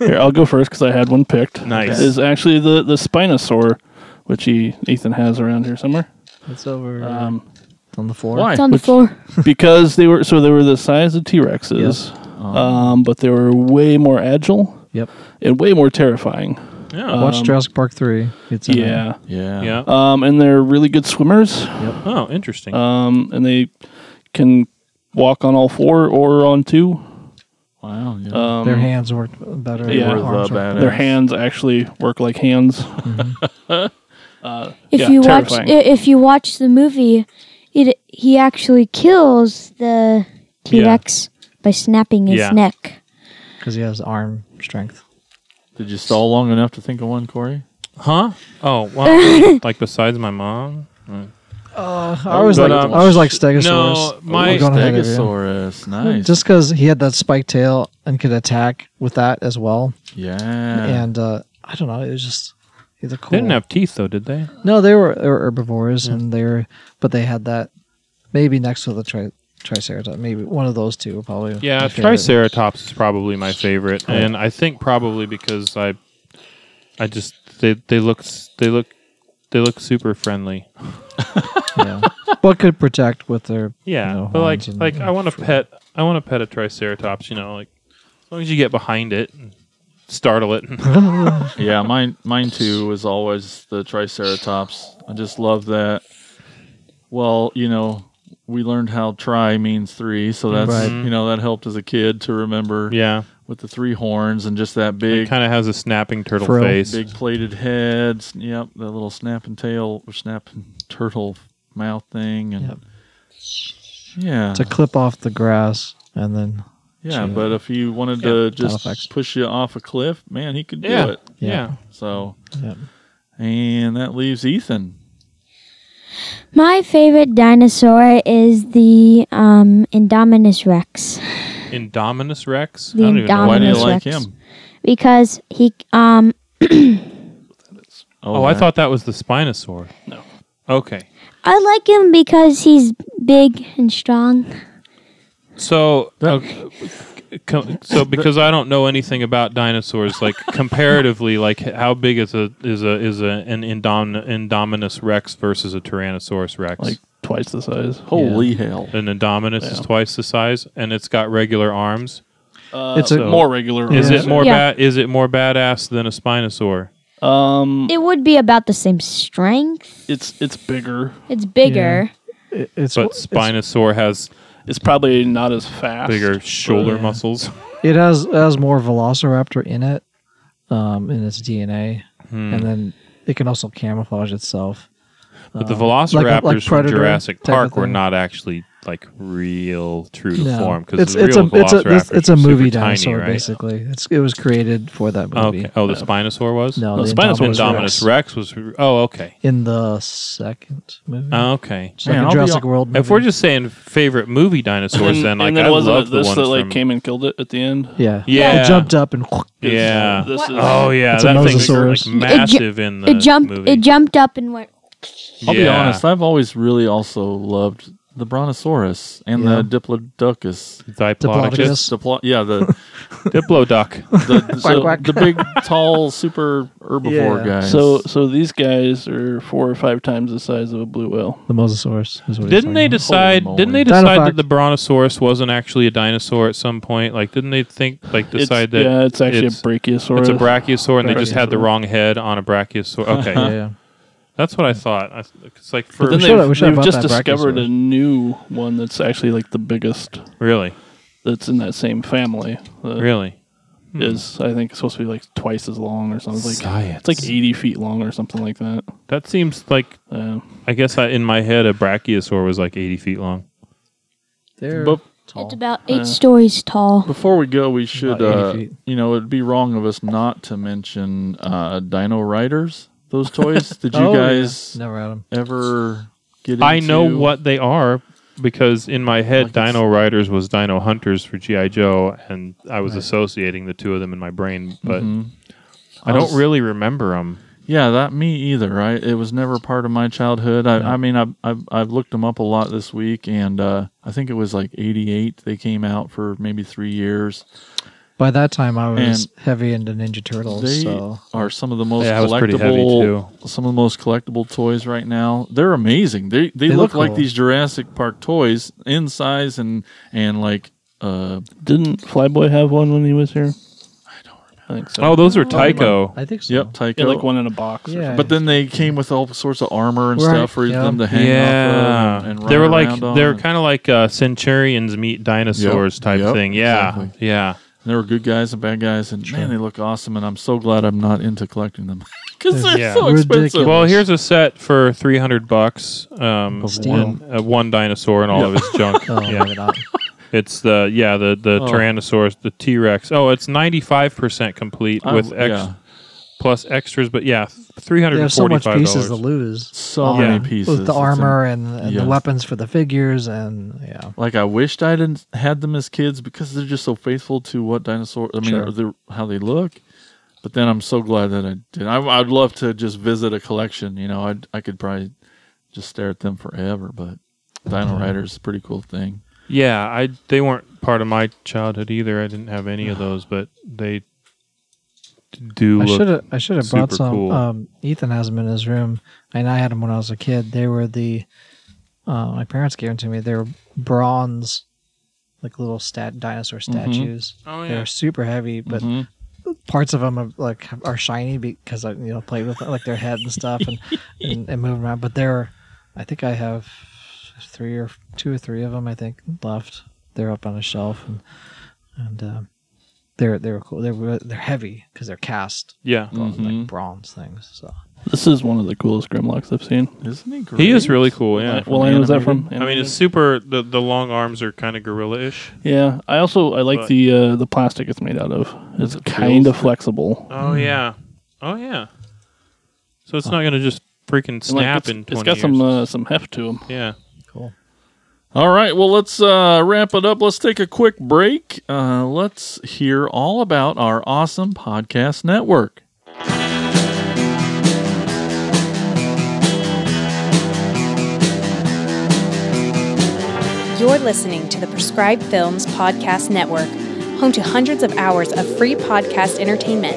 S4: Here, I'll go first because I had one picked.
S3: Nice.
S4: Is actually the the Spinosaur, which he Ethan has around here somewhere.
S5: It's over uh,
S4: Um,
S5: on the floor.
S2: why?
S6: It's on the
S4: Which-
S6: floor.
S4: because they were so they were the size of T Rexes, um, but they were way more agile
S5: Yep.
S4: and way more terrifying.
S2: Yeah.
S5: Watch Jurassic Park three. It's uh, in there.
S4: yeah.
S2: Um, yeah.
S3: Uh, Yeah.
S4: Um, and they're really good swimmers.
S3: oh, interesting.
S4: Um, and they can walk on all four or on two.
S2: Wow. Yeah.
S3: Uh,
S4: Um,
S5: Their hands work better.
S4: Yeah.
S5: their
S4: Were the
S5: arms work
S2: badass.
S4: their hands actually work like hands.
S6: If
S4: Yeah,
S6: you watch,
S4: terrifying.
S6: i- if you watch the movie, it he actually kills the T Rex by snapping his
S3: Yeah.
S6: neck.
S5: because he has arm strength.
S2: Did you stall long enough to think of one, Corey?
S3: huh? Oh, [LAUGHS] wow. like besides my mom?
S5: I always
S3: but,
S5: like
S3: um,
S5: I always like Stegosaurus.
S3: no, my-
S5: We're going ahead of you.
S2: Stegosaurus. Nice.
S5: Hmm, Just because he had that spiked tail and could attack with that as well,
S2: yeah.
S5: and uh, I don't know, it was just either cool.
S3: They didn't have teeth though, did they?
S5: no, they were, they were herbivores, and they were, but they had that maybe next to the tri- triceratops, maybe one of those two, probably.
S3: Yeah,
S5: my favorite.
S3: Triceratops is probably my favorite, and I think probably because I, I just they they look s- they look they look super friendly.
S5: Yeah. but could protect with their
S3: Yeah,
S5: you know,
S3: but like
S5: horns and-
S3: like I want to pet I want to pet a Triceratops. You know, like as long as you get behind it, and startle [LAUGHS] it.
S2: Yeah, mine mine too was always the Triceratops. I just love that. Well, you know, we learned how tri means three, so that's
S5: Right.
S2: you know that helped as a kid to remember.
S3: yeah,
S2: with the three horns and just that
S3: it
S2: big
S3: kind of has a snapping turtle
S5: Frill.
S3: face.
S2: big plated head. s- Yep, that little snapping tail or snapping turtle mouth thing, and
S5: Yep.
S2: yeah,
S5: to clip off the grass and then
S2: yeah. But if you wanted to just
S5: Halifax.
S2: push you off a cliff, man, he could do
S3: Yeah.
S2: it.
S5: Yeah.
S3: yeah.
S2: So,
S5: Yep.
S2: and that leaves Ethan.
S6: My favorite dinosaur is the um, Indominus Rex
S3: Indominus Rex.
S6: The
S3: I don't even know.
S2: Why do you
S6: Indominus
S2: like
S6: Rex.
S2: him?
S6: because he um,
S3: Oh, I
S2: that-
S3: thought that was the Spinosaur.
S4: No.
S3: Okay.
S6: I like him because he's big and strong.
S3: So, okay, com-
S5: [LAUGHS]
S3: so because I don't know anything about dinosaurs, like comparatively, like how big is a is a is a an Indom- Indominus Rex versus a Tyrannosaurus Rex?
S4: Like twice the size.
S2: Holy hell.
S3: an Indominus is twice the size, and it's got regular arms.
S4: Uh,
S5: It's a-
S4: so- more regular.
S3: Is
S5: Yeah.
S3: it more
S6: Yeah.
S3: bad? Is it more badass than a Spinosaur?
S4: Um,
S6: It would be about the same strength.
S4: it's it's bigger.
S6: It's bigger.
S5: it, it's
S3: But
S5: it's-
S3: Spinosaur has
S4: It's probably not as fast.
S3: bigger shoulder
S5: Yeah.
S3: muscles.
S5: It has it has more Velociraptor in it, um, in its DNA,
S3: Hmm.
S5: and then it can also camouflage itself.
S3: But the
S5: Um, like a-
S3: Velociraptors
S5: like
S3: from
S5: Predator
S3: Jurassic
S5: type of
S3: Park were
S5: thing.
S3: not actually like real true to
S5: No.
S3: form because
S5: it's
S3: the
S5: it's a
S3: real
S5: it's a it's,
S3: Velociraptors
S5: it's a
S3: are super
S5: movie
S3: tiny,
S5: dinosaur
S3: right?
S5: basically. It's it was created for that
S3: Oh,
S5: movie. Uh,
S3: okay. Oh, the Spinosaur was
S5: No,
S4: No,
S5: the
S4: Spinosaurus
S5: Indominus
S3: Indominus Rex was. Oh, okay.
S5: in the second movie,
S3: Oh, okay.
S5: second
S2: Man, I'll be
S5: Jurassic
S2: all-
S5: World. Mm-hmm. Movie.
S3: If we're just saying favorite movie dinosaurs,
S4: And,
S3: then like
S4: and then
S3: I
S4: wasn't
S3: love
S4: it
S3: the
S4: this
S3: ones
S4: that like
S3: from-
S4: came and killed it at the end?
S5: yeah,
S3: Yeah.
S5: it jumped up and [LAUGHS]
S3: Yeah.
S4: This is,
S3: Oh yeah,
S5: It's a
S3: that thing's
S5: Mosasaurus.
S3: like massive in the
S6: it jumped.
S3: movie.
S6: It jumped up and went.
S2: I'll be
S3: Yeah.
S2: honest, I've always really also loved the Brontosaurus and the
S5: Yeah.
S2: Diplodocus.
S3: Diplodocus.
S5: Diplodocus.
S2: Diplo- yeah, the
S3: Diplodoc.
S2: the, so
S5: [LAUGHS] Quack, quack.
S2: the big tall super herbivore
S5: Yeah.
S2: guy.
S4: So so these guys are four or five times the size of a blue whale.
S5: The mosasaurus. Is what he's
S3: Didn't
S5: talking
S3: they
S5: about.
S3: decide?
S2: moly.
S3: Didn't they decide
S5: Dinofact.
S3: that the Brontosaurus wasn't actually a dinosaur at some point? Like, didn't they think like
S4: It's-
S3: decide that
S4: yeah, it's actually
S3: it's-
S4: a brachiosaurus.
S3: it's a brachiosaur and they just had the
S5: Brachiosaur.
S3: wrong head on a brachiosaur? Okay,
S5: [LAUGHS] Yeah, yeah.
S3: that's what I thought. I, it's like
S4: But
S3: for
S4: then
S5: We should've-
S4: they've,
S5: we should've
S4: they've
S5: bought
S4: just
S5: that
S4: discovered
S5: brachiosaurus.
S4: a new one that's actually like the biggest
S3: really,
S4: that's in that same family. that
S3: really. Hmm.
S4: Is I think supposed to be like twice as long or something. It's Like,
S3: Science.
S4: it's like eighty feet long or something like that. Um,
S3: That seems like
S4: Yeah.
S3: I guess I, in my head a brachiosaur was like eighty feet long.
S5: They're
S2: But
S5: tall.
S6: It's about eight stories tall.
S2: before we go, we should,
S5: About 80
S2: uh,
S5: feet.
S2: you know, it'd be wrong of us not to mention uh, Dino Riders. Those toys.
S5: [LAUGHS]
S2: Did you
S5: Oh, yeah.
S2: guys
S5: never had them.
S2: ever get?
S3: I know
S2: into-
S3: what they are because in my head,
S2: Like it's-
S3: Dino Riders was Dino Hunters for GI Joe, and I was associating the two of them in my brain, but
S2: Mhm.
S3: I don't really remember them.
S2: Yeah, that me either. Right, it was never part of my childhood. I, I mean, I, I've I've looked them up a lot this week, and uh, I think it was like '88. They came out for maybe three years.
S5: By that time, I was
S2: And
S5: heavy into Ninja Turtles.
S2: They
S5: so
S2: are some of the most
S3: Yeah, I was pretty
S2: collectible.
S3: heavy,
S2: Some of the most collectible toys right now. They're amazing. They they,
S5: They
S2: look,
S5: look
S2: like
S5: cool.
S2: these Jurassic Park toys in size and and like uh
S4: Didn't Flyboy have one when he was here? I don't remember. I think so.
S3: Oh, those are Tycho.
S5: I think so.
S2: yep Tycho.
S4: yeah, like one in a box. Or
S5: Yeah.
S4: something.
S2: But then they came with all sorts of armor and
S5: Right,
S2: stuff for
S5: yeah.
S2: them to hang
S3: Yeah,
S2: off of and, and
S3: they
S2: run
S3: were like
S2: around on.
S3: they were kind of like uh, centurions meet dinosaurs type
S2: yep,
S3: thing. Yeah,
S2: exactly.
S3: yeah.
S2: There were good guys and bad guys, and man, they look awesome. And I'm so glad I'm not into collecting them [LAUGHS] because they're
S3: Yeah.
S2: so expensive.
S5: Ridiculous.
S3: Well, here's a set for three hundred bucks. Um,
S5: Of
S3: one, uh, one dinosaur and all of
S5: [LAUGHS]
S3: its junk.
S5: Oh,
S3: yeah,
S5: look it up.
S3: it's the yeah the the Tyrannosaurus, the T Rex. Oh, it's ninety five percent complete
S2: I-
S3: with ex-
S2: yeah.
S3: plus extras. But yeah, three
S5: Oh,
S3: hundred
S5: They have
S3: and
S5: so
S3: forty
S5: much
S3: five
S5: pieces to
S3: dollars.
S5: lose.
S2: so
S5: Um,
S3: Yeah.
S2: many pieces
S5: With
S2: It's
S5: the
S2: in-
S5: armor and, and
S2: yeah.
S5: the weapons for the figures, and yeah,
S2: like I wished I didn't had them as kids because they're just so faithful to what dinosaur. I mean,
S5: Sure.
S2: they're- how they look. But then I'm so glad that I did. I, I'd love to just visit a collection. You know, I I could probably just stare at them forever. But Dino
S5: Mm-hmm.
S2: Riders is a pretty cool thing.
S3: Yeah, I they weren't part of my childhood either. I didn't have any
S5: [SIGHS]
S3: of those, but they do
S5: I
S3: look.
S5: should have I should have brought
S3: super
S5: some.
S3: cool.
S5: Um, Ethan has them in his room, and I had them when I was a kid. They were the uh, my parents gave them to me. They were bronze, like little stat dinosaur
S2: Mm-hmm.
S5: statues.
S3: Oh, yeah. Mm-hmm.
S5: They were super heavy, but
S2: Mhm.
S5: parts of them are like are shiny because I you know played with like their head and stuff
S3: [LAUGHS]
S5: and and, and move around. But they're I think I have three or two or three of them I think left. They're up on a shelf and and um, they're they're cool. They're they're heavy because they're cast
S3: yeah,
S5: bron-
S2: Mhm.
S5: like bronze things. So
S4: this is one of the coolest Grimlocks I've seen.
S2: Isn't he great?
S3: he is really cool. Yeah,
S4: Well, what line was that
S2: animated?
S4: from?
S3: I mean, it's super. The, the long arms are kind of gorilla-ish.
S4: yeah. I also I like
S3: But-
S4: the uh, the plastic it's made out of. It's kind of flexible.
S3: Oh yeah, oh yeah. So it's not gonna just freaking
S4: And, like,
S3: snap
S4: it's-
S3: in. 20
S4: it's got some uh, some heft to them.
S3: yeah.
S5: cool.
S2: All right, well, let's uh, wrap it up. Let's take a quick break. Uh, let's hear all about our awesome podcast network.
S7: You're listening to the Prescribed Films Podcast Network, home to hundreds of hours of free podcast entertainment.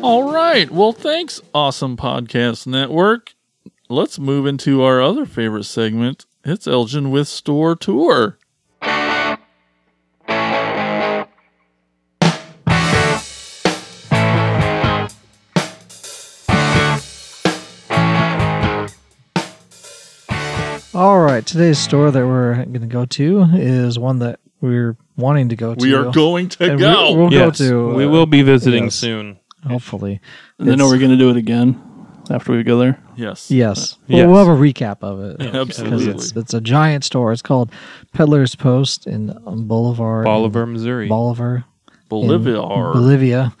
S2: All right, well, thanks, Awesome Podcast Network. Let's move into our other favorite segment. It's Elgin with Store Tour.
S5: All right, today's store that we're going to go to is one that we're wanting to go to.
S2: We are going to
S5: And we-
S2: go.
S5: we'll
S3: Yes,
S5: go to.
S3: we
S5: uh,
S3: will be visiting
S5: yes.
S3: soon.
S5: hopefully.
S4: And then
S5: It's-
S4: are we going to do it again? after we go there?
S2: Yes.
S5: Yes.
S3: Yes.
S5: Well, we'll have a recap of it. Because
S2: Absolutely.
S5: it's, it's a giant store. It's called Peddler's Post in um, Boulevard.
S3: Bolivar, Missouri.
S5: Bolivar. in
S2: Bolivia or
S5: Bolivia.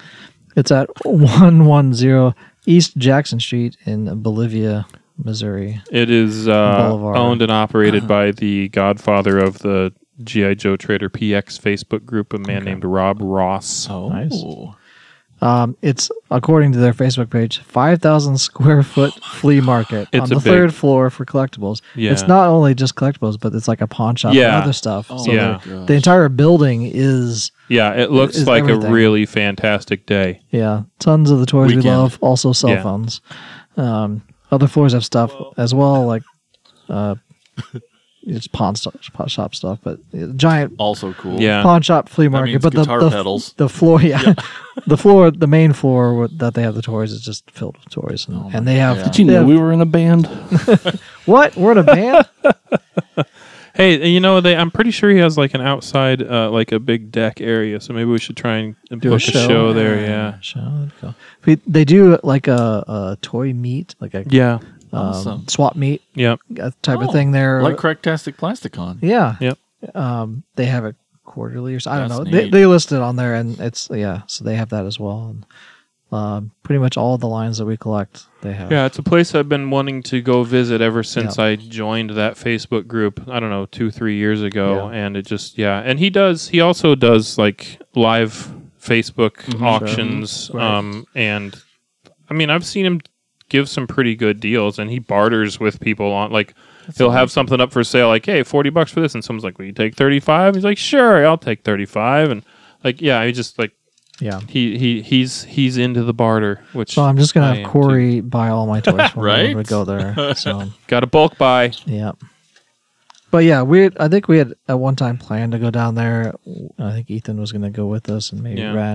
S5: It's at 110 East Jackson Street in Bolivia, Missouri.
S3: It is uh,
S5: Boulevard.
S3: owned and operated by the godfather of the GI Joe Trader PX Facebook group, a man named Rob Ross.
S2: Oh.
S5: Um, it's, according to their Facebook page, 5,000 square foot flea market
S3: It's
S5: on
S3: a
S5: the
S3: big-
S5: third floor for collectibles. It's
S3: Yeah.
S5: not only just collectibles, but it's like a pawn shop
S3: Yeah. Oh
S5: and other stuff. so
S3: yeah.
S5: the- the entire building is,
S3: Yeah, it looks
S5: It's
S3: like a
S5: everything.
S3: really fantastic day.
S5: yeah, tons of the toys we
S2: Weekend.
S5: love, also cell
S3: Yeah.
S5: phones. Um, other floors have stuff as well, like uh, [LAUGHS] it's pawn, st- pawn shop stuff, but uh, giant
S2: Also cool.
S3: Yeah.
S5: pawn shop flea
S2: means
S5: market, but the
S2: guitar
S5: the,
S2: pedals.
S5: the floor, [LAUGHS] yeah, the floor, the main floor where- that they have the toys is just filled with toys, and,
S3: Oh
S5: and they have.
S2: God.
S4: Did you
S5: they
S4: know
S5: have-
S4: we were in a band?
S5: what? We're in
S3: [LAUGHS]
S5: a band.
S3: Hey, uh, you know, they, I'm pretty sure he has like an outside, uh, like a big deck area. So maybe we should try and book a show, there. Yeah.
S5: show. that'd go. We- They do like a, a toy meet, like a
S3: Yeah.
S5: um,
S2: Awesome.
S5: swap meet
S3: Yep.
S5: uh, type
S2: Oh,
S5: of thing there.
S2: Like Cracktastic Plasticon.
S5: yeah,
S3: Yep.
S5: um, they have it quarterly or so. I don't
S2: That's
S5: know.
S2: neat.
S5: They, they list it on there, and it's yeah. So they have that as well. And, um, pretty much all the lines that we collect, they have.
S3: Yeah, it's a place I've been wanting to go visit ever since
S5: Yeah.
S3: I joined that Facebook group. I don't know, two, three years ago,
S5: Yeah.
S3: and it just yeah. And he does. He also does like live Facebook
S5: Mm-hmm.
S3: auctions. Um, and I mean, I've seen him give some pretty good deals, and he barters with people on like. He'll have something up for sale, like, "Hey, forty bucks for this," and someone's like, "Will you take 35? He's like, "Sure, I'll take 35. And like, yeah, he just like
S5: yeah.
S3: he he he's he's into the barter, which
S5: So I'm just
S3: I
S5: gonna have
S3: am, too.
S5: Corey buy all
S3: [LAUGHS]
S5: my toys for me
S2: Right?
S5: when we go there. So [LAUGHS]
S3: got a bulk buy.
S5: yeah, but yeah, we I think we had at one time planned to go down there. I think Ethan was gonna go with us and maybe
S3: Yeah.
S5: Ren,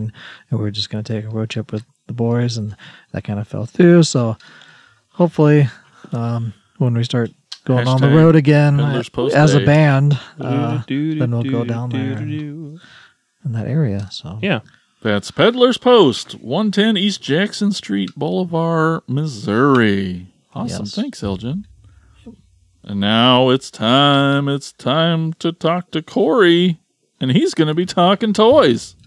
S5: and we were just gonna take a road trip with the boys, and that kind of fell through. So hopefully, um, when we start going on the
S2: Hashtag
S5: road again
S2: Fiddler's Post
S5: as
S2: Day.
S5: a band uh,
S3: Do, do,
S5: then we'll go
S3: do,
S5: down
S3: do,
S5: there.
S3: do, do.
S5: in that area. So
S3: Yeah.
S2: That's Peddler's Post, 110 East Jackson Street, Bolivar, Missouri. Awesome.
S5: Yes.
S2: Thanks, Elgin. And now it's time. It's time to talk to Corey, and he's going to be talking toys.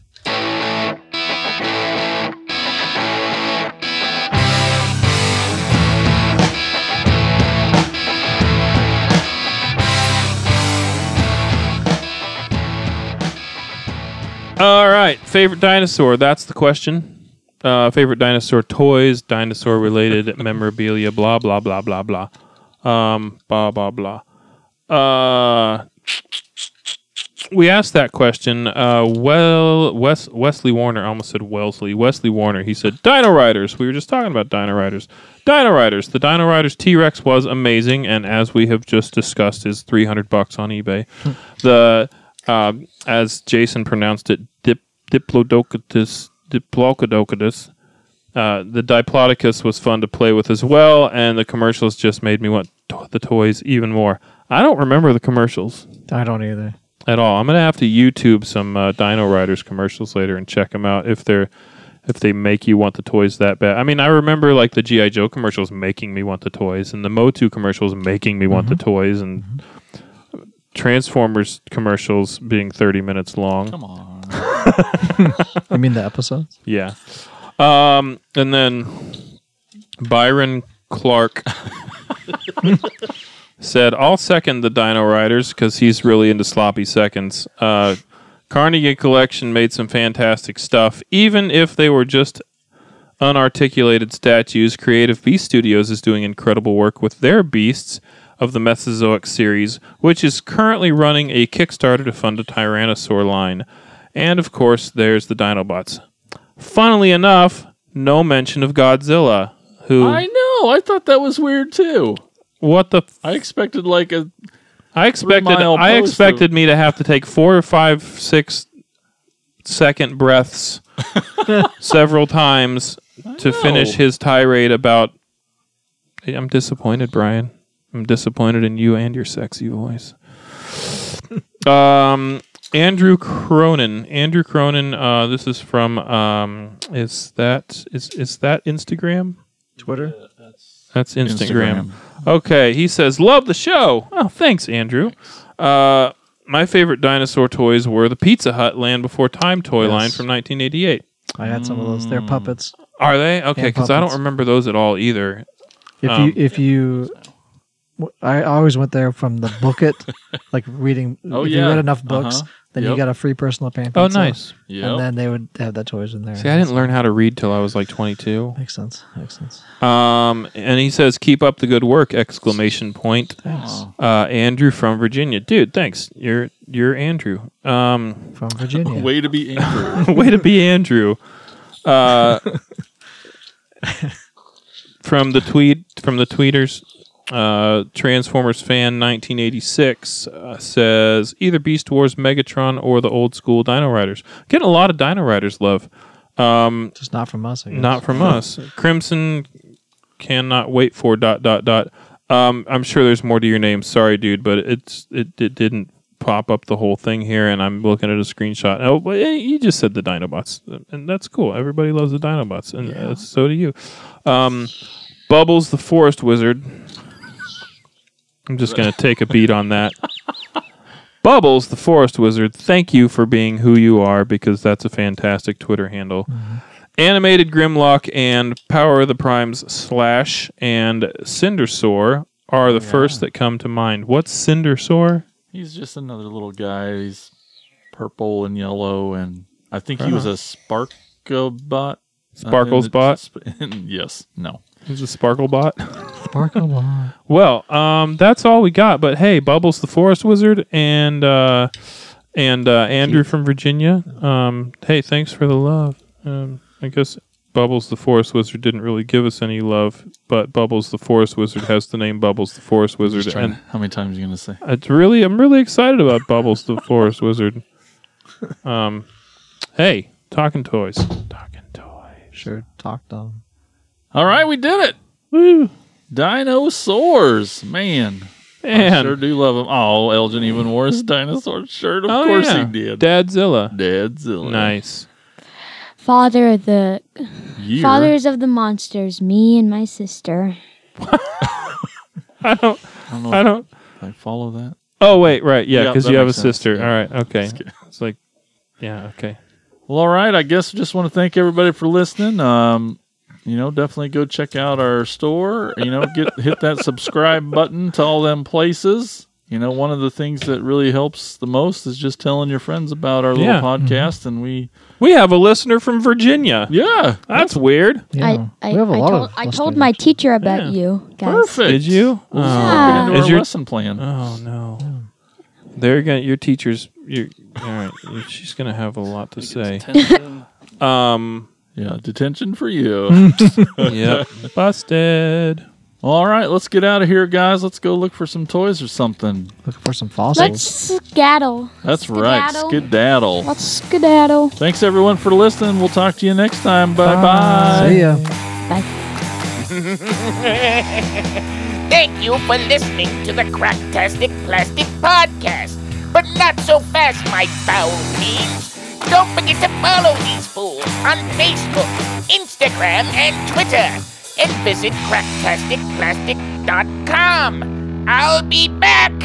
S3: All right. Favorite dinosaur. That's the question. Uh, favorite dinosaur toys, dinosaur related [LAUGHS] memorabilia, blah, blah, blah, blah, blah. Um, blah, blah, blah. Uh, we asked that question. Uh, well, Wes, Wesley Warner I almost said Wellesley. Wesley Warner. He said Dino Riders. We were just talking about Dino Riders. Dino Riders. The Dino Riders T Rex was amazing, and as we have just discussed, is three hundred bucks on eBay.
S5: Hmm.
S3: the um as Jason pronounced it, dip, Diplodocus. Diplodocus. Uh, the Diplodocus was fun to play with as well, and the commercials just made me want to- the toys even more. I don't remember the commercials
S5: I don't either.
S3: at all. I'm gonna have to YouTube some uh, Dino Riders commercials later and check them out if they're if they make you want the toys that bad. I mean, I remember like the GI Joe commercials making me want the toys, and the Motu commercials making me
S2: Mm-hmm.
S3: want the toys, and Transformers commercials being 30 minutes long.
S2: Come on.
S5: I mean the episodes.
S3: Yeah. Um, and then Byron Clark said, I'll second the Dino Riders because he's really into sloppy seconds. Uh, Carnegie Collection made some fantastic stuff, even if they were just unarticulated statues. Creative Beast Studios is doing incredible work with their beasts of the Mesozoic series, which is currently running a Kickstarter to fund a Tyrannosaur line. And of course, there's the Dinobots. Funnily enough, no mention of Godzilla. Who?
S2: I know. I thought that was weird, too.
S3: what the? F-
S2: I expected, like, a.
S3: I expected.
S2: mile
S3: I
S2: post
S3: expected me to have to take four or five, six second breaths several times to finish
S2: know.
S3: his tirade about. Hey, I'm disappointed, Brian. I'm disappointed in you and your sexy voice. um, Andrew Cronin. Andrew Cronin. Uh, this is from. Um, is that is is that Instagram?
S5: Twitter.
S3: That's Instagram. Okay, he says, "Love the show." Oh, thanks, Andrew. Uh, my favorite dinosaur toys were the Pizza Hut Land Before Time toy
S5: Yes.
S3: line from 1988.
S5: I had some of those.
S3: Mm.
S5: They're puppets.
S3: Are they okay?
S5: Yeah,
S3: Because I don't
S5: puppets.
S3: remember those at all either.
S5: If
S3: Um,
S5: you if you, w- I always went there from the
S2: [LAUGHS]
S5: book it, like reading.
S2: Oh,
S5: if
S2: yeah.
S5: you read enough books,
S2: Uh-huh.
S5: then
S2: Yep.
S5: you got a free personal pan.
S3: Oh,
S5: pizza,
S3: nice.
S2: Yeah.
S5: And then they would have the toys in there.
S3: See, I didn't learn how to read till I was like 22.
S5: Makes sense. Makes sense.
S3: Um, and he says, "Keep up the good work!" Exclamation point.
S5: Thanks
S3: Uh, Andrew from Virginia, dude. Thanks. You're you're Andrew. Um,
S5: from
S2: [LAUGHS]
S5: Virginia.
S2: Way to be angry.
S3: [LAUGHS] way to be Andrew. Uh, [LAUGHS] from the tweet from the tweeters, uh, Transformers fan 1986 uh, says either Beast Wars, Megatron, or the old school Dino Riders. Getting a lot of Dino Riders love. Um,
S5: Just not from us. I guess. [LAUGHS]
S3: not from us. Crimson cannot wait for dot dot dot. Um, I'm sure there's more to your name. Sorry, dude, but it's it, it didn't pop up the whole thing here, and I'm looking at a screenshot. Oh, well, eh, you just said the Dinobots, and that's cool. Everybody loves the Dinobots, and uh, so do you. Um, Bubbles the Forest Wizard. I'm just gonna take a beat on that. Bubbles, the Forest Wizard, thank you for being who you are because that's a fantastic Twitter handle. Animated Grimlock and Power of the Primes Slash and Cindersore are the first that come to mind. What's Cindersore?
S2: He's just another little guy. He's purple and yellow, and I think he was a Sparkabot.
S3: Sparkles bot?
S2: [LAUGHS] yes. No.
S3: Is it Sparklebot?
S5: Sparkle Lawn.
S3: Well, um, that's all we got. But hey, Bubbles the Forest Wizard and uh, and uh, Andrew from Virginia. Um, hey, thanks for the love. Um, I guess Bubbles the Forest Wizard didn't really give us any love, but Bubbles the Forest Wizard has the name Bubbles the Forest Wizard,
S2: Trying-
S3: and
S2: how many times are you gonna say?
S3: it's really I'm really excited about Bubbles the Forest Wizard. Um, hey, talking toys, talking toys.
S5: Sure. Talked on.
S2: All right, we did it.
S3: Woo,
S2: Dinosaurs, man. I
S3: man!
S2: sure do love him. Oh, Elgin even wore his [LAUGHS] dinosaur shirt. Of
S3: Oh,
S2: course
S3: yeah.
S2: he did.
S3: Dadzilla.
S2: Dadzilla.
S3: Nice.
S6: Father of the
S2: Year.
S6: fathers of the monsters, me and my sister.
S3: I don't.
S2: I don't know
S3: I don't.
S2: if I follow that.
S3: Oh wait, right, yeah,
S2: Yeah,
S3: because
S2: that
S3: you have a
S2: makes sense.
S3: sister.
S2: Yeah.
S3: All right, okay.
S2: kidding.
S3: It's like, yeah, okay.
S2: Well, all right. I guess just want to thank everybody for listening. Um, you know, definitely go check out our store. You know, get hit that subscribe button to all them places. You know, one of the things that really helps the most is just telling your friends about our little
S3: Yeah. mm-hmm.
S4: mm-hmm.
S2: podcast, and we
S3: We have a listener from Virginia.
S2: yeah,
S3: That's weird.
S5: Yeah.
S6: I, I,
S5: we have a
S6: I
S5: lot
S6: told,
S5: of.
S6: I
S5: listeners,
S6: told my
S5: actually.
S6: teacher about
S3: Yeah.
S6: you guys.
S2: perfect.
S3: Did you? Oh.
S2: We'll just
S6: Yeah.
S2: work it into
S3: Is
S2: our
S3: your-
S2: lesson plan.
S3: Oh no. They're gonna. Your teacher's. Your. All right. She's gonna have a lot to say. Um.
S2: [LAUGHS] yeah, detention for
S3: [LAUGHS] Hmm.
S2: you.
S3: Yep. Busted.
S2: all right, let's get out of here, guys. Let's go look for some toys or something.
S5: Looking for some fossils.
S6: Let's skedaddle.
S2: That's right,
S6: Skedaddle.
S2: skedaddle.
S6: Let's skedaddle.
S2: Thanks everyone for listening. We'll talk to you next time. Bye bye.
S5: See ya.
S1: Thank you for listening to the Cracktastic Plastic Podcast. But not so fast, my foul fiends. Don't forget to follow these fools on Facebook, Instagram, and Twitter. And visit cracktasticplastic.com. I'll be back.